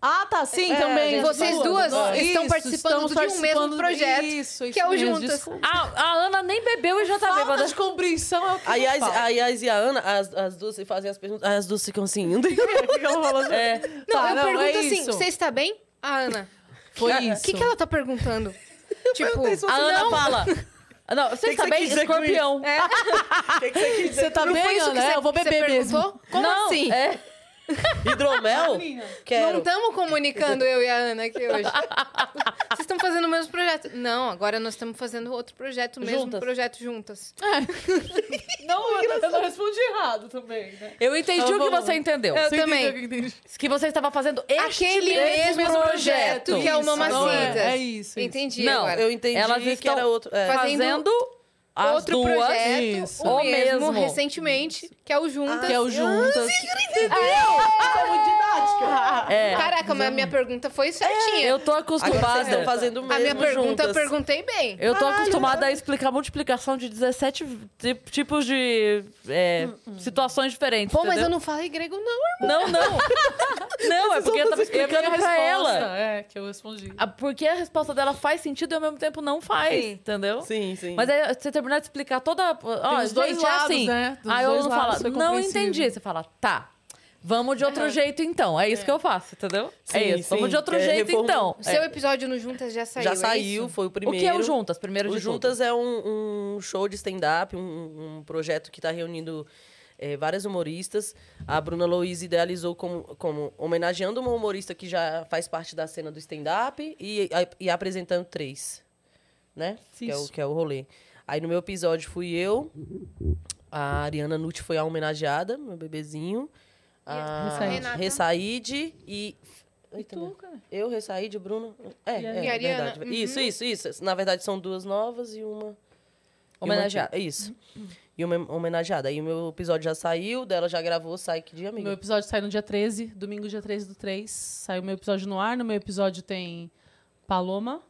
Ah, tá, sim, É, também. gente, vocês duas estão Isso, participando estamos de um mesmo participando- projeto, Isso, que isso é o mesmo, Juntas. desculpa. A, a Ana nem bebeu e já tá Falta bêbada. de compreensão é o que A eu Yas, falo. a Yas e a Ana, as, as duas se fazem as perguntas, as duas ficam assim. Não tem é. Não, Tá, eu não, pergunto é assim, isso. você está bem? A Ana, Foi isso. o que, que ela tá perguntando? tipo, A Ana fala. Ah, Não, você Que que tá você bem? quis dizer com Escorpião. é, Você tá não foi bem, isso que Ana? você, É, Eu vou que você beber mesmo. perguntou? Como não, assim? É. Hidromel? Não Quero. estamos comunicando eu e a Ana aqui hoje. Vocês estão fazendo o mesmo projeto. Não, agora nós estamos fazendo outro projeto, o mesmo Juntas. projeto juntas. Não, Ana, eu não respondi errado também, né? Eu entendi Então o que vamos. você entendeu. Eu É. Você também. entendeu o que eu entendi? Que você estava fazendo este Aquele mesmo projeto que é o Isso, Mamacitas. não é, é isso, isso. Entendi Não, agora. Eu entendi Elas que estão- era outro. é. Fazendo as Outro duas. projeto, isso. o Ou mesmo, Ah, mesmo. Ah, recentemente, que é o Juntas. Que é o Juntas. Ah, É. Caraca, mas a minha pergunta foi certinha. Eu tô Agora vocês acostumada. estão fazendo o mesmo a minha pergunta, eu juntas. perguntei bem. Eu tô acostumada a explicar multiplicação de 17 ti- tipos de é, situações diferentes. Pô, mas eu entendeu? não falo em grego, não. Não, não. não, é porque eu tava É a minha explicando pra resposta, ela. É, que eu respondi. A- Porque a resposta dela faz sentido e ao mesmo tempo não faz, entendeu? Sim, sim. Mas aí você terminar de explicar toda. a- Ó, Tem os dois gente, é lados, assim. né? Dos aí eu dois não lados fala, foi não compreensível. entendi. Você fala, tá. Vamos de outro jeito então. É isso que eu faço, entendeu? Sim, é isso. Vamos sim, de outro é jeito reformu- então. O É. seu episódio no Juntas já saiu. Já é saiu, isso? foi o O primeiro. que é o Juntas, primeiro O de tudo? Juntas é um, um show de stand-up, um, um projeto que está reunindo eh, várias humoristas. A Bruna Louise idealizou como, como homenageando uma humorista que já faz parte da cena do stand-up e, a- e apresentando três, né? Que é, o, Isso. que é o rolê. Aí no meu episódio fui eu, a Ariana Nutti foi a homenageada, meu bebezinho. A Ressaíde. Renata. Ressaíde e... Eita, meu. cara? Eu, Ressaí de Bruno. É, é, E a Ariana. verdade. Uhum. Isso, isso, isso. Na verdade, são duas novas e uma. Homenageada. e uma antiga. Isso. E uma homenageada. Aí o meu episódio já saiu, dela já gravou, sai que dia, amigo? Meu episódio sai no dia 13, domingo, dia 13 do 3. Sai o meu episódio no ar. No meu episódio tem Paloma.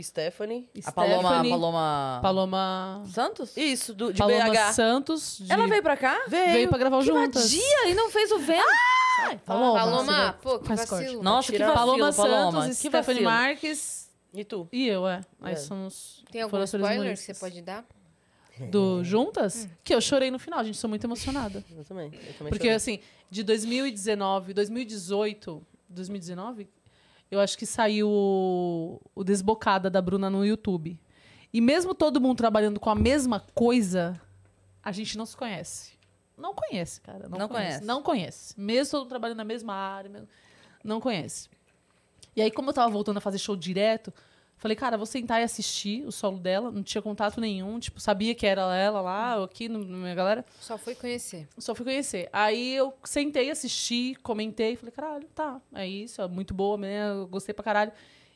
Stephanie. A Paloma, a Stephanie, Paloma. Paloma. Santos? Isso, do, de Paloma BH. Santos. de- Ela veio pra cá? veio, pra gravar o Que Juntas. Ah! vadia! E não fez o vento. Paloma, Paloma, você pô, que faz corte. vacilo. Nossa, que Tirar- vacilo, Paloma Paloma. Santos, que Stephanie vacilo. Marques E tu? e eu, é. Aí É. somos. Tem algum foram as três spoiler que você humoristas. pode dar? Do Juntas? Que eu chorei no final, gente. Sou muito emocionada. Eu também. Eu também Porque, chorei. assim, de 2019, 2018, 2019, eu acho que saiu o, o Desbocada da Bruna no YouTube. E mesmo todo mundo trabalhando com a mesma coisa, a gente não se conhece. Não conhece, cara. Não, Não conhece. conhece. Não conhece. Mesmo todo mundo trabalhando na mesma área, mesmo- não conhece. E aí, como eu tava voltando a fazer show direto, falei, cara, vou sentar e assistir o solo dela. Não tinha contato nenhum. Tipo, sabia que era ela lá, eu aqui, no- na minha galera. Só foi conhecer. Só fui conhecer. Aí eu sentei, assisti, comentei, falei, caralho, tá, é isso, é muito boa, né? Eu gostei pra caralho.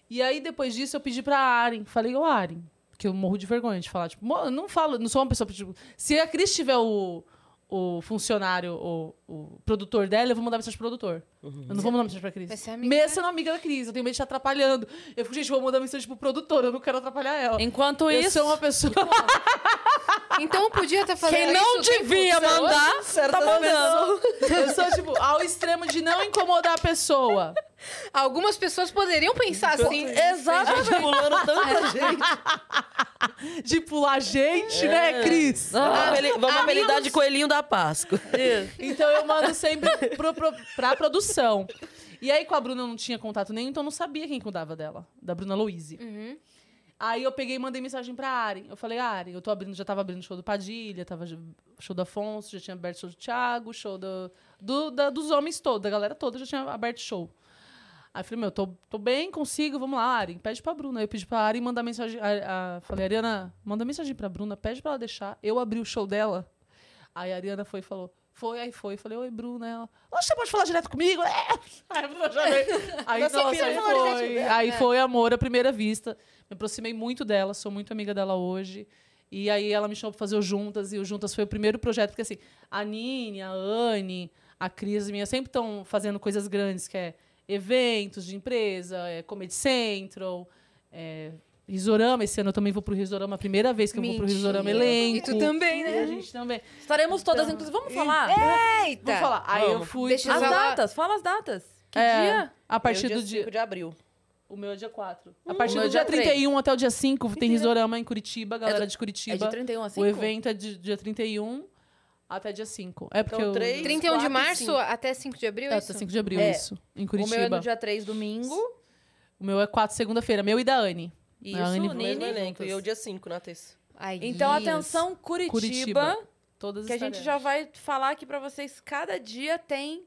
E aí, depois disso, eu pedi pra Aren. Falei, ô Aren, que eu morro de vergonha de falar. Tipo, mo- eu não falo, não sou uma pessoa. Tipo, se a Cris tiver o, o funcionário, o, o produtor dela, eu vou mandar mensagem pro produtor. Eu não vou mandar mensagem pra Cris. Mas você é amiga né? Mesmo sendo amiga da Cris, eu tenho medo de estar atrapalhando. Eu fico, gente, vou mandar mensagem pro produtor, eu não quero atrapalhar ela. Enquanto eu isso, sou uma pessoa. É Então eu podia estar fazendo quem não isso o tempo devia todo. Ah, mandar, tá mandando. Eu sou, tipo, ao extremo de não incomodar a pessoa. Algumas pessoas poderiam pensar assim. Tem gente pulando tanta gente. de pular gente, né, Cris? Vamos apeli- Vamos apelidar de Coelhinho da Páscoa. É Então eu mando sempre pro, pro, pra produção. E aí com a Bruna eu não tinha contato nenhum, então eu não sabia quem cuidava dela, da Bruna Louise. Aí eu peguei e mandei mensagem pra Ari. Eu falei, Ari, eu tô abrindo, já tava abrindo show do Padilha, tava j- show do Afonso, já tinha aberto show do Thiago, show do, do- da- dos homens todos, da galera toda já tinha aberto show. Aí eu falei, meu, tô, tô bem, consigo, vamos lá, Ari, pede pra Bruna. Aí eu pedi pra Ari mandar mensagem. A, a- falei, Ariana, manda mensagem pra Bruna, pede pra ela deixar. Eu abri o show dela. Aí a Ariana foi e falou. Foi, aí foi. Falei, oi, Bruna. Ela, "Oxe, você pode falar direto comigo? É. Aí a Bruna já veio. Aí, Nossa, nossa, filha, aí fala direto foi. comigo. Aí É. foi amor à primeira vista. Me aproximei muito dela, sou muito amiga dela hoje. E aí ela me chamou pra fazer o Juntas, e o Juntas foi o primeiro projeto, porque assim, a Nini, a Anne, a Cris, as minhas sempre estão fazendo coisas grandes, que é eventos de empresa, é Comedy Central, é Risorama. Esse ano eu também vou pro Risorama, a primeira vez que eu vou pro Risorama Mentira. elenco. E tu também, E a né? gente também. Estaremos todas, Então. inclusive. Vamos falar? Eita. Vamos falar. Aí eu Vamos. fui Tá. Deixa pro- As Vamos. datas, fala as datas. Que É. dia? A partir Meu do dia. 5 de abril. O meu é dia 4. A partir meu do é dia dia três. 31 até o dia 5 tem Risorama em Curitiba, a galera de Curitiba. É de 31 a 5? O evento é de dia 31 até dia 5. É porque Então, eu... três, 31 de quatro e março cinco. até 5 de abril? É, isso? até 5 de abril, É. isso. O meu Em é Curitiba. no dia 3, domingo. O meu é 4 segunda-feira. Meu e da Anne. Isso, Anne no mesmo Nini elenco. juntas. E eu dia 5, na terça. Aí. Então, atenção, Curitiba, Curitiba. Todas que a gente estaremos. já vai falar aqui pra vocês. Cada dia tem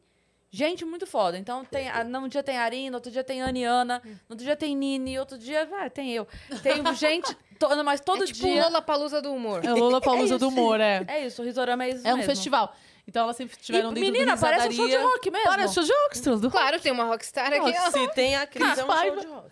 gente muito foda. Então, tem, ah, num dia tem Arina, outro dia tem Aniana, no outro dia tem Nini, outro dia ah, tem eu. Tem gente, to, mas todo é tipo dia... Lola Palusa do humor. É o Lola Palusa É do isso. humor, é. É isso, o Risorama é isso É um mesmo. festival. Então elas sempre E, tiveram dentro menina, do parece um show de Risadaria. rock mesmo. Parece show de rock, Estrela do rock. Claro, tem uma rockstar aqui. ó. Se tem a Cris, é um show de rock.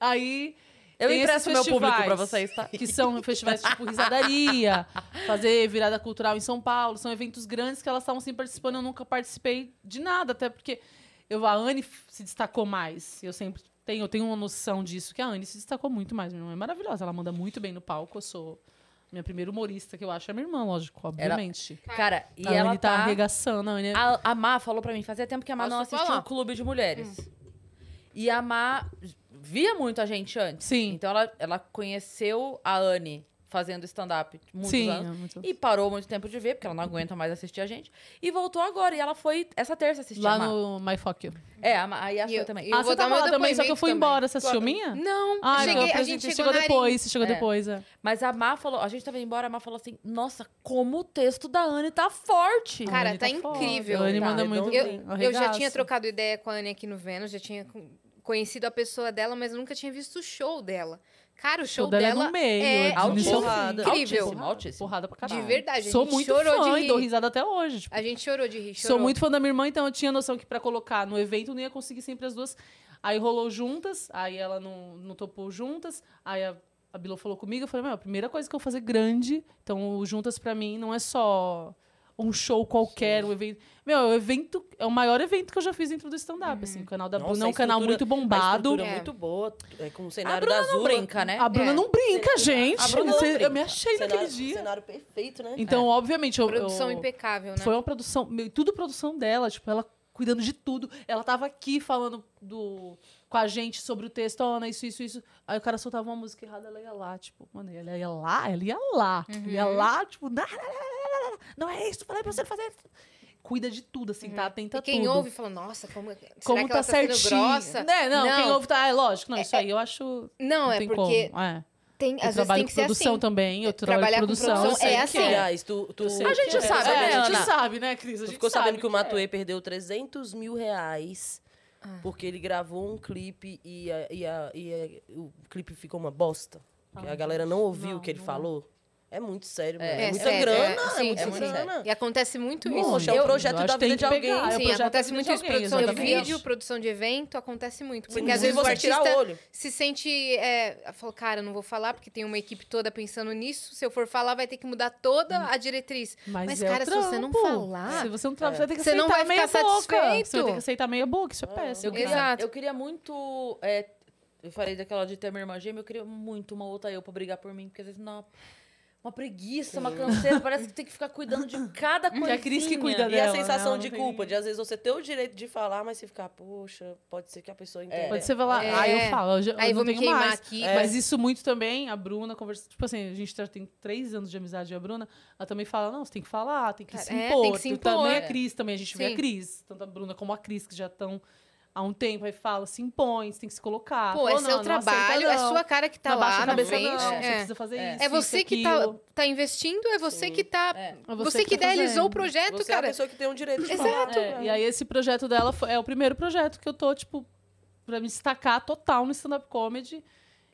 Aí. Eu tem impresso esses meu público pra festivais, vocês, tá? Que são festivais tipo Risadaria, fazer virada cultural em São Paulo. São eventos grandes que elas estavam sempre participando. Eu nunca participei de nada, até porque eu, a Anne f- se destacou mais. Eu sempre tenho, eu tenho uma noção disso, que a Anne se destacou muito mais. Minha irmã é maravilhosa, ela manda muito bem no palco. Eu sou a minha primeira humorista, que eu acho é minha irmã, lógico, obviamente. Cara, e a ela Anne tá, arregaçando, a Anne. é- A, a Má falou pra mim, fazia tempo que a Má Posso não assistia falar? o Clube de Mulheres. E a Má via muito a gente antes. Sim. Então ela, ela conheceu a Anne fazendo stand-up muitos Sim, anos. é muito- E parou muito tempo de ver, porque ela não aguenta mais assistir a gente. E voltou agora. E ela foi essa terça assistir a lá Má. no My Fuck You. É, a Má, aí a E Fê eu- também. e eu ah, vou você dar tava meu lá também, só que eu depoimento fui também. embora. Você assistiu minha? Não, Ah, cheguei- então, a apresentei, gente chegou, chegou na depois, você chegou É. depois, é. Mas a Má falou, a gente tava indo embora, a Má falou assim, nossa, como o texto da Anne tá forte. Cara, Anne tá foda, incrível. A Anne Tá, manda eu muito dou- Eu, bem. um eu já tinha arregaça. trocado ideia com a Anne aqui no Vênus, já tinha co- conhecido a pessoa dela, mas eu nunca tinha visto o show dela. Cara, o O show show dela é dela no meio. é de início ao fim. porrada. incrível. Altíssimo, altíssimo. Porrada pra caralho. De verdade, a Sou gente muito chorou fã de e dou rir. risada até hoje. tipo. A gente chorou de rir, chorou. Sou muito fã da minha irmã, então eu tinha noção que pra colocar no evento eu não ia conseguir sempre as duas. Aí rolou juntas, aí ela não, não topou juntas, aí a, a Bilô falou comigo, eu falei, meu, a primeira coisa que eu vou fazer é grande, então o juntas pra mim não é só um show qualquer, um evento. Meu, é o evento é o maior evento que eu já fiz dentro do stand-up, assim. O canal da Bruna é um canal muito bombado. É É. muito boa. É com o A cenário da Bruna não Azul. brinca, né? A Bruna É. não brinca, gente. A Bruna não Você- brinca. Eu me achei Cenário- naquele dia. Cenário perfeito, né? Então, obviamente, eu, Produção eu- impecável, né? foi uma produção, meu, tudo produção dela, tipo, ela cuidando de tudo. Ela tava aqui falando do com a gente sobre o texto, ó, Ana, isso, isso, isso. Aí o cara soltava uma música errada, ela ia lá, tipo, mano, ela ia lá, ela ia lá. Ela Uhum. ia lá, tipo, "Não, não, não, não, não, não é isso, falei pra você não fazer isso. Cuida de tudo, assim, tá atenta Uhum. E a quem tudo. ouve fala, nossa, como, será Como que tá, ela tá, sendo certinho. grossa? Né? Não, Não. quem ouve tá, é lógico, não, isso aí eu acho Não, é tem porque como. É. tem, Eu às vezes trabalho tem com que ser produção assim. também, eu trabalho Trabalhar com produção, eu produção sei é que assim. Aliás, tu, tu, A sei gente que é. sabe, é, né, a gente Ana? sabe, né, Cris? A Tu gente ficou sabe sabendo que o é. Matuê perdeu 300 mil reais porque ele gravou um clipe e, a- e a- e a- o clipe ficou uma bosta. Porque a galera não ouviu Não, o que ele não é. falou. É muito sério, mano. É, É, é muita sério, grana, é, é, sim, muita sim, sim. grana. E acontece muito isso. Poxa, é Eu- o projeto eu acho da que tem vida que de alguém. pegar, é o Sim, projeto acontece da muito vida isso. de alguém, Produção de exatamente. vídeo, produção de evento, acontece muito. Porque Sim, às vezes o você tirar o artista olho. se sente... É, fala, cara, eu não vou falar porque tem uma equipe toda pensando nisso. Se eu for falar, vai ter que mudar Hum. toda a diretriz. Mas, Mas, é o cara, se você não trampo. falar- é. Se você não trabalhar, você vai ter que Você não aceitar vai meia ficar boca. satisfeito. Você vai ter que aceitar meia boca, isso é péssimo. Eu queria, Exato. eu queria muito. é, eu falei daquela de ter minha irmã gêmea, eu queria muito uma outra eu pra brigar por mim, porque às vezes não. Uma preguiça, uma canseira, parece que tem que ficar cuidando de cada coisa. Que é a Cris que cuida E dela. a sensação né? de Ela não culpa, tem- de às vezes você ter o direito de falar, mas se ficar, poxa, pode ser que a pessoa entenda. Pode ser falar, É. aí eu falo, eu, já, Aí Então, eu vou não me tenho queimar mais. É. aqui. Mas isso muito também, a Bruna conversa, tipo assim, a gente já tem três anos de amizade e a Bruna, ela também fala, não, você tem que falar, tem que Cara, se é, impor. tem que se Tu impor. Também a É. Cris, também a gente vê Sim. a Cris, tanto a Bruna como a Cris, que já estão há um tempo, aí fala, se impõe, você tem que se colocar. Pô, Fala, é não, seu não aceita, trabalho, é não. sua cara que tá não abaixa lá a na cabeça, frente. não, você é. precisa fazer É. isso. É você isso, que tá, aquilo. tá investindo, é você que tá. É. É você Você que que tá idealizou fazendo. o projeto, Você é a cara. pessoa que tem o direito de Exato. falar. É, e aí esse projeto dela foi- é o primeiro projeto que eu tô, tipo, pra me destacar total no stand-up comedy.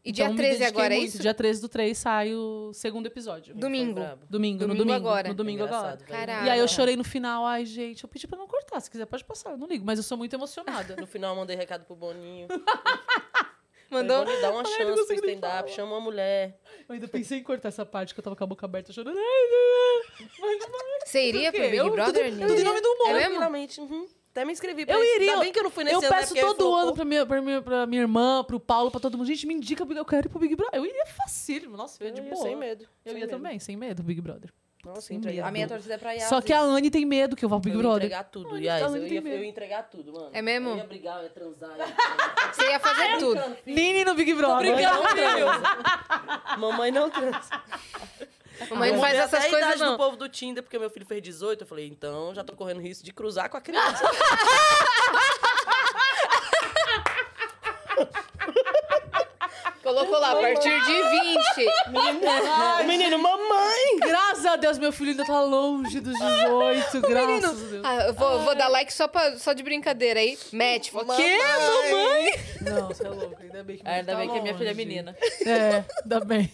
Então E dia me 13 dediquei agora, é muito. isso? Dia 13 do 3 sai o segundo episódio. Domingo. Foi brabo. Domingo, no Domingo domingo. agora. Ah, No domingo agora. Engraçado, velho. Caraca. E aí eu chorei no final, ai, gente, eu pedi pra não cortar, se quiser pode passar, eu não ligo, mas eu sou muito emocionada. No final eu mandei recado pro Boninho. Mandou. Falei, Boninho, dá uma não chance pro consigo nem stand-up, chama uma mulher. eu ainda pensei em cortar essa parte que eu tava com a boca aberta chorando. Ai, não. Mas não. Você iria pro quê? Big Eu- Brother? tudo- Nina? tudo em nome do humor. É mesmo? Tranquilamente. uhum. Até me inscrevi pra Eu esse. iria. Ainda bem que eu não fui nesse Eu ano, né, peço porque aí todo flopou. ano pra minha, pra, minha, pra minha irmã, pro Paulo, pra todo mundo. Gente, me indica, eu quero ir pro Big Brother. Eu iria facílimo, nossa, eu ia de Eu ia boa. Sem medo. Eu sem ia medo. também, sem medo, Big Brother. Nossa, eu ia entregar A minha tudo. torcida é pra Yas. Só que a Anne tem medo que eu vá pro Big Eu ia Brother. entregar tudo, Ai, Yas. tá, não Eu tem ia, eu medo. ia entregar tudo, mano. É mesmo? Eu ia brigar, eu ia transar. Você ia fazer tudo. Nini no Big Brother. Eu ia... Mamãe não transa. Mamãe não transa. Mamãe não Eu faz mudei até essas a idade coisas, do não. povo do Tinder, porque meu filho fez 18. Eu falei, então já tô correndo risco de cruzar com a criança. Colocou lá, a partir de 20. Menino, mamãe! Graças a Deus, meu filho ainda tá longe dos 18. graças a Deus. Ah, eu vou, vou dar like só, pra, só de brincadeira aí. Match. Vou... Quê? Não, Tá você é louco. Ainda bem que, meu Ah, Ainda tá bem que a minha longe. filha é menina. É, ainda bem.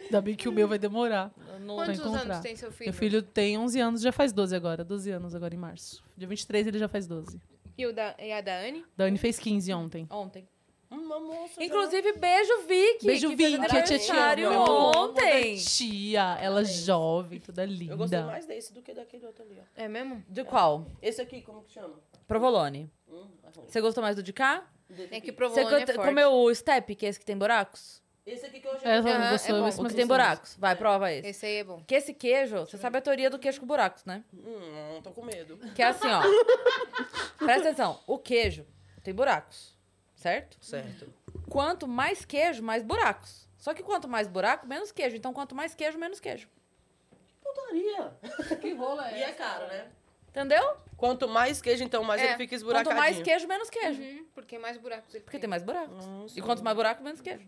Ainda bem que o meu vai demorar. pra Quantos encontrar. anos tem seu filho? Meu filho tem 11 anos, já faz 12 agora. 12 anos agora em março. Dia 23 ele já faz 12. E, o da, e a da Anne? Dani fez 15 ontem. Ontem. Uma moça. Inclusive, beijo, Vicky. Tá Beijo, que fez Vicky, a tia aniversário te ama. Ontem. Tia, ela jovem, toda linda. Eu gostei mais desse do que daquele outro ali, ó. É mesmo? De qual? Esse aqui, como que chama? Provolone. Hum, é ruim. Você gostou mais do de cá? É que Você provolone é co- forte. comeu o step, que é esse que tem buracos? Esse aqui que eu achei. Ela Aham, é gostou, bom. esse O mais que tem gostoso. buracos. Vai, prova esse. Esse aí é bom. Que esse queijo, você sabe a teoria do queijo com buracos, né? Hum, tô com medo. Que é assim, ó. Presta atenção. O queijo tem buracos, certo? Certo. Quanto mais queijo, mais buracos. Só que quanto mais buraco, menos queijo. Então, quanto mais queijo, menos queijo. Putaria. Que rola é E é caro, né? Entendeu? Quanto mais queijo, então, mais É. ele fica Quanto esburacadinho. mais queijo, menos queijo. Uhum, porque mais buracos ele Porque tem tem. mais buracos. Nossa. E quanto mais buraco, menos queijo.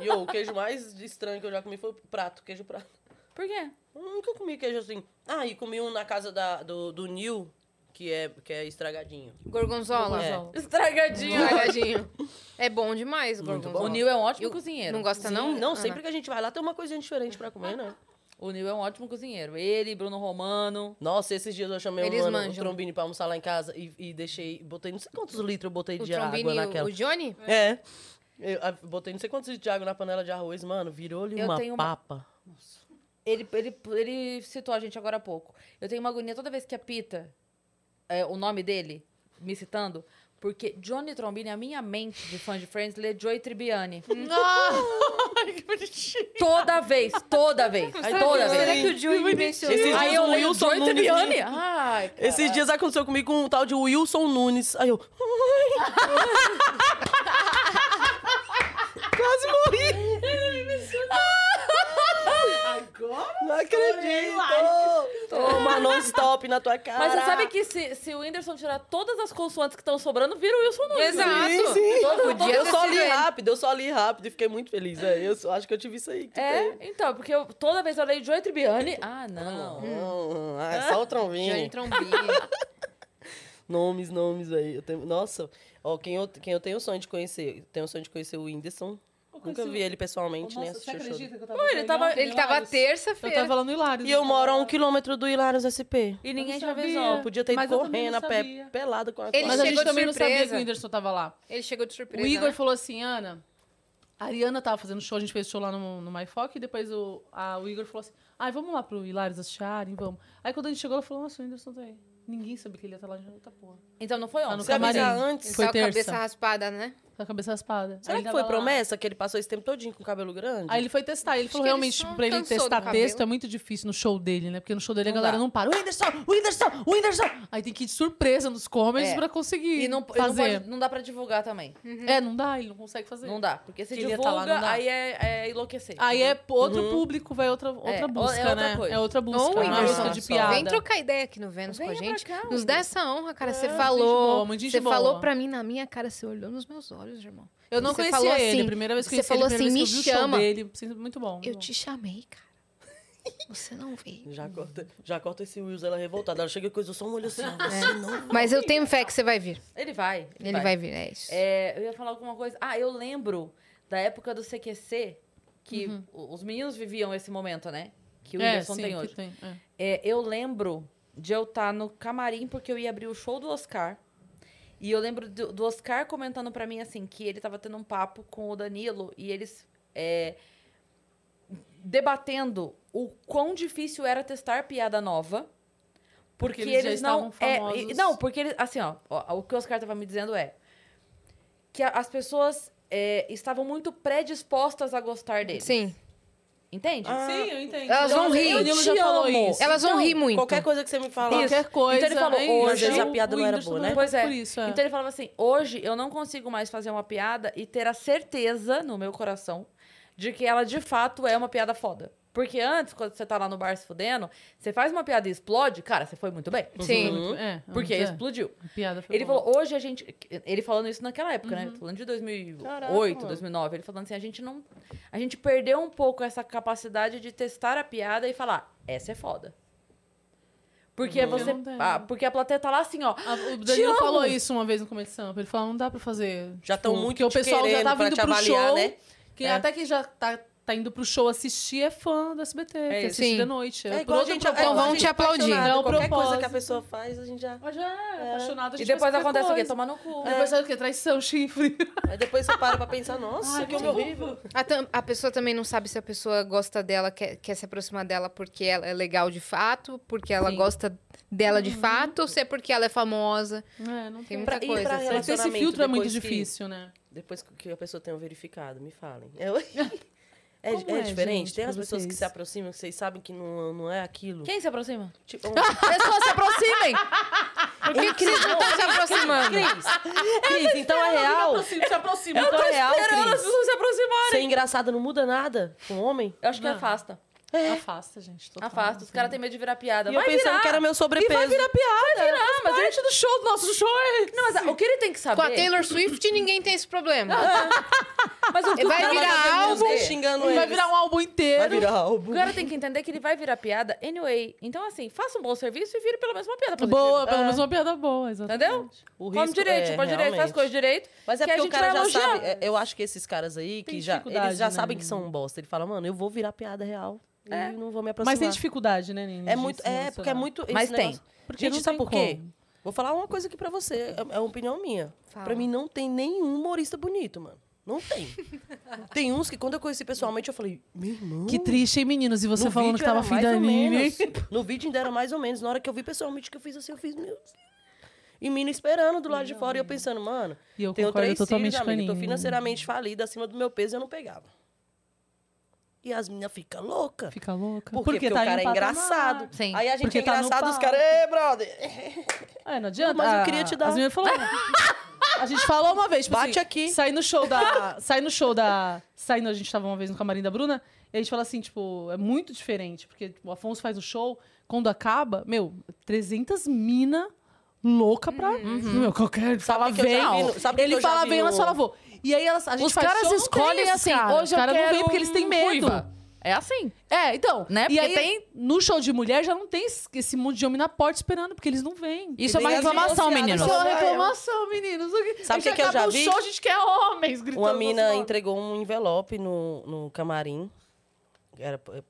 E ô, o queijo mais estranho que eu já comi foi o prato, queijo prato. Por quê? Eu nunca comi queijo assim. Ah, e comi um na casa da, do, do Nil, que é, que é estragadinho. Gorgonzola. É. Estragadinho. Estragadinho. É bom demais, gorgonzola. O Nil é um ótimo Eu- cozinheiro. Não gosta, não? Sim, Ah, Não, sempre que a gente vai lá tem uma coisinha diferente pra comer, né? O Nil é um ótimo cozinheiro. Ele, Bruno Romano. Nossa, esses dias eu chamei Eles um, mano, o manjam. trombini pra almoçar lá em casa e, e deixei, botei não sei quantos litros eu botei O de água Trombini, o- naquela. o Johnny? É. Eu ah, botei não sei quantos litros de água na panela de arroz, mano, virou-lhe Eu uma tenho uma- papa. Ele, ele, ele citou a gente agora há pouco. Eu tenho uma agonia toda vez que a Pita, é, o nome dele, me citando, porque Johnny Trombini, a minha mente de fã de Friends, lê Joey Tribbiani. toda vez, toda vez, toda Será vez. né, que o Johnny mencionou? Esses Aí dias eu o leio Wilson Joey Nunes- Tribbiani. Ai, cara. Esses dias aconteceu comigo com um tal de Wilson Nunes. Aí eu. Quase morri! Agora? Não acredito! Toma non-stop na tua cara. Mas você sabe que se, se o Whindersson tirar todas as consoantes que estão sobrando, vira o Wilson Nunes. Exato. Sim, sim. Podia Eu ter só sido li ele. rápido, eu só li rápido e fiquei muito feliz. É, eu só- acho que eu tive isso aí. que tu teve. É, então, porque eu- toda vez eu leio Joey Tribbiani. Ah, não. Hum. Não, ah, é só o Johnny trombinho. Trombini. Nomes, nomes aí. Eu tenho- Nossa, ó, quem eu, quem eu tenho o sonho de conhecer? Tenho o sonho de conhecer o Whindersson. Nunca vi ele pessoalmente, nem assisti o show dele. que eu tava ele tava- Ele tava Eu terça-feira. tava falando Hilários. E eu moro a um quilômetro do Hilários SP. E ninguém Eu não já fez, sabia. ó. Eu podia ter ido É, Mas eu também correndo não a pé, sabia. pelado com a Ele Mas a Mas chegou gente de também não sabia surpresa. que o Whindersson tava lá. Ele chegou de surpresa. O Igor né? falou assim, Ana, a Ariana tava fazendo show, a gente fez show lá no, no MyFoc, e depois o, a- o Igor falou assim, ai, vamos lá pro Hilários acharem, vamos. Aí quando a gente chegou, ela falou, nossa, o Whindersson tá aí. Ninguém sabia que ele ia estar lá de outra porra. Então não foi Tá ontem. no Se avisar camarim. antes. Ele Foi tava com a cabeça terça, raspada, né? com a cabeça raspada. Será Aí que ele foi tava lá. promessa que ele passou esse tempo todinho com o cabelo grande? Aí ele foi testar. Ele falou que ele realmente, só tipo, pra ele cansou do testar cabelo. texto é muito difícil no show dele, né? Porque no show dele a Não galera dá. não para. O Whindersson, o Whindersson, o Whindersson. Aí tem que ir de surpresa nos comedies É. pra conseguir E não, e não, fazer. pode- não dá pra divulgar também. É, não dá, ele não consegue fazer. Não dá. Porque se Queria divulga, tá lá, não dá. aí é, é enlouquecer. Aí é outro público, vai outra, outra É, busca, é outra né? coisa. É outra busca. Ô, Não é uma Whindersson, busca de só. piada. Vem trocar ideia aqui no Vênus com a Venha pra gente. cá, Nos Igor. dá essa honra, cara. Você É, gente boa, falou. muito gente Você boa. falou pra mim na minha cara, você olhou nos meus olhos, irmão. Eu não Você conhecia falou ele, assim, primeira vez que você conheci ele, falou primeira assim, vez que "Me eu vi o show chama." dele, sempre muito bom. muito Eu Tá bom. te chamei, cara. Você não veio. Já corta, já corta esse Wills, ela é revoltada. Ela chega e coisa, só um olho assim. ó, Você não. Mas eu tenho fé que você vai vir. Ele vai. Ele vai vir, é isso. É, eu ia falar alguma coisa. Ah, eu lembro da época do CQC, que o- os meninos viviam esse momento, né? Que o Uhum. é, Whindersson sim, tem que hoje. tem, é. É, eu lembro de eu estar no camarim, porque eu ia abrir o show do Oscar. E eu lembro do, do Oscar comentando pra mim, assim, que ele tava tendo um papo com o Danilo e eles é, debatendo o quão difícil era testar piada nova. Porque, Porque eles eles, já não. estavam é, famosos. e- não, porque eles. Assim, ó, ó, o que o Oscar tava me dizendo é que a- as pessoas é, estavam muito predispostas a gostar dele. Sim. Entende? Sim, eu entendo. Elas vão Eu- rir. O Então, Danilo já Te falou amo. isso. Elas vão Então, rir muito. Qualquer coisa que você me falar. Isso. Qualquer coisa. Então ele falou, é "Hoje isso." às vezes a piada O não era Whindersson boa, não né? é Pois é. Por isso, é. Então ele falava assim: hoje eu não consigo mais fazer uma piada e ter a certeza no meu coração de que ela de fato é uma piada foda. Porque antes, quando você tá lá no bar se fudendo, você faz uma piada e explode, cara, você foi muito bem. Sim. Uhum. É, Porque antes, é. explodiu. A piada foi Ele boa. falou, hoje a gente. Ele falando isso naquela época, Uhum. né? Falando de 2008, Caraca, mano. 2009. Ele falando assim: a gente não. A gente perdeu um pouco essa capacidade de testar a piada e falar, essa é foda. Porque você. Uhum. Não dá. ah, porque a plateia tá lá assim, ó. A- Ah, O "Te Danilo amo!" falou isso uma vez no Comedy Sampa. Ele falou, não dá pra fazer. Já tão muito Porque o te pessoal já querendo tá pra vindo te pro avaliar, show. né? Quem, É. Até quem já tá, tá indo pro show assistir é fã do SBT, que assiste Sim. da noite. É por igual a outro gente propósito. é igual a vão gente te aplaudir. apaixonado. Não, Qualquer coisa É propósito. que a pessoa faz, a gente já. Mas já é, apaixonado, a E gente depois faz qualquer acontece o quê? coisa. Tomar no um- cu. Depois É. sabe o quê? Traição, chifre. Aí depois você para pra pensar, nossa, que é horrível. A, tam- a pessoa também não sabe se a pessoa gosta dela, quer, quer se aproximar dela porque ela é legal de fato, porque ela gosta dela de fato, ou se é porque ela é famosa. É, não Tem tem. muita pra- e coisa. pra Só que um Esse relacionamento filtro é muito depois que- difícil, né? Depois que a pessoa tenha verificado, me falem. Eu- É, Como é é, diferente? gente, Tem pra as pessoas que vocês? se aproximam, que vocês sabem que não, não é aquilo. Quem se aproxima? Tipo, Pessoas se aproximem! Por que, que vocês não estão se aproximando? Cris, Cris, então é real. Se aproxima. Então é real, Esperando as Cris. pessoas se aproximarem. Ser engraçada não muda nada com um homem. Eu acho que Não. afasta. Afasta, gente. total. Afasta. Os caras têm medo de virar piada. E eu vai pensando virar. que era meu sobrepeso. Vai virar piada. Vai virar, mas ele... do show, do nosso show é... Não, mas o que ele tem que saber... Com a Taylor Swift, ninguém tem esse problema. Mas o Vai cara virar fazer álbum. música. xingando Vai eles. virar um álbum Vai inteiro. virar um álbum. O cara tem que entender que ele vai virar piada anyway. Então, assim, faça um bom serviço e vire pelo menos uma piada positiva. Boa, pelo menos uma piada boa, exatamente. Entendeu? O Come risco- direito, é, chupa direito, faz realmente. coisas direito. Mas é que a porque o gente cara vai já elogiar. sabe. é, Eu acho que esses caras aí que Tem já, eles dificuldade, já né, sabem que menina? são um bosta. Ele fala, mano, eu vou virar piada real É. e não vou me aproximar. Mas tem dificuldade, né, Nini? É de muito, se é porque é relacionar. muito. esse Mas tem. negócio- Porque Gente, não sabe tem por quê? como. Vou falar uma coisa aqui pra você, é é uma opinião minha. Fala. Pra mim não tem nenhum humorista bonito, mano. Não tem. tem uns que quando eu conheci pessoalmente, eu falei, meu irmão. Que triste, hein, meninos? E você Hum. no falando vídeo que tava era afim mais da ou anime. menos. No vídeo ainda era mais ou menos. Na hora que eu vi pessoalmente que eu fiz assim, eu fiz, meu Deus. E mina esperando do lado de fora e eu pensando, mano, E eu tenho concordo três totalmente filhos, com a amiga, tô Nini. financeiramente falida, acima do meu peso, eu não pegava. E as meninas ficam loucas. Fica louca. Por quê? Porque, tá o cara é em patamar. engraçado. Sim. Aí a gente Porque é tá no engraçado, os palco. caras, ei, brother! É, não adianta. Mas eu Ah, queria te dar. As meninas falaram. "Ah, A gente falou uma vez, tipo Bate assim, aqui. Sai no show da. Sai no show da. Saindo, a gente tava uma vez no camarim da Bruna, e a gente fala assim, tipo, é muito diferente, porque tipo, o Afonso faz o show, quando acaba, meu, 300 mina louca pra. Meu, qualquer. fala Uhum. que eu já vem. vi no- sabe que ele eu já fala vi bem, no- elas falam, vou. E aí elas, a gente Os faz caras show, não escolhem tem esse assim, cara. hoje Os caras eu quero não vêm porque eles têm um medo. ruiva. É assim. É, então. Né? Porque E aí, tem- no show de mulher, já não tem esse- esse monte de homem na porta esperando, porque eles não vêm. Isso é uma nem as reclamação, divorciadas meninos. falam, Só "Ah, eu é reclamação, meninos. Sabe o que que eu já acaba o vi? show, a gente quer homens gritando. Uma mina nosso nome. entregou um envelope no, no camarim. Era é,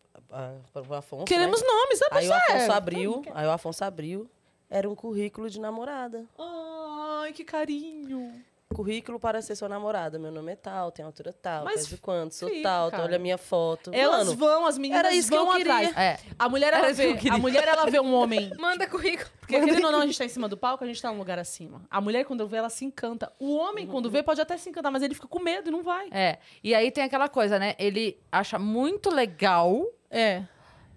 para o Afonso. Queremos né? nomes, sabe? Aí o Afonso sério? abriu. Aí o Afonso abriu. Era um currículo de namorada. Ai, que carinho. Currículo para ser sua namorada. Meu nome é tal, tenho altura tal, Mas peso quanto, sou fica, tal, tá, cara. olha a minha foto. Elas Mano, vão, as meninas era isso que eu vão queria. atrás. É. A mulher, ela Era isso que eu vê, queria. a mulher, ela vê um homem. Manda currículo. Porque, querendo ou não, a gente tá em cima do palco, a gente tá num lugar acima. A mulher, quando vê, ela se encanta. O homem, quando vê, pode até se encantar, mas ele fica com medo e não vai. É. E aí tem aquela coisa, né? Ele acha muito legal, É.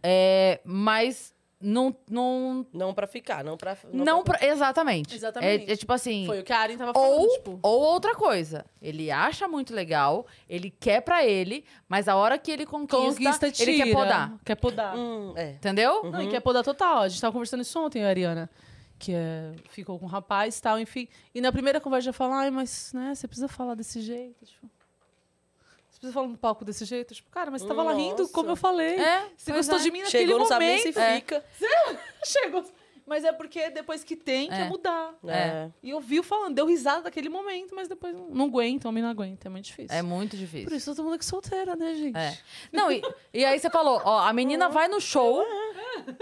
é, mas não, não, Não pra ficar, não pra. não pra... pra- exatamente. Exatamente. É, é tipo assim. Foi o que a Arin tava falando, Ou, tipo... ou outra coisa, ele acha muito legal, ele quer pra ele, mas a hora que ele conquista, Conquista, tira. ele quer podar. Quer podar. Hum, é. Entendeu? Não, e que é podar total. A gente tava conversando isso ontem, a Ariana. Que é, ficou com um rapaz e tal, enfim. E na primeira conversa já fala, ai, mas né, você precisa falar desse jeito. Tipo, você precisa falar no palco desse jeito. Tipo, cara, mas você tava lá rindo, Nossa. como eu falei. É, você pois gostou é. de mim naquele Chegou, não sabe nem momento. se É. fica. Chegou. Mas é porque depois que tem, É. quer mudar. É. E ouviu falando, deu risada naquele momento, mas depois não, não aguenta, homem não aguenta. É muito difícil. É muito Por difícil. isso todo mundo que Uhum. solteira, né, gente? É. Não, e, e aí você falou, ó, a menina vai no show,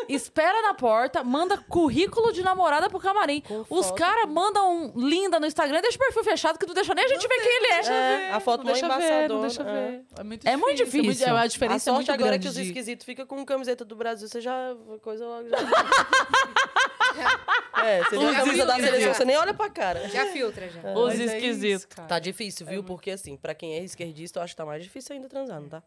espera na porta, manda currículo de namorada pro camarim. Os foto. caras mandam um linda no Instagram, deixa o perfil fechado que não deixa nem a gente ver quem ele é. É, a foto não mó deixa ver, embaçadona, não deixa é. ver. É muito difícil. É muito difícil. é muito- a A diferença é sorte muito agora é grande que os de- esquisitos ficam com camiseta do Brasil, você já. coisa logo já. é, você Já tem a camisa viu, da né? seleção, você nem olha pra cara. Já filtra, já. Os Mas é isso, esquisitos. Tá é É. difícil, viu? Porque assim, pra quem é esquerdista, eu acho que tá mais difícil ainda transar, não tá?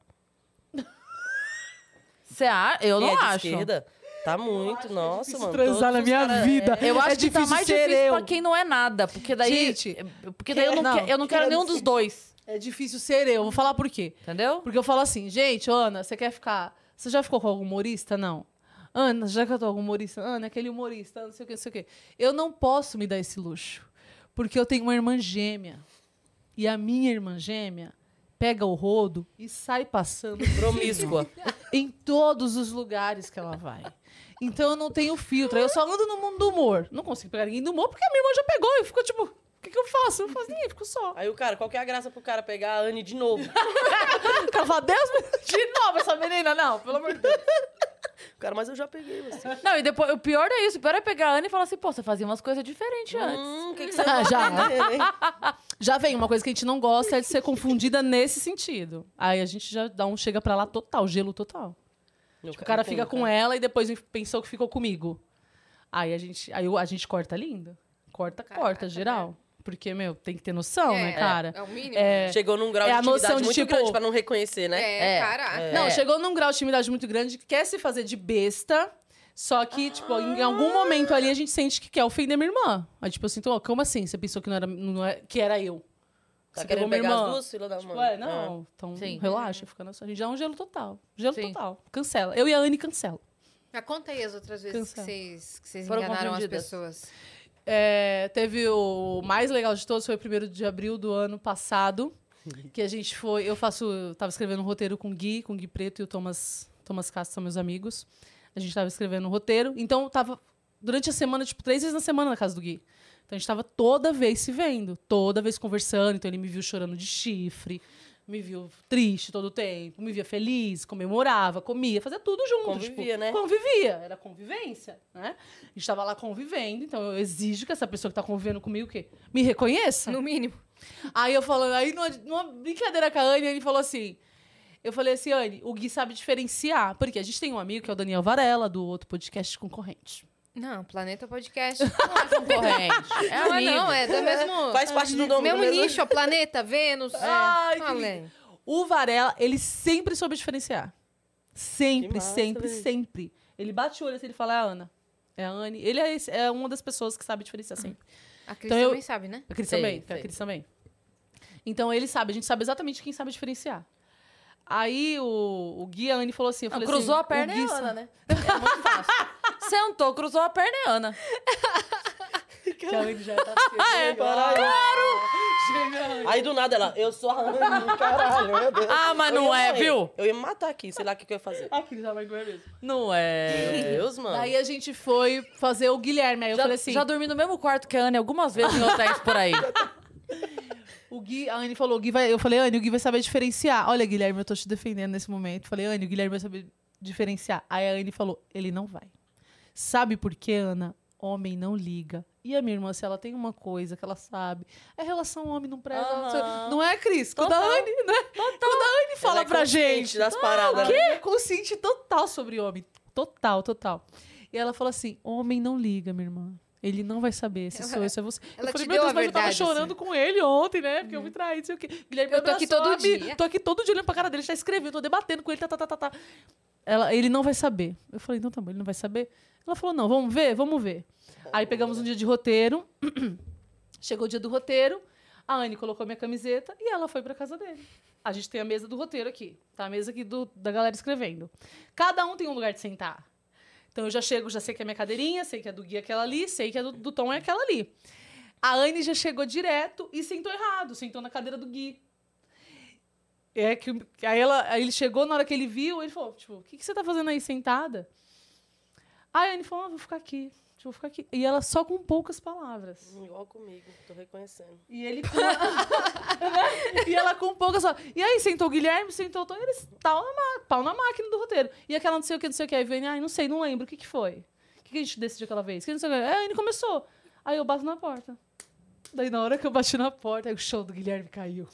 Você acha? Eu Quem não é de acho. esquerda, tá muito, nossa, mano. é todos transar na os minha cara- vida. Eu acho é que tá difícil mais ser difícil eu. pra quem não é nada. Porque daí. Gente, porque daí eu não, não, que- eu é, não quero nenhum dos dois. É difícil ser eu. Vou falar por quê. Entendeu? Porque eu falo assim, gente, Ana, você quer ficar. Você já ficou com algum humorista? Não. Ana, já que eu tô com humorista? Ana, é aquele humorista, não sei o que, não sei o quê. Eu não posso me dar esse luxo. Porque eu tenho uma irmã gêmea. E a minha irmã gêmea pega o rodo e sai passando Promíscua. em todos os lugares que ela vai. Então eu não tenho filtro. Eu só ando no mundo do humor. Não consigo pegar ninguém do humor porque a minha irmã já pegou. E ficou tipo, o que, que eu faço? Eu não faço ninguém, fico só. Aí o cara, qual que é a graça pro cara pegar a Anne de novo? Cavar 10 minutos de novo essa menina, não. Pelo amor de Deus. O cara, mas assim, eu já peguei você. Não, e depois, o pior é isso. O pior é pegar a Ana e falar assim, pô, você fazia umas coisas diferentes antes. Hum, o que, que você Ah, já. né? gosta dele, hein? Já vem, uma coisa que a gente não gosta é de ser confundida nesse sentido. Aí a gente já dá um chega pra lá total, gelo total. Tipo, Meu é O cara não fica tem, com ela e depois pensou que ficou comigo. Aí a gente, aí eu- a gente corta lindo. Corta, Caraca, né? corta, geral. Porque, meu, tem que ter noção, É, né, cara? É o mínimo. É, Chegou num grau É de a noção intimidade de, muito tipo, grande pra não reconhecer, né? É, É. caraca. Não, chegou num grau de intimidade muito grande, quer se fazer de besta, só que, tipo, em algum momento ali a gente sente que quer ofender minha irmã. Aí, tipo assim, então, ó, como assim? Você pensou que não era, não é- que era eu? Tá Você querendo pegou minha pegar irmã? as duas filhas da mãe. Tipo, é, não, então Sim. relaxa, fica na sua. A gente dá um gelo total. Gelo Sim. total. Cancela. Eu e a Anne cancela. Mas conta aí as outras vezes que Cansado. vocês, que vocês Foram enganaram as confundidas. pessoas. É, teve o mais legal de todos, foi o primeiro de abril do ano passado. Que a gente foi. Eu faço. eu Tava escrevendo um roteiro com o Gui, com o Gui Preto e o Thomas, Thomas Castro, são meus amigos. A gente tava escrevendo um roteiro. Então, eu tava. Durante a semana, tipo, três vezes na semana na casa do Gui. Então a gente tava toda vez se vendo, toda vez conversando. Então ele me viu chorando de chifre, me viu triste todo o tempo, me via feliz, comemorava, comia, fazia tudo junto. Convivia, tipo, né? Convivia, era convivência, né? A gente tava lá convivendo, então eu exijo que essa pessoa que tá convivendo comigo o quê? Me reconheça. No mínimo. Aí eu falando, aí numa, numa brincadeira com a Anne, ele falou assim. Eu falei assim, Anne, o Gui sabe diferenciar. Porque a gente tem um amigo que é o Daniel Varela, do outro podcast concorrente. Não, Planeta Podcast. Não, Concorrente. É é, amigo. não, é do mesmo, Ah. Faz parte do né? nome mesmo do mesmo- nicho, ó, Planeta, Vênus. É. Ai, que Além. O Varela, ele sempre soube diferenciar. Sempre, Que massa, sempre, velho. sempre. Ele bate o olho assim, ele fala, é a Ana. É a Anne. Ele é, esse- é uma das pessoas que sabe diferenciar sempre. A Cris Então eu- também sabe, né? A Cris Sei, também, sei. a Cris também. Então ele sabe, a gente sabe exatamente quem sabe diferenciar. Aí o, o Gui, a Anne falou assim, eu Não, falei cruzou assim, a perna o Gui é sabe- Ana, né? É muito fácil. Sentou, cruzou a perna é Ana. Que a Anne já tá esquecendo. Aí do nada ela, eu sou a Anne, Caralho, meu Deus. Ah, mas Eu não ia é, morrer. viu? Eu ia me matar aqui, sei lá o que, que eu ia fazer. A Cris já vai comer mesmo. Não é. Meu Deus, mano. Daí a gente foi fazer o Guilherme. Aí eu já, falei assim, já dormi no mesmo quarto que a Ana algumas vezes em hotéis por aí. O Gui, a Anne falou, o Gui vai, eu falei, Anne, o Gui vai saber diferenciar. Olha, Guilherme, eu tô te defendendo nesse momento. Falei, Anne, o Guilherme vai saber diferenciar. Aí a Anne falou, ele não vai. Sabe por quê, Ana? Homem não liga. E a minha irmã, se ela tem uma coisa que ela sabe, é relação homem não preza. Aham. não sei- Não é, Cris? Quando a Total. Anne, né? Quando a Anne fala Ela é pra consciente gente. das paradas. O quê? Consciente total sobre homem. Total, total. E ela falou assim: homem não liga, minha irmã. Ele não vai saber se sou eu, se é você. ela eu falei, te deu meu Deus, a mas eu tava verdade, assim. chorando com ele ontem, né? Porque eu me traí, não sei o quê. Guilherme, Eu tô aqui abraçou, todo abre- dia. Tô aqui todo dia olhando pra cara dele, tá escrevendo, tô debatendo com ele, tá, tá, tá, tá, tá. Ela, ele não vai saber. Eu falei, então tá bom, ele não vai saber. Ela falou, não, vamos ver, vamos ver. Aí pegamos um dia de roteiro. Chegou o dia do roteiro, a Anne colocou minha camiseta e ela foi pra casa dele. A gente tem a mesa do roteiro aqui, tá? A mesa aqui do, da galera escrevendo. Cada um tem um lugar de sentar. Então eu já chego, já sei que é minha cadeirinha, sei que é do Gui é aquela ali, sei que é do, do Tom é aquela ali. A Anne já chegou direto e sentou errado, sentou na cadeira do Gui. É que o- que aí, ela, aí ele chegou, na hora que ele viu, ele falou, tipo, o que, que você tá fazendo aí sentada? Aí a Anne falou, ah, vou ficar aqui, tipo, vou ficar aqui. E ela só com poucas palavras. Igual comigo, tô reconhecendo. E ele com... Né? E ela com pouca só. E aí, sentou o Guilherme, sentou o Tony, eles pau na, ma- pau na máquina do roteiro. E aquela não sei o que, não sei o que. Aí vem, ai, não sei, não lembro, o que que foi? O que, que a gente decidiu aquela vez? Que não sei o que. Aí ele começou. Aí eu bato na porta. Daí, na hora que eu bati na porta, aí o show do Guilherme caiu.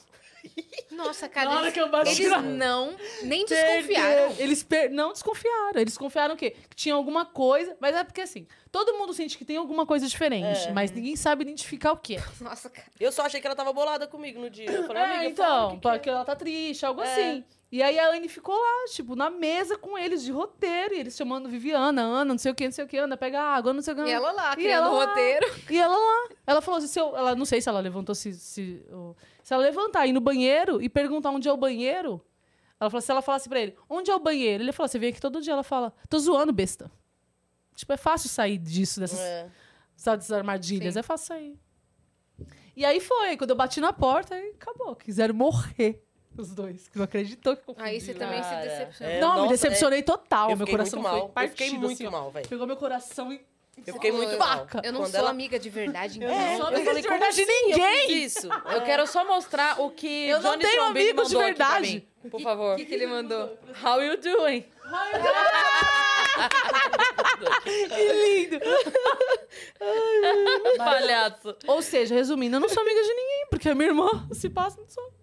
Nossa, cara, Na hora eles, que eu bati eles na- não, nem desconfiaram. Eles per- não desconfiaram. Eles desconfiaram que tinha alguma coisa. Mas é porque assim, todo mundo sente que tem alguma coisa diferente, É. mas ninguém sabe identificar o que é. Nossa, cara. Eu só achei que ela tava bolada comigo no dia. Eu falei, É, amiga, fala, então, o que que é?" porque ela tá triste, algo assim. E aí a Anne ficou lá, tipo, na mesa com eles de roteiro, e eles chamando Viviana, Ana, não sei o que, não sei o que, Ana, pega água, não sei o que. E ela lá, E criando ela o lá. roteiro. E ela lá. Ela falou assim: se eu, ela, não sei se ela levantou, se, se, o- se ela levantar, ir no banheiro e perguntar onde é o banheiro. Ela falou, se ela falasse pra ele, onde é o banheiro? Ele falou, você vem aqui todo dia. Ela fala, tô zoando, besta. Tipo, é fácil sair disso, dessas, É. sabe, dessas armadilhas. Sim. É fácil sair. E aí foi, quando eu bati na porta, aí acabou. Quiseram morrer os dois. Que não acreditou que confundiu. Aí você também se Cara, decepcionou. é, Não, me nossa, decepcionei total. Eu meu fiquei coração muito mal. foi Eu partido. fiquei muito assim, ó. mal, velho. Pegou meu coração e... Eu fiquei muito Faca. mal. Eu não Quando sou ela- amiga de verdade, então. É, sou eu amiga falei, de como verdade de assim eu ninguém? fiz isso? Eu quero só mostrar o que Eu não Johnny tenho Trombini amigos de mandou aqui pra verdade. mim, por favor. O que que ele mandou? How you doing? Que lindo! Palhaço. Ou seja, resumindo, eu não sou amiga de ninguém, porque a minha irmã se passa, não sou.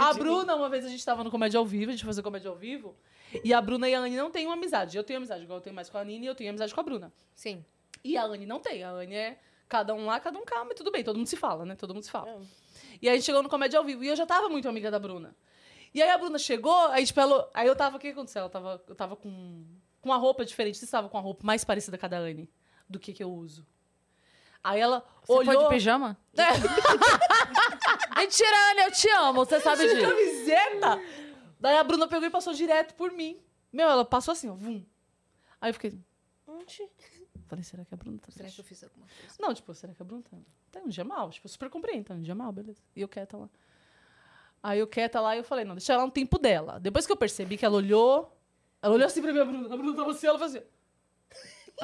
A Bruna, uma vez a gente tava no comédia ao vivo, a gente fazia comédia ao vivo, e a Bruna e a Anne não têm uma amizade. Eu tenho amizade, igual eu tenho mais com a Nina e eu tenho amizade com a Bruna. Sim. E a Anne não tem. A Anne é cada um lá, cada um cá, mas tudo bem, todo mundo se fala, né? Todo mundo se fala. E aí a gente chegou no comédia ao vivo e eu já tava muito amiga da Bruna. E aí a Bruna chegou, aí tipo, ela, aí eu tava, o que aconteceu? Ela tava, eu tava com, com uma roupa diferente, vocês estavam com uma roupa mais parecida com a da Anne do que que eu uso. Aí ela Você olhou foi de pijama? Mentira, Anne, eu te Ah, amo, você sabe de disso. camiseta. Daí a Bruna pegou e passou direto por mim. Meu, ela passou assim, ó, vum. Aí eu fiquei, falei, será que a Bruna tá Será que triste? eu fiz alguma coisa? Não, tipo, será que a Bruna tá, tá um dia mal? Tipo, eu super compreendo, tá um dia mal, beleza. E eu quieta lá. Aí eu quieta lá e eu falei, não, deixa ela no tempo dela. Depois que eu percebi que ela olhou, ela olhou assim pra mim, a Bruna, a Bruna tava assim, ela fazia.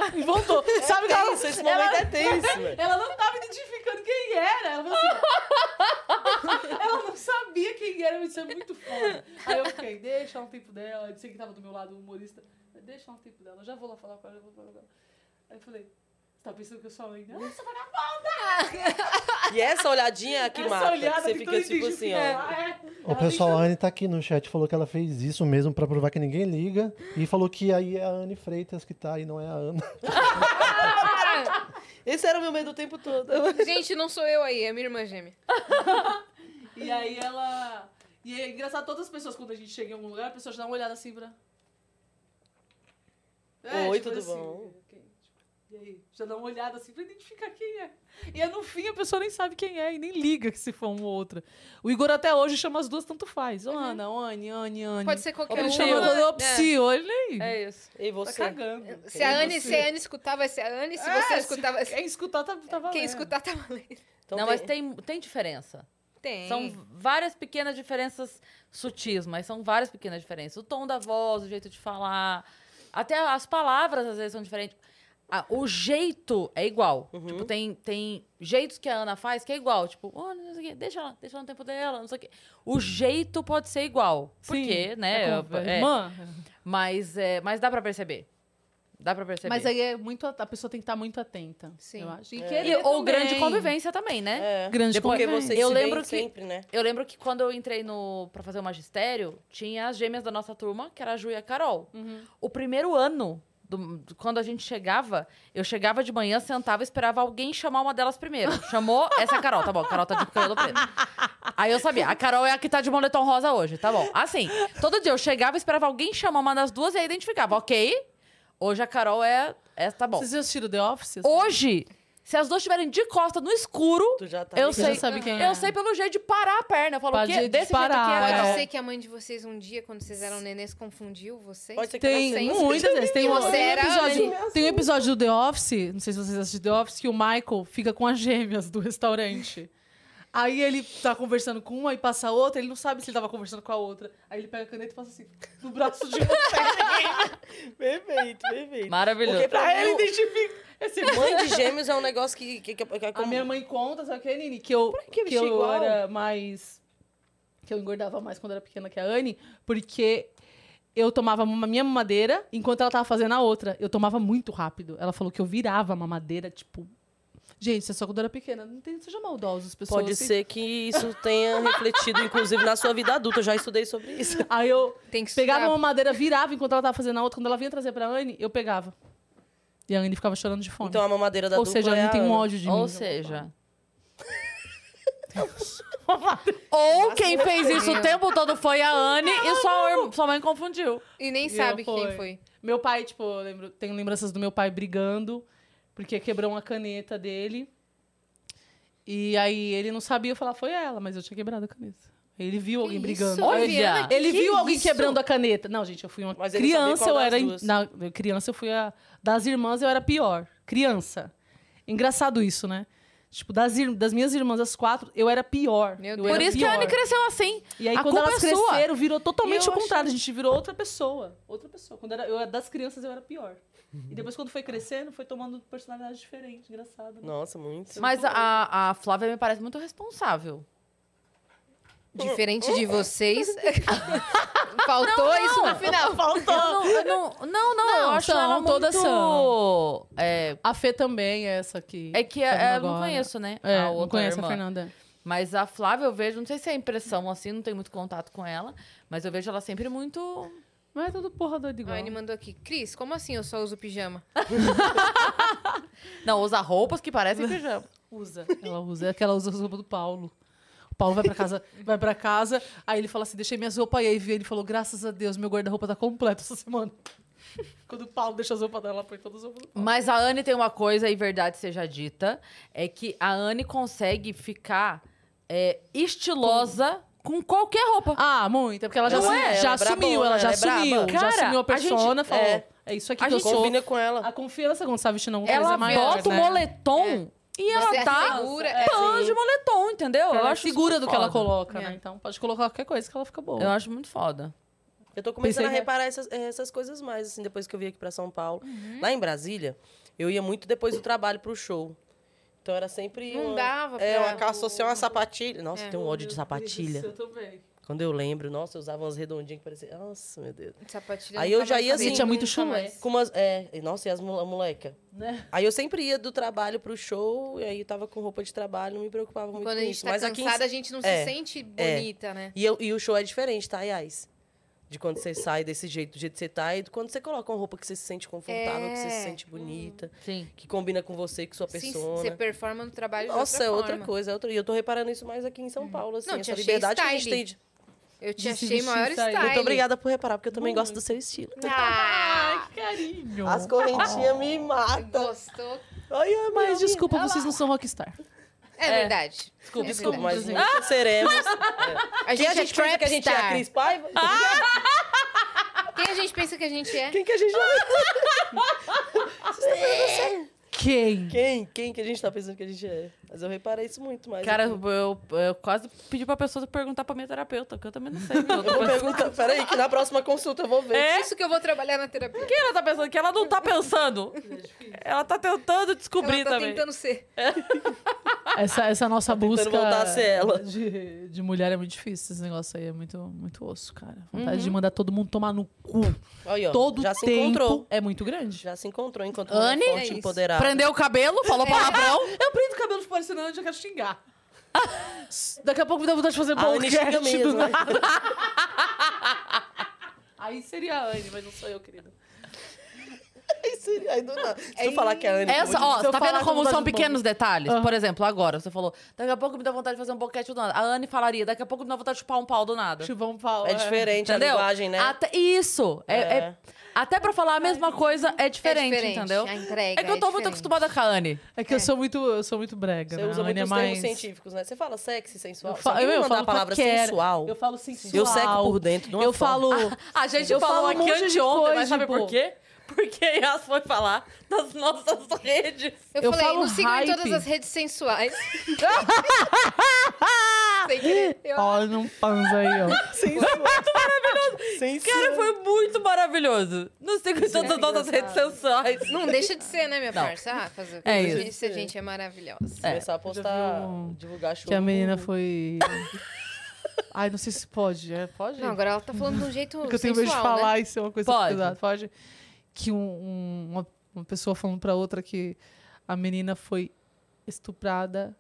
e voltou. Sabe que ela, "É Tenso, esse ela- momento é tenso, velho. ela não tava identificando quem era. Ela, falou assim, ela não sabia quem era, mas isso é muito foda. Aí eu fiquei, deixa ela um tempo dela. Eu sei que tava do meu lado um humorista. Deixa ela um tempo dela, eu já vou lá falar com ela, eu vou falar com ela. Aí eu falei, você tá pensando que eu sou a mãe dela? Essa E essa olhadinha é que mata. que você fica tipo assim, é. ó. O pessoal, a Anne tá aqui no chat, falou que ela fez isso mesmo pra provar que ninguém liga. E falou que aí é a Anne Freitas que tá aí, não é a Ana. Esse era o meu medo o tempo todo. Gente, não sou eu aí, é minha irmã gêmea. E aí ela... E é engraçado, todas as pessoas, quando a gente chega em algum lugar, a pessoa já dá uma olhada assim pra... É, Oi, tudo bom? assim, ok, tipo, E aí, já dá uma olhada assim pra identificar quem é. E aí, no fim a pessoa nem sabe quem é e nem liga que se for uma ou outra. O Igor até hoje chama as duas, tanto faz. Uhum. Ô, Ana, ô, Anne, Anne, Anne. Pode ser qualquer Ele uma. chama É. todo o né? psio, ele nem. É isso. E tá você? Então cagando. Se a, Quem Anne, se a Anne escutar, vai ser a Anne. Se É, você se- escutar, vai ser... Quem escutar tá, tá valendo. Quem escutar tá valendo. Então não, tem- mas tem, tem diferença. Tem. São várias pequenas diferenças sutis, mas são várias pequenas diferenças. O tom da voz, o jeito de falar, até as palavras às vezes são diferentes. Ah, o jeito é igual. Uhum. Tipo, tem, tem jeitos que a Ana faz que é igual. Tipo, "Ô, não sei o quê, deixa ela, deixa ela no tempo dela, não sei o quê. O jeito pode ser igual. Sim, Porque, é né? como- é- Irmã. mas, é, mas dá pra perceber. Dá pra perceber. Mas aí é muito, a pessoa tem que estar muito atenta. Sim. Eu acho. E E- querer ou também. grande convivência também, né? É. Grande Porque convivência. vocês Eu se lembro veem que- sempre, né? Eu lembro que quando eu entrei no para fazer o magistério, tinha as gêmeas da nossa turma, que era a Ju e a Carol. O primeiro ano, do- do- quando a gente chegava, eu chegava de manhã, sentava e esperava alguém chamar uma delas primeiro. Chamou, essa é a Carol, tá bom, a Carol tá de cabelo preto. Aí eu sabia, a Carol é a que tá de moletom rosa hoje, tá bom. Assim, todo dia eu chegava e esperava alguém chamar uma das duas e aí identificava, ok, hoje a Carol é, é tá bom. Vocês já assistiram The Office? Hoje, se as duas estiverem de costa no escuro, Tu já tá eu ligado. Você sei, já sabe quem é. eu sei pelo jeito de parar a perna. Eu falo, Pode o quê? Desse jeito disparar, aqui é é. legal. Pode ser que a mãe de vocês um dia, quando vocês eram nenês, confundiu vocês? Pode ser que Tem ela sempre- muitas vezes. Tem, um- Você tem um era episódio, mesmo. tem um episódio do The Office, não sei se vocês assistiram The Office, que o Michael fica com as gêmeas do restaurante. Aí ele tá conversando com uma e passa a outra, ele não sabe se ele tava conversando com a outra. Aí ele pega a caneta e passa assim, no braço de outra. Perfeito, perfeito. Maravilhoso. Porque pra mim, Ele identifica. Ah, Esse o- mãe de gêmeos é um negócio que... que, que, que é A como- minha mãe conta, sabe o que, Nini? Que eu, que que vestir eu igual? era mais. Que eu engordava mais quando era pequena que a Anne, porque eu tomava uma minha mamadeira enquanto ela tava fazendo a outra. Eu tomava muito rápido. Ela falou que eu virava a mamadeira, tipo. Gente, isso é só quando eu era pequena. Não tem, seja maldosa as pessoas. Pode assim. ser que isso tenha refletido, inclusive, na sua vida adulta. Eu já estudei sobre isso. Aí eu Tem que pegava estudar. uma madeira, virava enquanto ela tava fazendo a outra. Quando ela vinha trazer pra Anne, eu pegava. E a Anne ficava chorando de fome. Então a mamadeira Então, da Ou dupla seja, a é Anne tem um Ana. ódio de mim. Ou seja, Ou quem fez isso o meu. tempo todo foi a Anne e sua, irm- sua mãe confundiu. E nem E sabe eu fui. quem foi. Meu pai, tipo, eu lembro, tenho lembranças do meu pai brigando, porque quebrou uma caneta dele. E aí ele não sabia, eu falava, foi ela, mas eu tinha quebrado a caneta. Ele viu alguém isso, brigando. Olha! Viana, que Ele que viu alguém isso? quebrando a caneta. Não, gente, eu fui uma Mas ele sabia criança, qual eu das era. em- duas. Na, eu criança, eu fui a. Das irmãs, eu era pior. Criança. Engraçado isso, né? Tipo, das, ir- das minhas irmãs, as quatro, eu era pior. Meu Eu Deus. era Por isso que a pior. Anne cresceu assim. E aí, A quando culpa elas é sua. cresceram, virou totalmente Eu o contrário. A gente virou outra pessoa. Outra pessoa. Quando era, eu era das crianças, eu era pior. E depois, quando foi crescendo, foi tomando personalidade diferente. Engraçado. né? Nossa, muito. Mas a, a Flávia me parece muito responsável. Diferente de vocês. Faltou isso no final. Eu não, eu não, não, não, eu Não, acho são, ela todas muito... são. É, A Fê também é essa aqui. é que Fernanda é, eu não agora. conheço, né? É, a outra não conheço irmã. a Fernanda. Mas a Flávia eu vejo, não sei se é impressão assim, não tenho muito contato com ela, mas eu vejo ela sempre muito. Mas é tudo porra doido A igual. Anne mandou aqui. Cris, como assim eu só uso pijama? Não, usa roupas que parecem pijama. Usa. Ela usa. É que ela usa as roupas do Paulo. O Paulo vai pra casa, vai pra casa, aí ele fala assim: deixei minhas roupas aí. Aí ele falou: graças a Deus, meu guarda-roupa tá completo essa semana. Quando o Paulo deixa as roupas dela, ela põe todas as roupas do Paulo. Mas a Anne tem uma coisa, e verdade seja dita, é que a Anne consegue ficar é, estilosa com qualquer roupa. Ah, muito. É porque ela já, Não assumiu, é, já ela é assumiu, brabona, ela já ela é braba. assumiu. Cara, já assumiu a a gente- persona, falou. é. É, isso aqui A que eu gente sou. Ah, Combina com ela. A confiança quando tá sabe vestir alguma coisa ela é maior, bota o né? moletom e ela Você tá segura, é, pã sim. de moletom, entendeu? Ela eu é acho isso segura muito do que ela foda. coloca, É. né? Então pode colocar qualquer coisa que ela fica boa. Eu acho muito foda. Eu tô começando Pensei a que- reparar essas, eh, essas coisas mais, assim, depois que eu vim aqui pra São Paulo. Lá em Brasília, eu ia muito depois do trabalho pro show. Então era sempre. Não uma, dava É, pra- uma calça social, uma sapatilha. Nossa, É. tem um ódio de sapatilha. Eu também. Quando eu lembro, nossa, eu usava umas redondinhas que parecia. Nossa, meu Deus. Sapatilha. Aí nunca eu já mais ia falei, assim, tinha muito nunca chulé. mais. Com umas. É, e nossa, e as mule- moleca. Né? Aí eu sempre ia do trabalho pro show, e aí eu tava com roupa de trabalho, não me preocupava muito Quando a com gente isso. tá Mas aqui em cansada, a gente não se é, sente bonita, né? E, eu- e o show é diferente, tá, Yais? De quando você sai desse jeito, do jeito que você tá, e de quando você coloca uma roupa que você se sente confortável, que você É. se sente bonita, Sim. que combina com você, com sua Sim, persona. você performa no trabalho de Nossa, é outra forma. Hum. coisa. É outra... E eu tô reparando isso mais aqui em São Paulo, assim. Não, te essa achei liberdade que a gente style. tem. De... Eu te De se achei vestir, maior sair. style. Muito obrigada por reparar, porque eu também gosto do seu estilo. Ah, Carinho. As correntinhas me matam. gostou? Ai, ai, Mas mas desculpa. desculpa, vocês não são rockstar. É, verdade. Desculpa, É desculpa, mas verdade. verdade. nunca seremos. A Quem gente, a gente é pensa trap que a gente é a star. Cris Paiva? Quem a gente pensa que a gente é? Quem que a gente tá Quem? Quem? Quem que a gente tá pensando que a gente é? Mas eu reparei isso muito mais. Cara, aqui. eu, eu- eu quase pedi pra pessoa perguntar pra minha terapeuta, que eu também não sei. Eu Eu vou perguntar, peraí, que na próxima consulta eu vou ver. É? Isso que eu vou trabalhar na terapia. que ela tá pensando? Que ela não tá pensando. É Ela tá tentando descobrir Ela tá também. tentando ser. Essa, essa nossa busca voltar Tá a ser ela. De, de mulher é muito difícil. Esse negócio aí é muito, muito osso, cara. Vontade de mandar todo mundo tomar no cu. Aí, ó, Todo Então, já tempo se encontrou. é muito grande. Já se encontrou enquanto Anne? Anne? É forte isso. empoderada. Prendeu o cabelo, falou palavrão. Eu prendo o cabelo fora, senão eu já quero xingar. Daqui a pouco me dá vontade de fazer A Anne xinga podcast do mesmo. né? nada. Aí seria a Anne, mas não sou eu, querida. Aí seria- aí do nada. Se tu falar que a Anne... é Essa, ó, Se eu tá falar vendo que como eu vou são dar de pequenos detalhes? Aham. Por exemplo, agora, você falou, daqui a pouco me dá vontade de fazer um boquete do nada. A Anne falaria, daqui a pouco me dá vontade de chupar um pau do nada. Chivão Paulo. É diferente Entendeu? a linguagem, né? Até, isso. É, É. é- até pra falar a mesma coisa é diferente, é diferente. entendeu? A entrega É que eu tô é muito diferente. acostumada com a Anne. É que eu sou muito, eu sou muito brega. Você né? usa a Anne muitos é termos mais... científicos, né? Você fala sexy, sensual. Eu Só falo, que eu, eu mandar falo a palavra paquera, sensual. Eu falo sensual. Eu seco por dentro de uma Eu forma. falo. A gente Eu falou falo um aqui monte de anteontem, mas coisa, tipo- sabe por pô. quê? Porque elas foi falar nas nossas redes. Eu, Eu falei, falo nos sigam em hype. todas as redes sensuais. Sem querer. Eu... Olha num panza aí, ó. Sensual. Cara, foi muito maravilhoso. Não sei é com todas as nossas redes sociais. Não deixa de ser, né, minha Não. parça? Ah, fazer o que? É Gente, isso. Essa gente é maravilhosa. Começar a postar, um- divulgar show. Que a menina foi. Ai, não sei se pode. É, pode? Não, agora ela tá falando de um jeito Porque eu tenho sensual, medo de falar né? isso é uma coisa Pode. pesada. Pode. Que um- um- uma, uma pessoa falando pra outra que a menina foi estuprada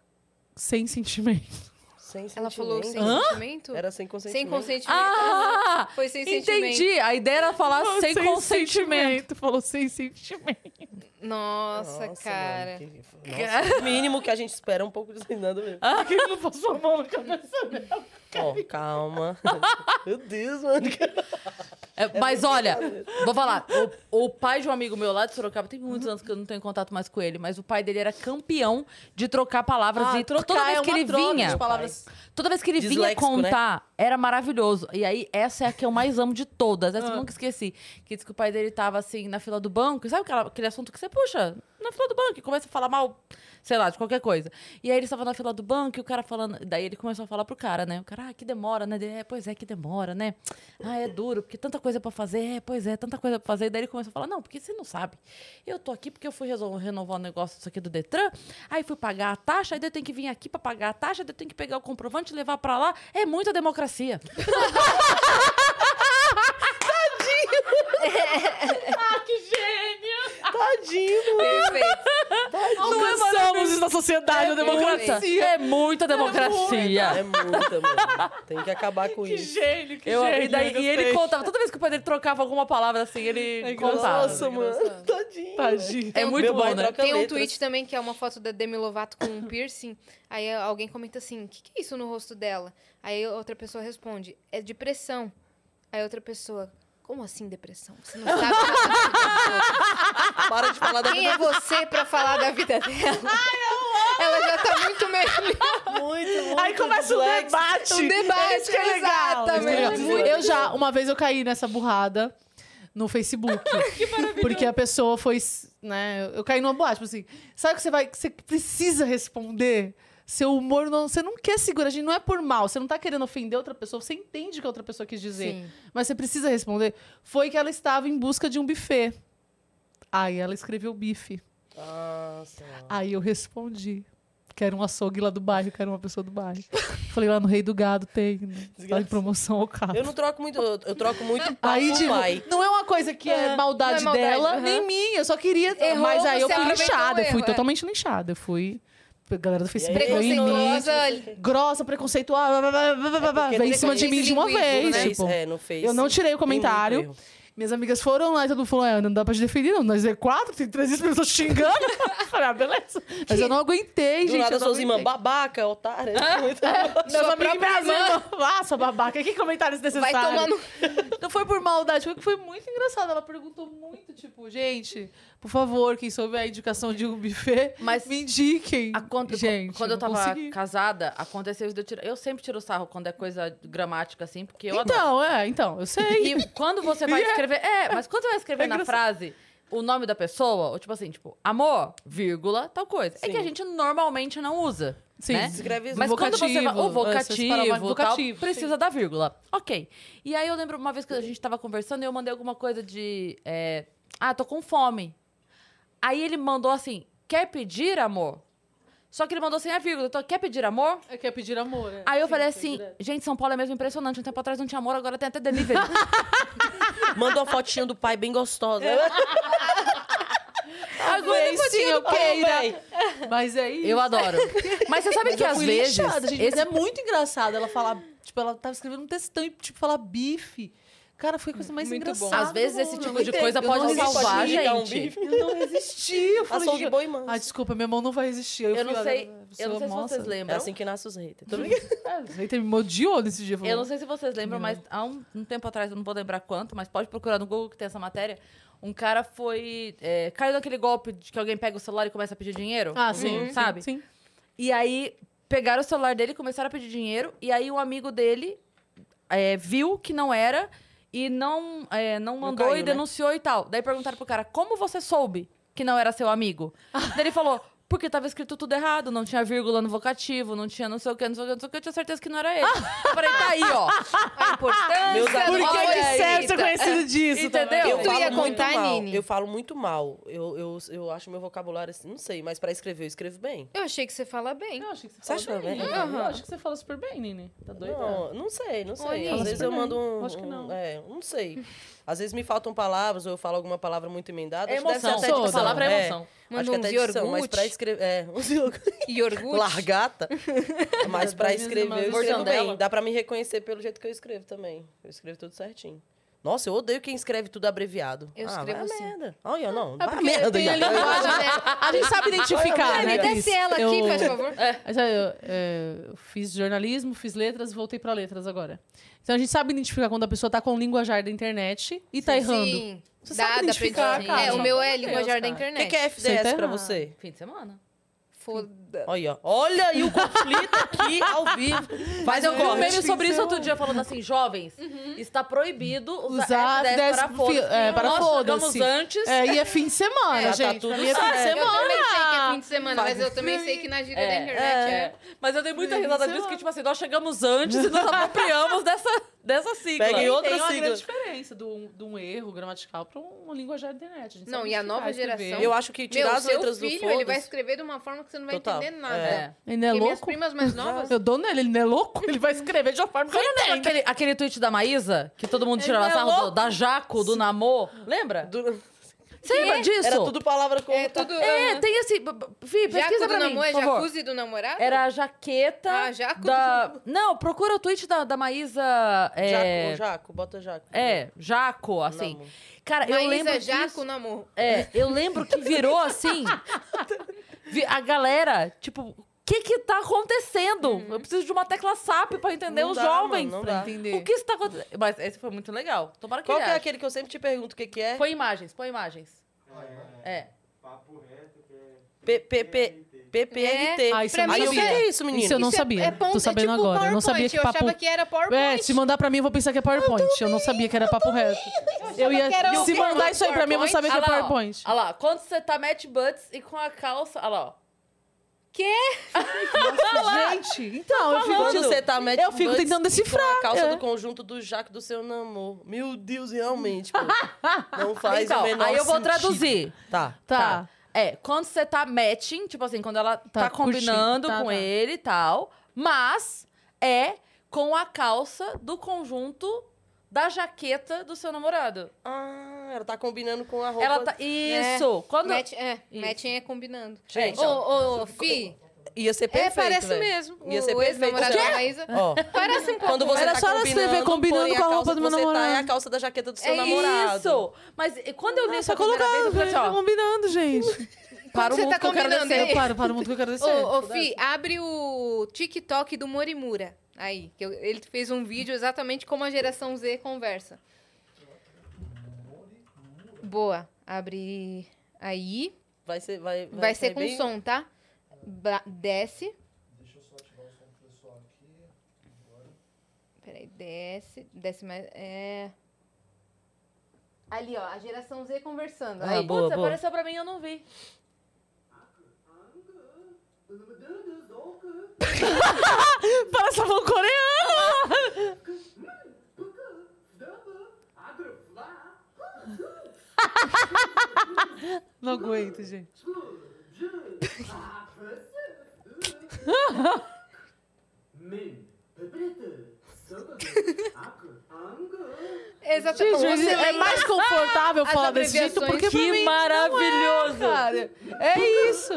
sem sentimento. Sem Ela sentimento. falou sem sentimento? Era sem Sem consentimento. consentimento. aham. Ah, Foi sem sentimento. entendi. A ideia era falar sem, consentimento. Falou sem sentimento. Nossa, cara. mano, que- nossa, o mínimo que a gente espera é um pouco de nada mesmo. Ah, que não passou a mão na cabeça dela. Ó, calma. Meu Deus, mano. É, mas olha, vou falar. O, o pai de um amigo meu lá de Sorocaba, tem muitos anos que eu não tenho contato mais com ele, mas o pai dele era campeão de trocar palavras. Ah, e trocar toda é vez que uma ele troca vinha. de palavras. Toda vez que ele vinha Disléxico, né? contar, era maravilhoso. E aí, essa é a que eu mais amo de todas. Ah. Essa eu nunca esqueci. Que diz que o pai dele tava assim, na fila do banco. Sabe aquela- aquele assunto que você puxa? Na fila do banco, e começa a falar mal, sei lá, de qualquer coisa. E aí ele estava na fila do banco e o cara falando. Daí ele começou a falar pro cara, né? O cara, ah, que demora, né? Ele, É, pois é, que demora, né? Ah, é duro, porque tanta coisa pra fazer. É, pois é, tanta coisa pra fazer. E daí ele começou a falar, não, porque você não sabe. Eu tô aqui porque eu fui resol- renovar o negócio disso aqui do Detran, aí fui pagar a taxa, aí daí eu tenho que vir aqui pra pagar a taxa, daí eu tenho que pegar o comprovante e levar pra lá. É muita democracia. É Perfeito. é Alcançamos na sociedade a democracia. É muita democracia. É muita, mano. Tem que acabar com isso. Gênio, que Eu, gênio. e, daí, eu e ele gostei. contava, toda vez que o pai dele trocava alguma palavra assim, ele contava. Nossa, mano. Tadinho. É Tadinho. É muito Meu bom, pai né? troca Tem um letras. tweet também que é uma foto da Demi Lovato com um piercing. Aí alguém comenta assim: o que, que é isso no rosto dela? Aí outra pessoa responde: é depressão. Aí outra pessoa: como assim depressão? Você não sabe o que ela tá sentindo." Para de falar da Quem é você pra falar da vida dela? Ela já tá muito melhor. Muito, muito. Aí começa o disléxico. debate. Um debate, É isso que é legal. exatamente. É isso que é legal. Eu já, uma vez eu caí nessa burrada no Facebook. porque a pessoa foi, né, eu caí numa boate, tipo assim, sabe que você vai, que você precisa responder. Seu humor não, você não quer segurar, a gente não é por mal, você não tá querendo ofender outra pessoa, você entende o que a outra pessoa quis dizer, Sim. mas você precisa responder. Foi que ela estava em busca de um buffet. Aí ela escreveu bife. Nossa. Aí eu respondi. Que era um açougue lá do bairro, que era uma pessoa do bairro. Falei, lá no Rei do Gado tem. né? Tá em promoção ao carro. Eu não troco muito, eu eu troco muito pau Aí, com o tipo, pai. não é uma coisa que é, É, maldade, não é maldade, dela, aham. nem minha. Eu só queria. Errou, mas aí eu você fui aproveitou linchada. o Eu fui erro, é. totalmente linchada. Eu fui. A galera do Facebook veio em mim. Preconceituosa. É, Grossa, preconceituosa. Blá, blá, blá, blá, blá, blá, porque veio em cima de mim de uma linguismo, vez. Né? Tipo, é, no Face. eu não tirei o Tem muito comentário. erro. Minhas amigas foram lá e todo mundo falou: é, não dá pra te defender, não. Nós é quatro, tem 300 pessoas xingando. Eu Falei, ah, beleza. Mas eu não aguentei, Do gente. nada, eu assim. não suas irmãs, aguentei. babaca, otária. Meus Sua amigos própria Brasil. irmã. Ah, sua babaca, que comentário Vai desnecessário. tomando. Não foi por maldade, foi que foi muito engraçado. Ela perguntou muito, tipo, gente, por favor, quem souber a indicação de um buffet, Mas me indiquem. A conta- gente, quando eu não tava consegui. casada, aconteceu isso. de Eu, tirar- eu sempre tiro sarro quando é coisa gramática, assim, porque eu adoro. Então, é, então, eu sei. E quando você vai escrever. É, mas quando você vai escrever É na engraçado. frase o nome da pessoa, ou tipo assim, tipo, amor, vírgula, tal coisa. É Sim. que a gente normalmente não usa. Sim. né? Escreve Mas quando você vai. O Vocativo, é, essas palavras, vocativo, tal, vocativo, precisa da vírgula. Ok. E aí eu lembro uma vez que a gente tava conversando e eu mandei alguma coisa de. é, ah, tô com fome. Aí ele mandou assim: quer pedir, amor? Só que ele mandou sem a vírgula. Então, quer pedir amor? É que é pedir amor, né? Aí eu Sim, falei sim, assim, direto. gente, São Paulo é mesmo impressionante. Um tempo atrás não tinha amor, agora tem até delivery. Manda uma fotinha do pai bem gostosa. agora sim, eu queira. Mas aí. Eu adoro. Mas você sabe que às fui vezes. linchada, gente, mas esse- é muito engraçado ela falar, tipo, ela tava escrevendo um textão e, tipo, falar bife. Cara, foi a coisa mais Muito bom. engraçada. Às vezes do esse mundo. tipo de coisa pode resisti. salvar a Pode ligar um gente. bife. Eu não resisti. Eu falei, Açougue boi, mano. Ah, desculpa, minha mão não vai resistir. Aí Eu fui não lá, sei, a pessoa, eu não sei se nossa. vocês É lembram. assim que nasce os haters. Tô Ah, O hater me odiou nesse dia. falou, Eu não sei se vocês lembram, mas há um, um tempo atrás, eu não vou lembrar quanto, mas pode procurar no Google que tem essa matéria. Um cara foi. é, caiu naquele golpe de que alguém pega o celular e começa a pedir dinheiro. Ah, sim. sim, Sabe? Sim. E aí pegaram o celular dele, começaram a pedir dinheiro, e aí um amigo dele é, viu que não era e não, é, não mandou caiu, e né? denunciou e tal. Daí perguntaram pro cara, como você soube que não era seu amigo? Daí ele falou, porque tava escrito tudo errado, não tinha vírgula no vocativo, não tinha não sei o que, não sei o que, não sei o que, eu tinha certeza que não era ele. Eu falei, tá aí, ó. A Meus importância. do amigos. Por que que olha serve ser Então, aí, tá? conhecido disso? Entendeu? Eu Tu falo ia muito contar, mal. Nini? Eu falo muito mal. Eu, eu, eu acho meu vocabulário assim, não sei, mas pra escrever eu escrevo bem. Então, Eu achei que você fala bem. Eu achei que Você acha bem? Eu acho que você fala super bem, Nini. Tá doida? Não, não sei, não sei. Olha Às isso. vezes eu mando um. Acho que não. um- é, não sei. Às vezes me faltam palavras ou eu falo alguma palavra muito emendada. É Acho que deve ser emoção. até dicção, Toda. Palavra é emoção. Acho Manda que uns até dicção, mas pra iogurte. escrever. É, uns iogurte. E orgulho. Largata. mas pra escrever, eu escrevo Bordão dela. bem. Dá pra me reconhecer pelo jeito que eu escrevo também. Eu escrevo tudo certinho. Nossa, eu odeio quem escreve tudo abreviado. Eu ah, escrevo vai a assim. merda. Olha, não. É vai a porque merda, tem a Ian. linguagem, né? A gente sabe identificar, né, Me Cris? desce ela é aqui, Eu- faz favor. Mas aí eu, é, eu fiz jornalismo, fiz letras, voltei pra letras agora. Então a gente sabe identificar quando a pessoa tá com o linguajar da internet e tá errando. Sim, Você dá, sabe dá pra identificar, identificar. cara. É, o meu é Pelo amor de linguajar da Deus, cara. O que, internet. que tá é Sei FDS pra terminar. você? Fim de semana. Foda. Olha, ó. olha aí o conflito aqui ao vivo. Faz eu um vi um corte. meme sobre isso outro dia, falando assim, jovens, Uhum. está proibido usar, Usar F10 F10 para fi- foda-se. é, para Nós foda-se. jogamos antes. É, e é fim de semana, Já tá gente. tudo e é fim de certo. Eu também sei que é fim semana. de semana, mas eu também sei que na gíria da internet é. É, Mas eu dei muita Sim, risada sei disso, lá. que tipo assim, nós chegamos antes e nos apropriamos dessa, dessa sigla. É. Peguem E outra tem uma sigla. grande- diferença de um, de um erro gramatical pra um linguajar da internet. A gente Não, sabe e a identificar, nova escrever. geração- Eu acho que tirar Então, Meu, as seu letras do filho, ele foda. vai escrever de uma forma que você não vai Total. entender nada. É. Ele não é Porque minhas louco? primas mais novas... Eu dou nele, ele não é louco? Ele vai escrever de uma forma que eu Lembra entendo. aquele, aquele tweet da Maísa? Que todo mundo tirava não é sarro do, louco? da Jaco, do Namor. Lembra? Você lembra disso? Era tudo palavra com. É tudo... É, Aham. tem esse... b- b- Vi, pesquisa Jaco do pra mim, namoro é por favor. jacuzzi do namorado? Era a jaqueta Ah, Jaco do da... Não, procura o tweet da, da Maísa... É... Jaco, Jaco, bota Jaco. É, Jaco, assim. Namor. Cara, eu é Maísa lembro que Jaco isso- no amor. É, eu lembro que virou assim. vi- A galera, tipo, o que que tá acontecendo? Eu preciso de uma tecla SAP pra entender Uhum. Não os dá, jovens. mano, não pra dá. entender. O que está acontecendo? Mas esse foi muito legal. Tomara que Qual que ele é ache. aquele que eu sempre te pergunto o que, que é? Põe imagens, põe imagens. É. P- P- P- PPRT. Ah, isso eu não Aí eu sabia. que é isso, menino? Isso eu não sabia. Tô sabendo agora. Eu não sabia que é tipo Eu papo... achava que era É, PowerPoint. se mandar pra mim, eu vou pensar que é PowerPoint. Eu, não sabia que era papo reto. Eu ia... que era se o- mandar isso aí pra mim, eu PowerPoint. vou saber que é Olha lá, ó. PowerPoint. Olha lá, quando você tá Matt Butts e com a calça. Olha lá, ó. Gente, então, eu fico... Quando você tá mete Eu fico buds tentando decifrar. com a calça é. do conjunto do Jaco do seu namor. Meu Deus, realmente, pô. Não faz então, o menor aí eu vou sentido. traduzir. Tá. Tá. É, quando você tá matching, tipo assim, quando ela tá, Tá curtindo, combinando tá, com tá. ele e tal, mas é com a calça do conjunto da jaqueta do seu namorado. Ah, ela tá combinando com a roupa. Ela tá. Isso! Quando. Match, é, Isso. matching é combinando. Gente, Ô, ô, Fi, Ia ser é, perfeito, parece velho. mesmo. Ia ser o perfeito. ex-namorado Quê? da Maísa. Ó, Parece um pouco. quando você Era tá só ela combinando, escrever combinando põe com a roupa calça do que meu você tá namorado. é a calça da jaqueta do seu é namorado. isso! Mas e quando eu li essa Só primeira vez, eu colocando, falei gente, tá assim, ó. combinando, gente. Para o você mundo tá que eu quero combinando descer. aí? Eu paro, para o mundo que eu quero descer. Ô, ô Tipo, Fi, abre o TikTok do Morimura. Aí, que eu- ele fez um vídeo exatamente como a geração Z conversa. Boa. Abre aí. Vai ser, vai, vai, Vai ser com bem- som, tá? Ba- desce. Peraí, desce. Desce mais. É. Ali, ó, a geração Z conversando. Ah, aí. boa, Putz, boa. apareceu pra mim e eu não vi. Para essa mão coreana! Não aguento, gente. Exatamente. Gente, Você é lembra- mais confortável As falar desse jeito abreviações. porque pra Que mim é, maravilhoso! cara, é isso.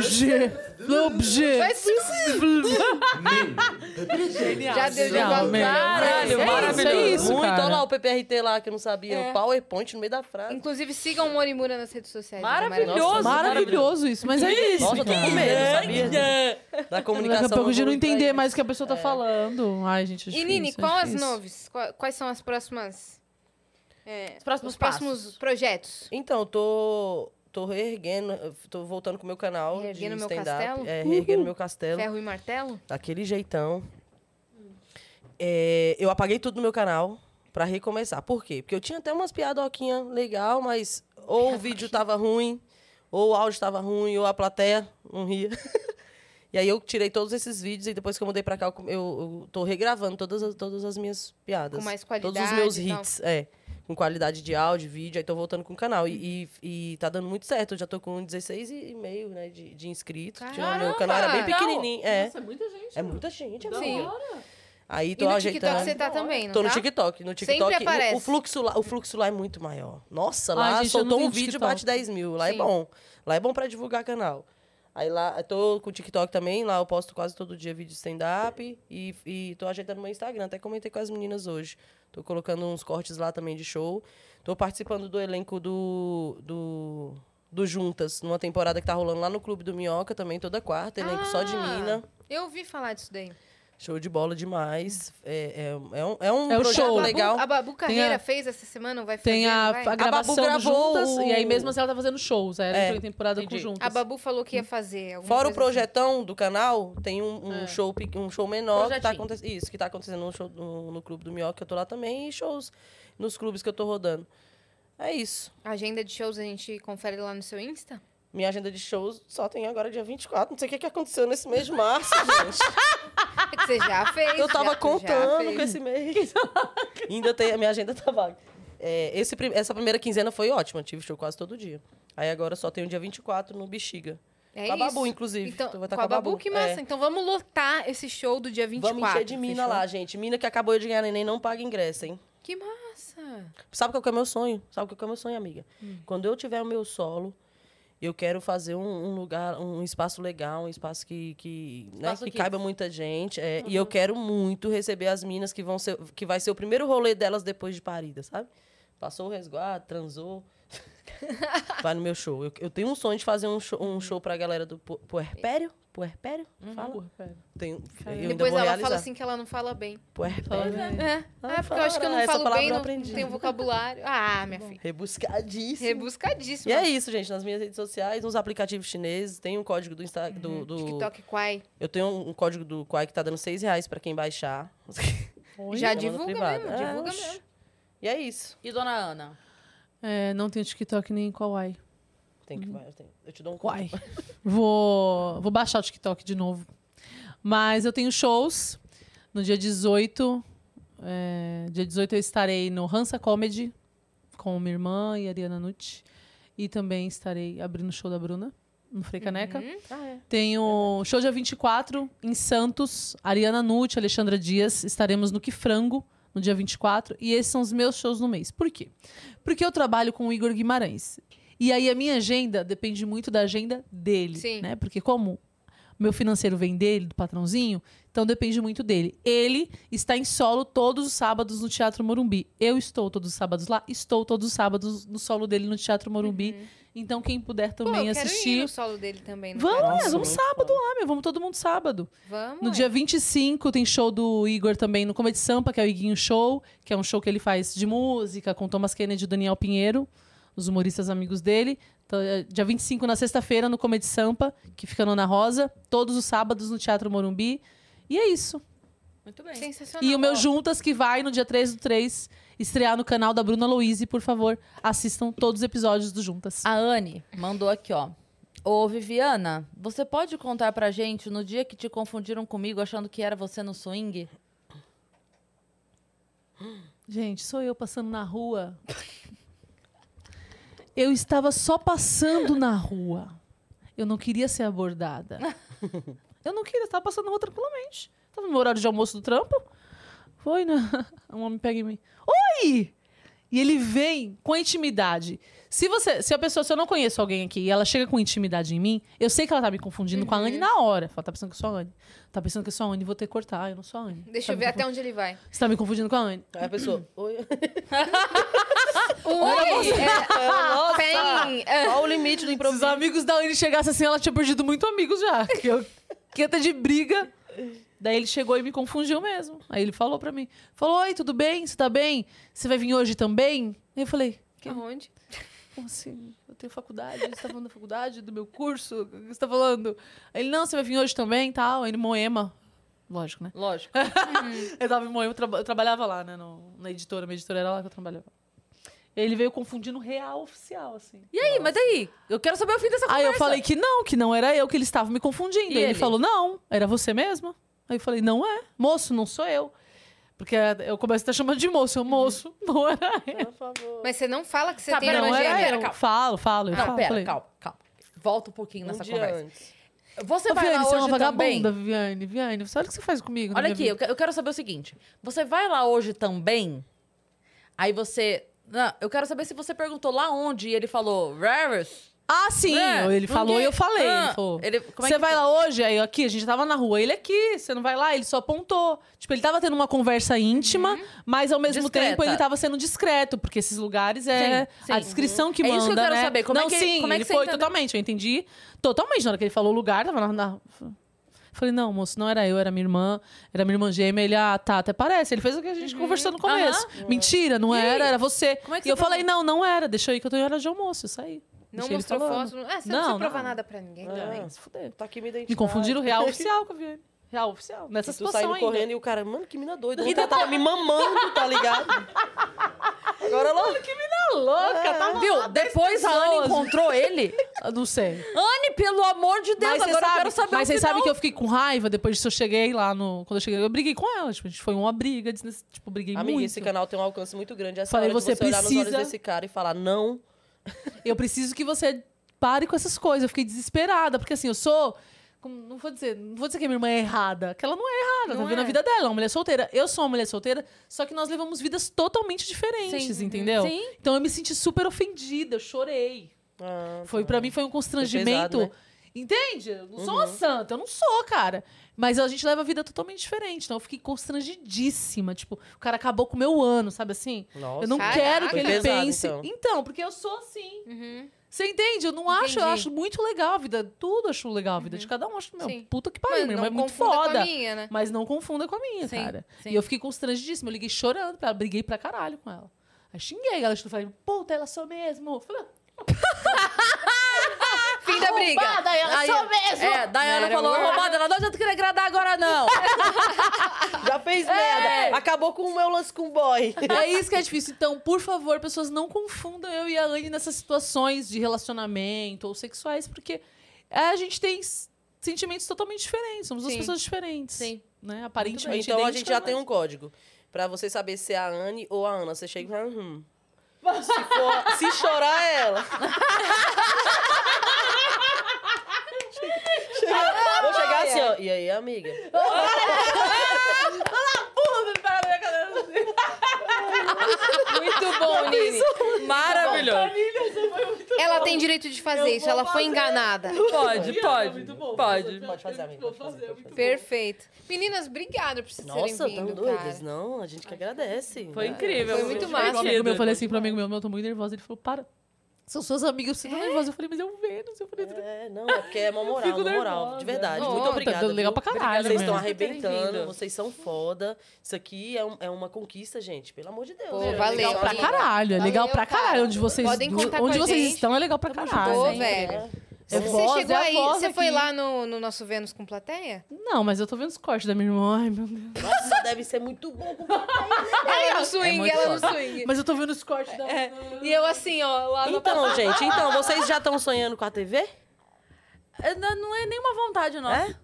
G, G. Genial. Já deu de Não, voltar. meu. Caralho, É isso, maravilhoso. É isso, Muito, cara. É. olha lá o PPRT lá que eu não sabia. O PowerPoint no meio da frase. Inclusive, sigam o Morimura nas redes sociais. ele é Maravilhoso. Maravilhoso isso, mas é isso. Nossa, eu tô cara. É, com medo, sabia? Da Daqui comunicação. a pouco de não vamos pra entender isso. mais o que a pessoa tá falando. Ai, gente, É. E é difícil, Nini, é qual as difícil. noves? Qua- Quais são as próximas... é, Os próximos os próximos passos. projetos? Então, eu tô, tô reerguendo, eu tô voltando com o meu canal Reerguendo de meu stand-up. castelo? É, reerguendo meu castelo. Ferro e martelo? Daquele jeitão. É, eu apaguei tudo no meu canal pra recomeçar. Por quê? Porque eu tinha até umas piadoquinhas legal, mas ou o vídeo tava ruim, ou o áudio tava ruim, ou a plateia não ria. e aí eu tirei todos esses vídeos e depois que eu mudei pra cá, eu, eu, eu tô regravando todas as, todas as minhas piadas. Com mais Todos os qualidade então? meus e tal. hits, é. Com qualidade de áudio, vídeo, aí tô voltando com o canal. E, e, e tá dando muito certo. Eu já tô com 16,5 né, de, de inscritos. Tinha- Meu canal era bem Caramba! pequenininho. É. Nossa, é muita gente. É muita gente, Da amiga. hora. Aí E tô no TikTok ajeitando. você tá também, não Tô no tá? TikTok. No TikTok, Sempre o- aparece. o, fluxo lá, o fluxo lá é muito maior. Nossa, lá Ai, gente, eu não soltou um tenho vídeo e TikTok. bate 10 mil. Lá é Sim. bom. Lá é bom pra divulgar canal. Aí lá, eu tô com o TikTok também, lá eu posto quase todo dia vídeo de stand-up e, e tô ajeitando meu Instagram. Até comentei com as meninas hoje. Tô colocando uns cortes lá também de show. Tô participando do elenco do. do do Juntas, numa temporada que tá rolando lá no Clube do Minhoca também, toda quarta, elenco só de Ah, mina. Eu ouvi falar disso daí. Show de bola demais. É, é, é um, é um É o projeto show. legal. A Babu Carreira Tem a- fez essa semana, vai fazer, Tem a, não a vai? gravação do gravou juntas, e aí o- mesmo assim ela tá fazendo shows. Aí ela É, entrou em temporada entendi. com juntas. A Babu falou que ia fazer. alguma Fora o coisa assim. projetão do canal, tem um, um show, pe- um show menor que tá, É. Projetinho. aconte... Isso, que tá acontecendo no, show, no, no Clube do Minhoca, que eu tô lá também, e shows nos clubes que eu tô rodando. É isso. A Agenda de shows a gente confere lá no seu Insta? Minha agenda de shows só tem agora dia 24. Não sei o que, que aconteceu nesse mês de março, gente. É que você já fez. Eu tava já- já contando fez. com esse mês. Ainda tem, a minha agenda tá vaga. É, esse, prim- essa primeira quinzena foi ótima, tive show quase todo dia. Aí agora só tem o dia 24 no Bexiga. É com a isso. Babu, inclusive. Então, Eu com vou a tá Babu, que massa. É. Então vamos lotar esse show do dia 24. Vamos encher de mina fechou? lá, gente. Mina que acabou de ganhar neném não paga ingresso, hein? Que massa. Sabe qual que é o meu sonho? Sabe qual que é o meu sonho, amiga? Hum. Quando eu tiver o meu solo, eu quero fazer um, um lugar, um espaço legal, um espaço que, que, né, Espaço que kids. caiba muita gente. é, E Uhum. eu quero muito receber as minas que vão ser, que vai ser o primeiro rolê delas depois de parida, sabe? Passou o resguardo, transou. vai no meu show. Eu, eu tenho um sonho de fazer um show, Uhum. um show pra galera do pu- puerpério. Puerpério? Fala. Porra, pera. Tenho, eu ainda Depois vou ela realizar. fala assim que ela não fala bem. Puerpério. É. Ah, Ah, porque eu acho que eu não essa falo palavra bem, eu não aprendi. tenho vocabulário. Ah, minha filha. Rebuscadíssimo. Rebuscadíssimo. E é isso, gente. Nas minhas redes sociais, nos aplicativos chineses, tem um código do Instagram. Do, do- Uhum. TikTok Quai. Eu tenho um código do Quai que tá dando 6 reais pra quem baixar. Já Chama no divulga privado. mesmo, É, divulga oxe. mesmo. E é isso. E dona Ana? É, não tenho TikTok nem Kawaii. Tem Uhum. que, vai, tem- Eu te dou um Uai. código. Vou, vou baixar o TikTok de novo. Mas eu tenho shows no dia 18. é, dia 18 eu estarei no Hansa Comedy com minha irmã e a Ariana Nucci. E também estarei abrindo o show da Bruna no Frei Uhum. Caneca. Ah, é. Tenho show dia 24 em Santos, Ariana Nucci, Alexandra Dias. Estaremos no Que Frango no dia 24. E esses são os meus shows no mês. Por quê? Porque eu trabalho com o Igor Guimarães. E aí a minha agenda depende muito da agenda dele, Sim. né? Porque como meu financeiro vem dele, do patrãozinho, então depende muito dele. Ele está em solo todos os sábados no Teatro Morumbi. Eu estou todos os sábados lá, estou todos os sábados no solo dele no Teatro Morumbi. Então quem puder Uhum. Pô, eu também quero assistir. ir no solo dele também. não Vamos, quero? é, vamos muito sábado lá, meu. Vamos todo mundo sábado. Vamos. No ué. dia 25 tem show do Igor também no Comedy Sampa, que é o Iguinho Show, que é um show que ele faz de música com Thomas Kennedy e Daniel Pinheiro, os humoristas amigos dele. Então, é dia 25 na sexta-feira no Comedy Sampa, que fica na Ana Rosa, todos os sábados no Teatro Morumbi. E é isso. Muito bem. Sensacional. E o meu Ó, Juntas, que vai no dia 3 do 3, estrear no canal da Bruna Louise, por favor, assistam todos os episódios do Juntas. A Anne mandou aqui, ó. Ô, Viviana, você pode contar pra gente no dia que te confundiram comigo achando que era você no swing? Gente, sou eu passando na rua. Eu estava só passando na rua. Eu não queria ser abordada. Eu não queria, estava passando na rua tranquilamente. Estava no meu horário de almoço do trampo. Foi, né? Um homem pega em mim. Oi! E ele vem com a intimidade. Se você, se a pessoa, se eu não conheço alguém aqui e ela chega com intimidade em mim, eu sei que ela tá me confundindo com a Uhum. Anne na hora. Fala, tá pensando que eu sou a Anne. Tá pensando que eu sou a Anne, vou ter que cortar, eu não sou a Anne. Deixa Tá eu me ver confu- até um onde ele vai. Você tá me confundindo com a Anne. Aí a pessoa. Oi. Oi! Um, É, Nossa! tem, é, Olha o limite do Se os improviso. amigos da Anne chegassem assim, ela tinha perdido muito amigo já. Que eu quieta de briga. Daí ele chegou e me confundiu mesmo. Aí ele falou pra mim: falou: Oi, tudo bem? Você tá bem? Você vai vir hoje também? Aí eu falei, Aonde? como assim? Eu tenho faculdade, você tá falando da faculdade, do meu curso? O que você tá falando? Aí ele, não, você vai vir hoje também e tal. Aí ele Moema. Lógico, né? Lógico. Eu tava em Moema, eu, traba- eu trabalhava lá, né? no- na editora, minha editora era lá que eu trabalhava. Ele veio confundindo real oficial, assim. E aí, mas aí? Eu quero saber o fim dessa conversa. Aí Ah, eu falei que não, que não era eu, que ele estava me confundindo. E Aí ele? ele? falou, não, era você mesma. Aí eu falei, não é, moço, não sou eu. Porque eu começo a estar chamando de moço, eu, moço, Uhum. não era eu. Por favor. Mas você não fala que você Tá, tem pera, uma não pera, era gêmea. pera, eu. calma. Falo, falo, eu Não, falo. pera, falei, calma, calma. Volta um pouquinho Um nessa dia conversa. antes. Você Ô, vai Viane, lá você é hoje uma também? vagabunda, Viane, Viane. Sabe o que você faz comigo? na Olha minha aqui, vida? eu, que- eu quero saber o seguinte. Você vai lá hoje também? Aí você... Não, eu quero saber se você perguntou lá onde e ele falou... Rivers? Ah, sim! É, ele falou porque- e eu falei. Ah, ele falou, ele- como é você que vai lá hoje? Aí eu aqui, a gente tava na rua, ele aqui, você não vai lá? Ele só apontou. Tipo, ele tava tendo uma conversa íntima, mas ao Uhum. mesmo Discreta. tempo ele tava sendo discreto, porque esses lugares é Sim, sim. a descrição que É manda, isso que eu quero né? saber, como é não, que- sim, como é que ele você foi entendeu? totalmente, eu entendi. Totalmente, na hora que ele falou o lugar, tava na... na- Falei, não, moço, não era eu, era minha irmã. Era minha irmã gêmea. Ele, ah, tá, até parece. Ele fez o que a Uhum. gente conversou no começo. Mentira, não era, era você. Como é que e você eu falei, provou? não, não era. Deixa aí que eu tô em hora de almoço, isso aí. Não Deixei ele mostrou falando. foto. não- Ah, você não, precisa Não, provar não. nada pra ninguém também. Ah, É, se fuder. Tá aqui me identificando. Me confundiram o real oficial com a Viviane. Real oficial. Nessa Tu saindo situação ainda. correndo e o cara, mano, que mina doida. E tava me mamando, tá ligado? Agora lá. Tá louca, tá Viu? Depois a Anne encontrou ele. É. Eu Não sei. Anne, pelo amor de Deus, você agora eu quero saber mas o vocês final. sabem que eu fiquei com raiva depois disso. Eu cheguei lá no. Quando eu cheguei, eu briguei com ela. Tipo, a gente foi uma briga. desnec- Tipo, briguei Amiga, muito. esse canal tem um alcance muito grande. Essa Falei, hora de você você olhar nos precisa- olhos desse cara e falar, não. Eu preciso que você pare com essas coisas. Eu fiquei desesperada, porque assim, eu sou. como- Não vou dizer, não vou dizer que a minha irmã é errada, que ela não é errada, tá vendo a vida dela, é uma mulher solteira. Eu sou uma mulher solteira, só que nós levamos vidas totalmente diferentes, Sim. entendeu? Sim. Então eu me senti super ofendida, eu chorei. Ah, Foi para mim foi um constrangimento. pesado, né? Uhum. Entende? Eu não sou uma santa, eu não sou, cara. Mas a gente leva a vida totalmente diferente. Então eu fiquei constrangidíssima. Tipo, o cara acabou com o meu ano, sabe assim? Nossa. eu não Caraca. quero que Foi ele pesado, pense. então. porque eu sou assim. Uhum. Você entende? Eu não acho, eu Entendi. Uhum. acho muito legal a vida. Tudo acho legal a vida de cada um. Acho, meu, Sim. puta que pariu, minha irmã é muito confunda com a foda. minha, né? Mas não confunda com a minha, Sim, cara. sim. E eu fiquei constrangidíssima. Eu liguei chorando pra ela, briguei pra caralho com ela. Aí xinguei ela, eu falei, puta, ela sou mesmo. Eu Falei, Fim da briga. Arrombada, ela Aí- sou mesmo. É, Dayana Era falou boa. roubada, ela não adianta querer agradar agora, não. Já fez merda. Acabou com o meu lance com o boy. É isso que é difícil. Então, por favor, pessoas não confundam eu e a Anne nessas situações de relacionamento ou sexuais, porque é, a gente tem s- sentimentos totalmente diferentes. Somos duas Sim. pessoas diferentes. Sim. Né? Aparentemente Então a gente idênticas, já tem mas- um código. Pra você saber se é a Anne ou a Ana. Você chega e fala, hum. Se, for- se chorar, é ela. Chega- chega- vou chegar assim, ó. E aí, amiga? um Muito bom, Nini. Maravilhoso. Ela tem direito de fazer isso, ela foi enganada. Pode, pode. Pode. Pode fazer, amiga. Pode fazer, pode fazer. Perfeito. Meninas, obrigada por vocês Nossa, terem tão vindo, doidas. cara. Não, a gente que agradece. né? Foi incrível. Foi muito divertido. massa. Um amigo meu, eu falei assim pro amigo meu, meu, eu tô muito nervosa. Ele falou, para. São suas amigas, você tá É. nervosa. Eu falei, mas eu Vênus. Eu falei, É, não, é porque é uma moral, Fico uma moral. nervosa. De verdade. Ó, Muito tá obrigada. dando legal viu? pra caralho, Vocês estão né? arrebentando, Bem-vindo. vocês são foda. Isso aqui é, um- é uma conquista, gente. Pelo amor de Deus. Pô, né? Legal valeu, legal pra amiga. caralho. É legal pra cara. caralho. Onde vocês, Podem du- contar com onde a vocês gente. estão é legal pra caralho. junto, hein? velho. né? É Você voz, chegou é a aí, voz você aqui. foi lá no, no nosso Vênus com plateia? Não, mas eu tô vendo os cortes da minha irmã. Ai, meu Deus. Nossa, deve ser muito bom. com- é, Ela é no swing, muito ela no swing. Mas eu tô vendo os cortes da É, E eu assim, ó, lá no... Então, gente, então, vocês já estão sonhando com a TV? É, Não não é nenhuma vontade nossa.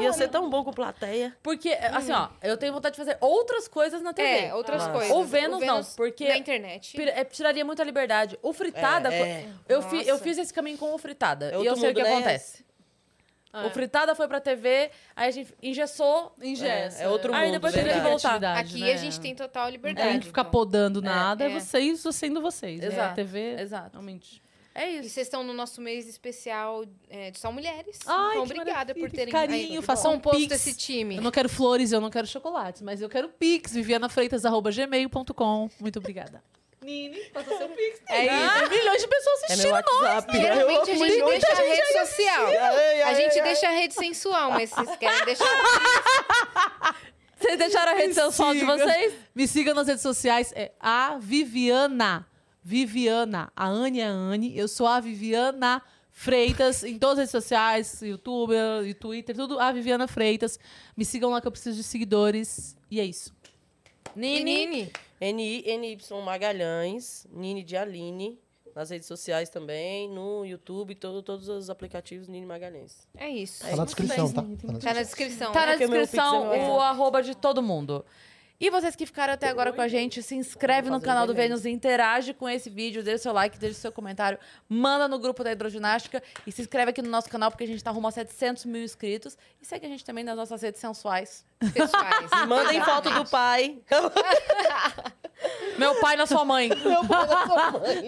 Ia ser tão bom com plateia. Porque, assim, ó, eu tenho vontade de fazer outras coisas na TV. É, outras Ah. coisas. Ou Vênus, O não, porque- Na internet. Pira- é, tiraria muita liberdade. O fritada. É, co- é. Eu, fi- eu Nossa. fiz esse caminho com o fritada. É e eu outro sei o que mundo, né? acontece. O fritada foi pra TV, aí a gente engessou. É, é outro Aí mundo, depois verdade. teve que voltar. É. Aqui a gente tem É, total liberdade. né? Tem que ficar então. podando nada, é, é. vocês sendo vocês. né? Exato, A TV. Exato. Realmente. É E isso. vocês estão no nosso mês especial é, de só mulheres. Ai, então, que obrigada maravilha, por terem carinho, aí, façam um composto pix. esse time. Eu não quero flores, eu não quero chocolates, mas eu quero pix, vivianafreitas.gmail.com. Muito obrigada. Nini, faça seu pix. É isso. Milhões de pessoas É meu assistindo. WhatsApp. Geralmente a gente Milhões de deixa a rede social. A gente deixa a rede sensual, mas vocês querem deixar. Vocês deixaram a rede social de Siga. vocês? Me siga nas redes sociais, é a Viviana. Viviana. A Anne é a Anne. Eu sou a Viviana Freitas em todas as redes sociais, YouTube e Twitter, tudo a Viviana Freitas. Me sigam lá que eu preciso de seguidores. E é isso. Nini. Menine, N-I-N-Y Magalhães, Nini de Aline, nas redes sociais também, no YouTube, todo- todos os aplicativos Nini Magalhães. é isso. Tá na descrição, tá? Tá na Tá descrição. na descrição. Tá né? na porque o meu descrição pix é meu o arroba de todo mundo. E vocês que ficaram até agora com a gente, se inscreve no fazer canal do veneno. Vênus, interage com esse vídeo, deixa o seu like, deixa o seu comentário, manda no grupo da Hidroginástica e se inscreve aqui no nosso canal, porque a gente tá rumo a 700 mil inscritos. E segue a gente também nas nossas redes sensuais. Tá pessoais. Mandem foto do pai. Meu pai na sua mãe.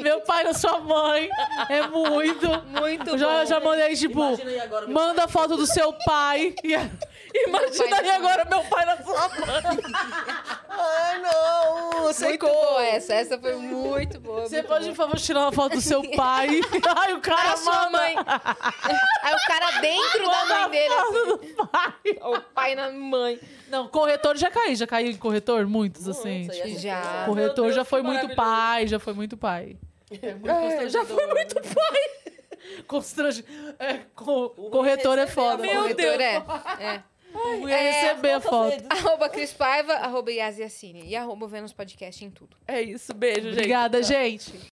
Meu pai na sua mãe. É muito. Muito Eu já, já mandei, tipo, Imagina aí agora meu manda a foto do seu pai. E a- na Imagina aí sua agora meu pai na sua Ai, não! Sei Muito como. boa essa. Essa foi muito boa. Você muito pode, por boa. favor, tirar uma foto do seu pai? Ai, o cara a sua manda mãe. Aí o cara dentro da mãe dele. a foto do pai. assim, O pai na mãe. Não, corretor já caí. Já caí em corretor? Muitos, Muito, assim. aí tipo, essa Já. coisa. corretor Meu já Deus, foi que muito maravilhoso. pai, já foi muito pai. É, já foi muito pai. Constrange... É, co- corretor é foda. Meu Deus. É. é. Eu ia receber a foto. Arroba Cris Paiva, arroba Yasiacine e arroba Vênus Podcast em tudo. É isso, beijo, gente. Obrigada, gente.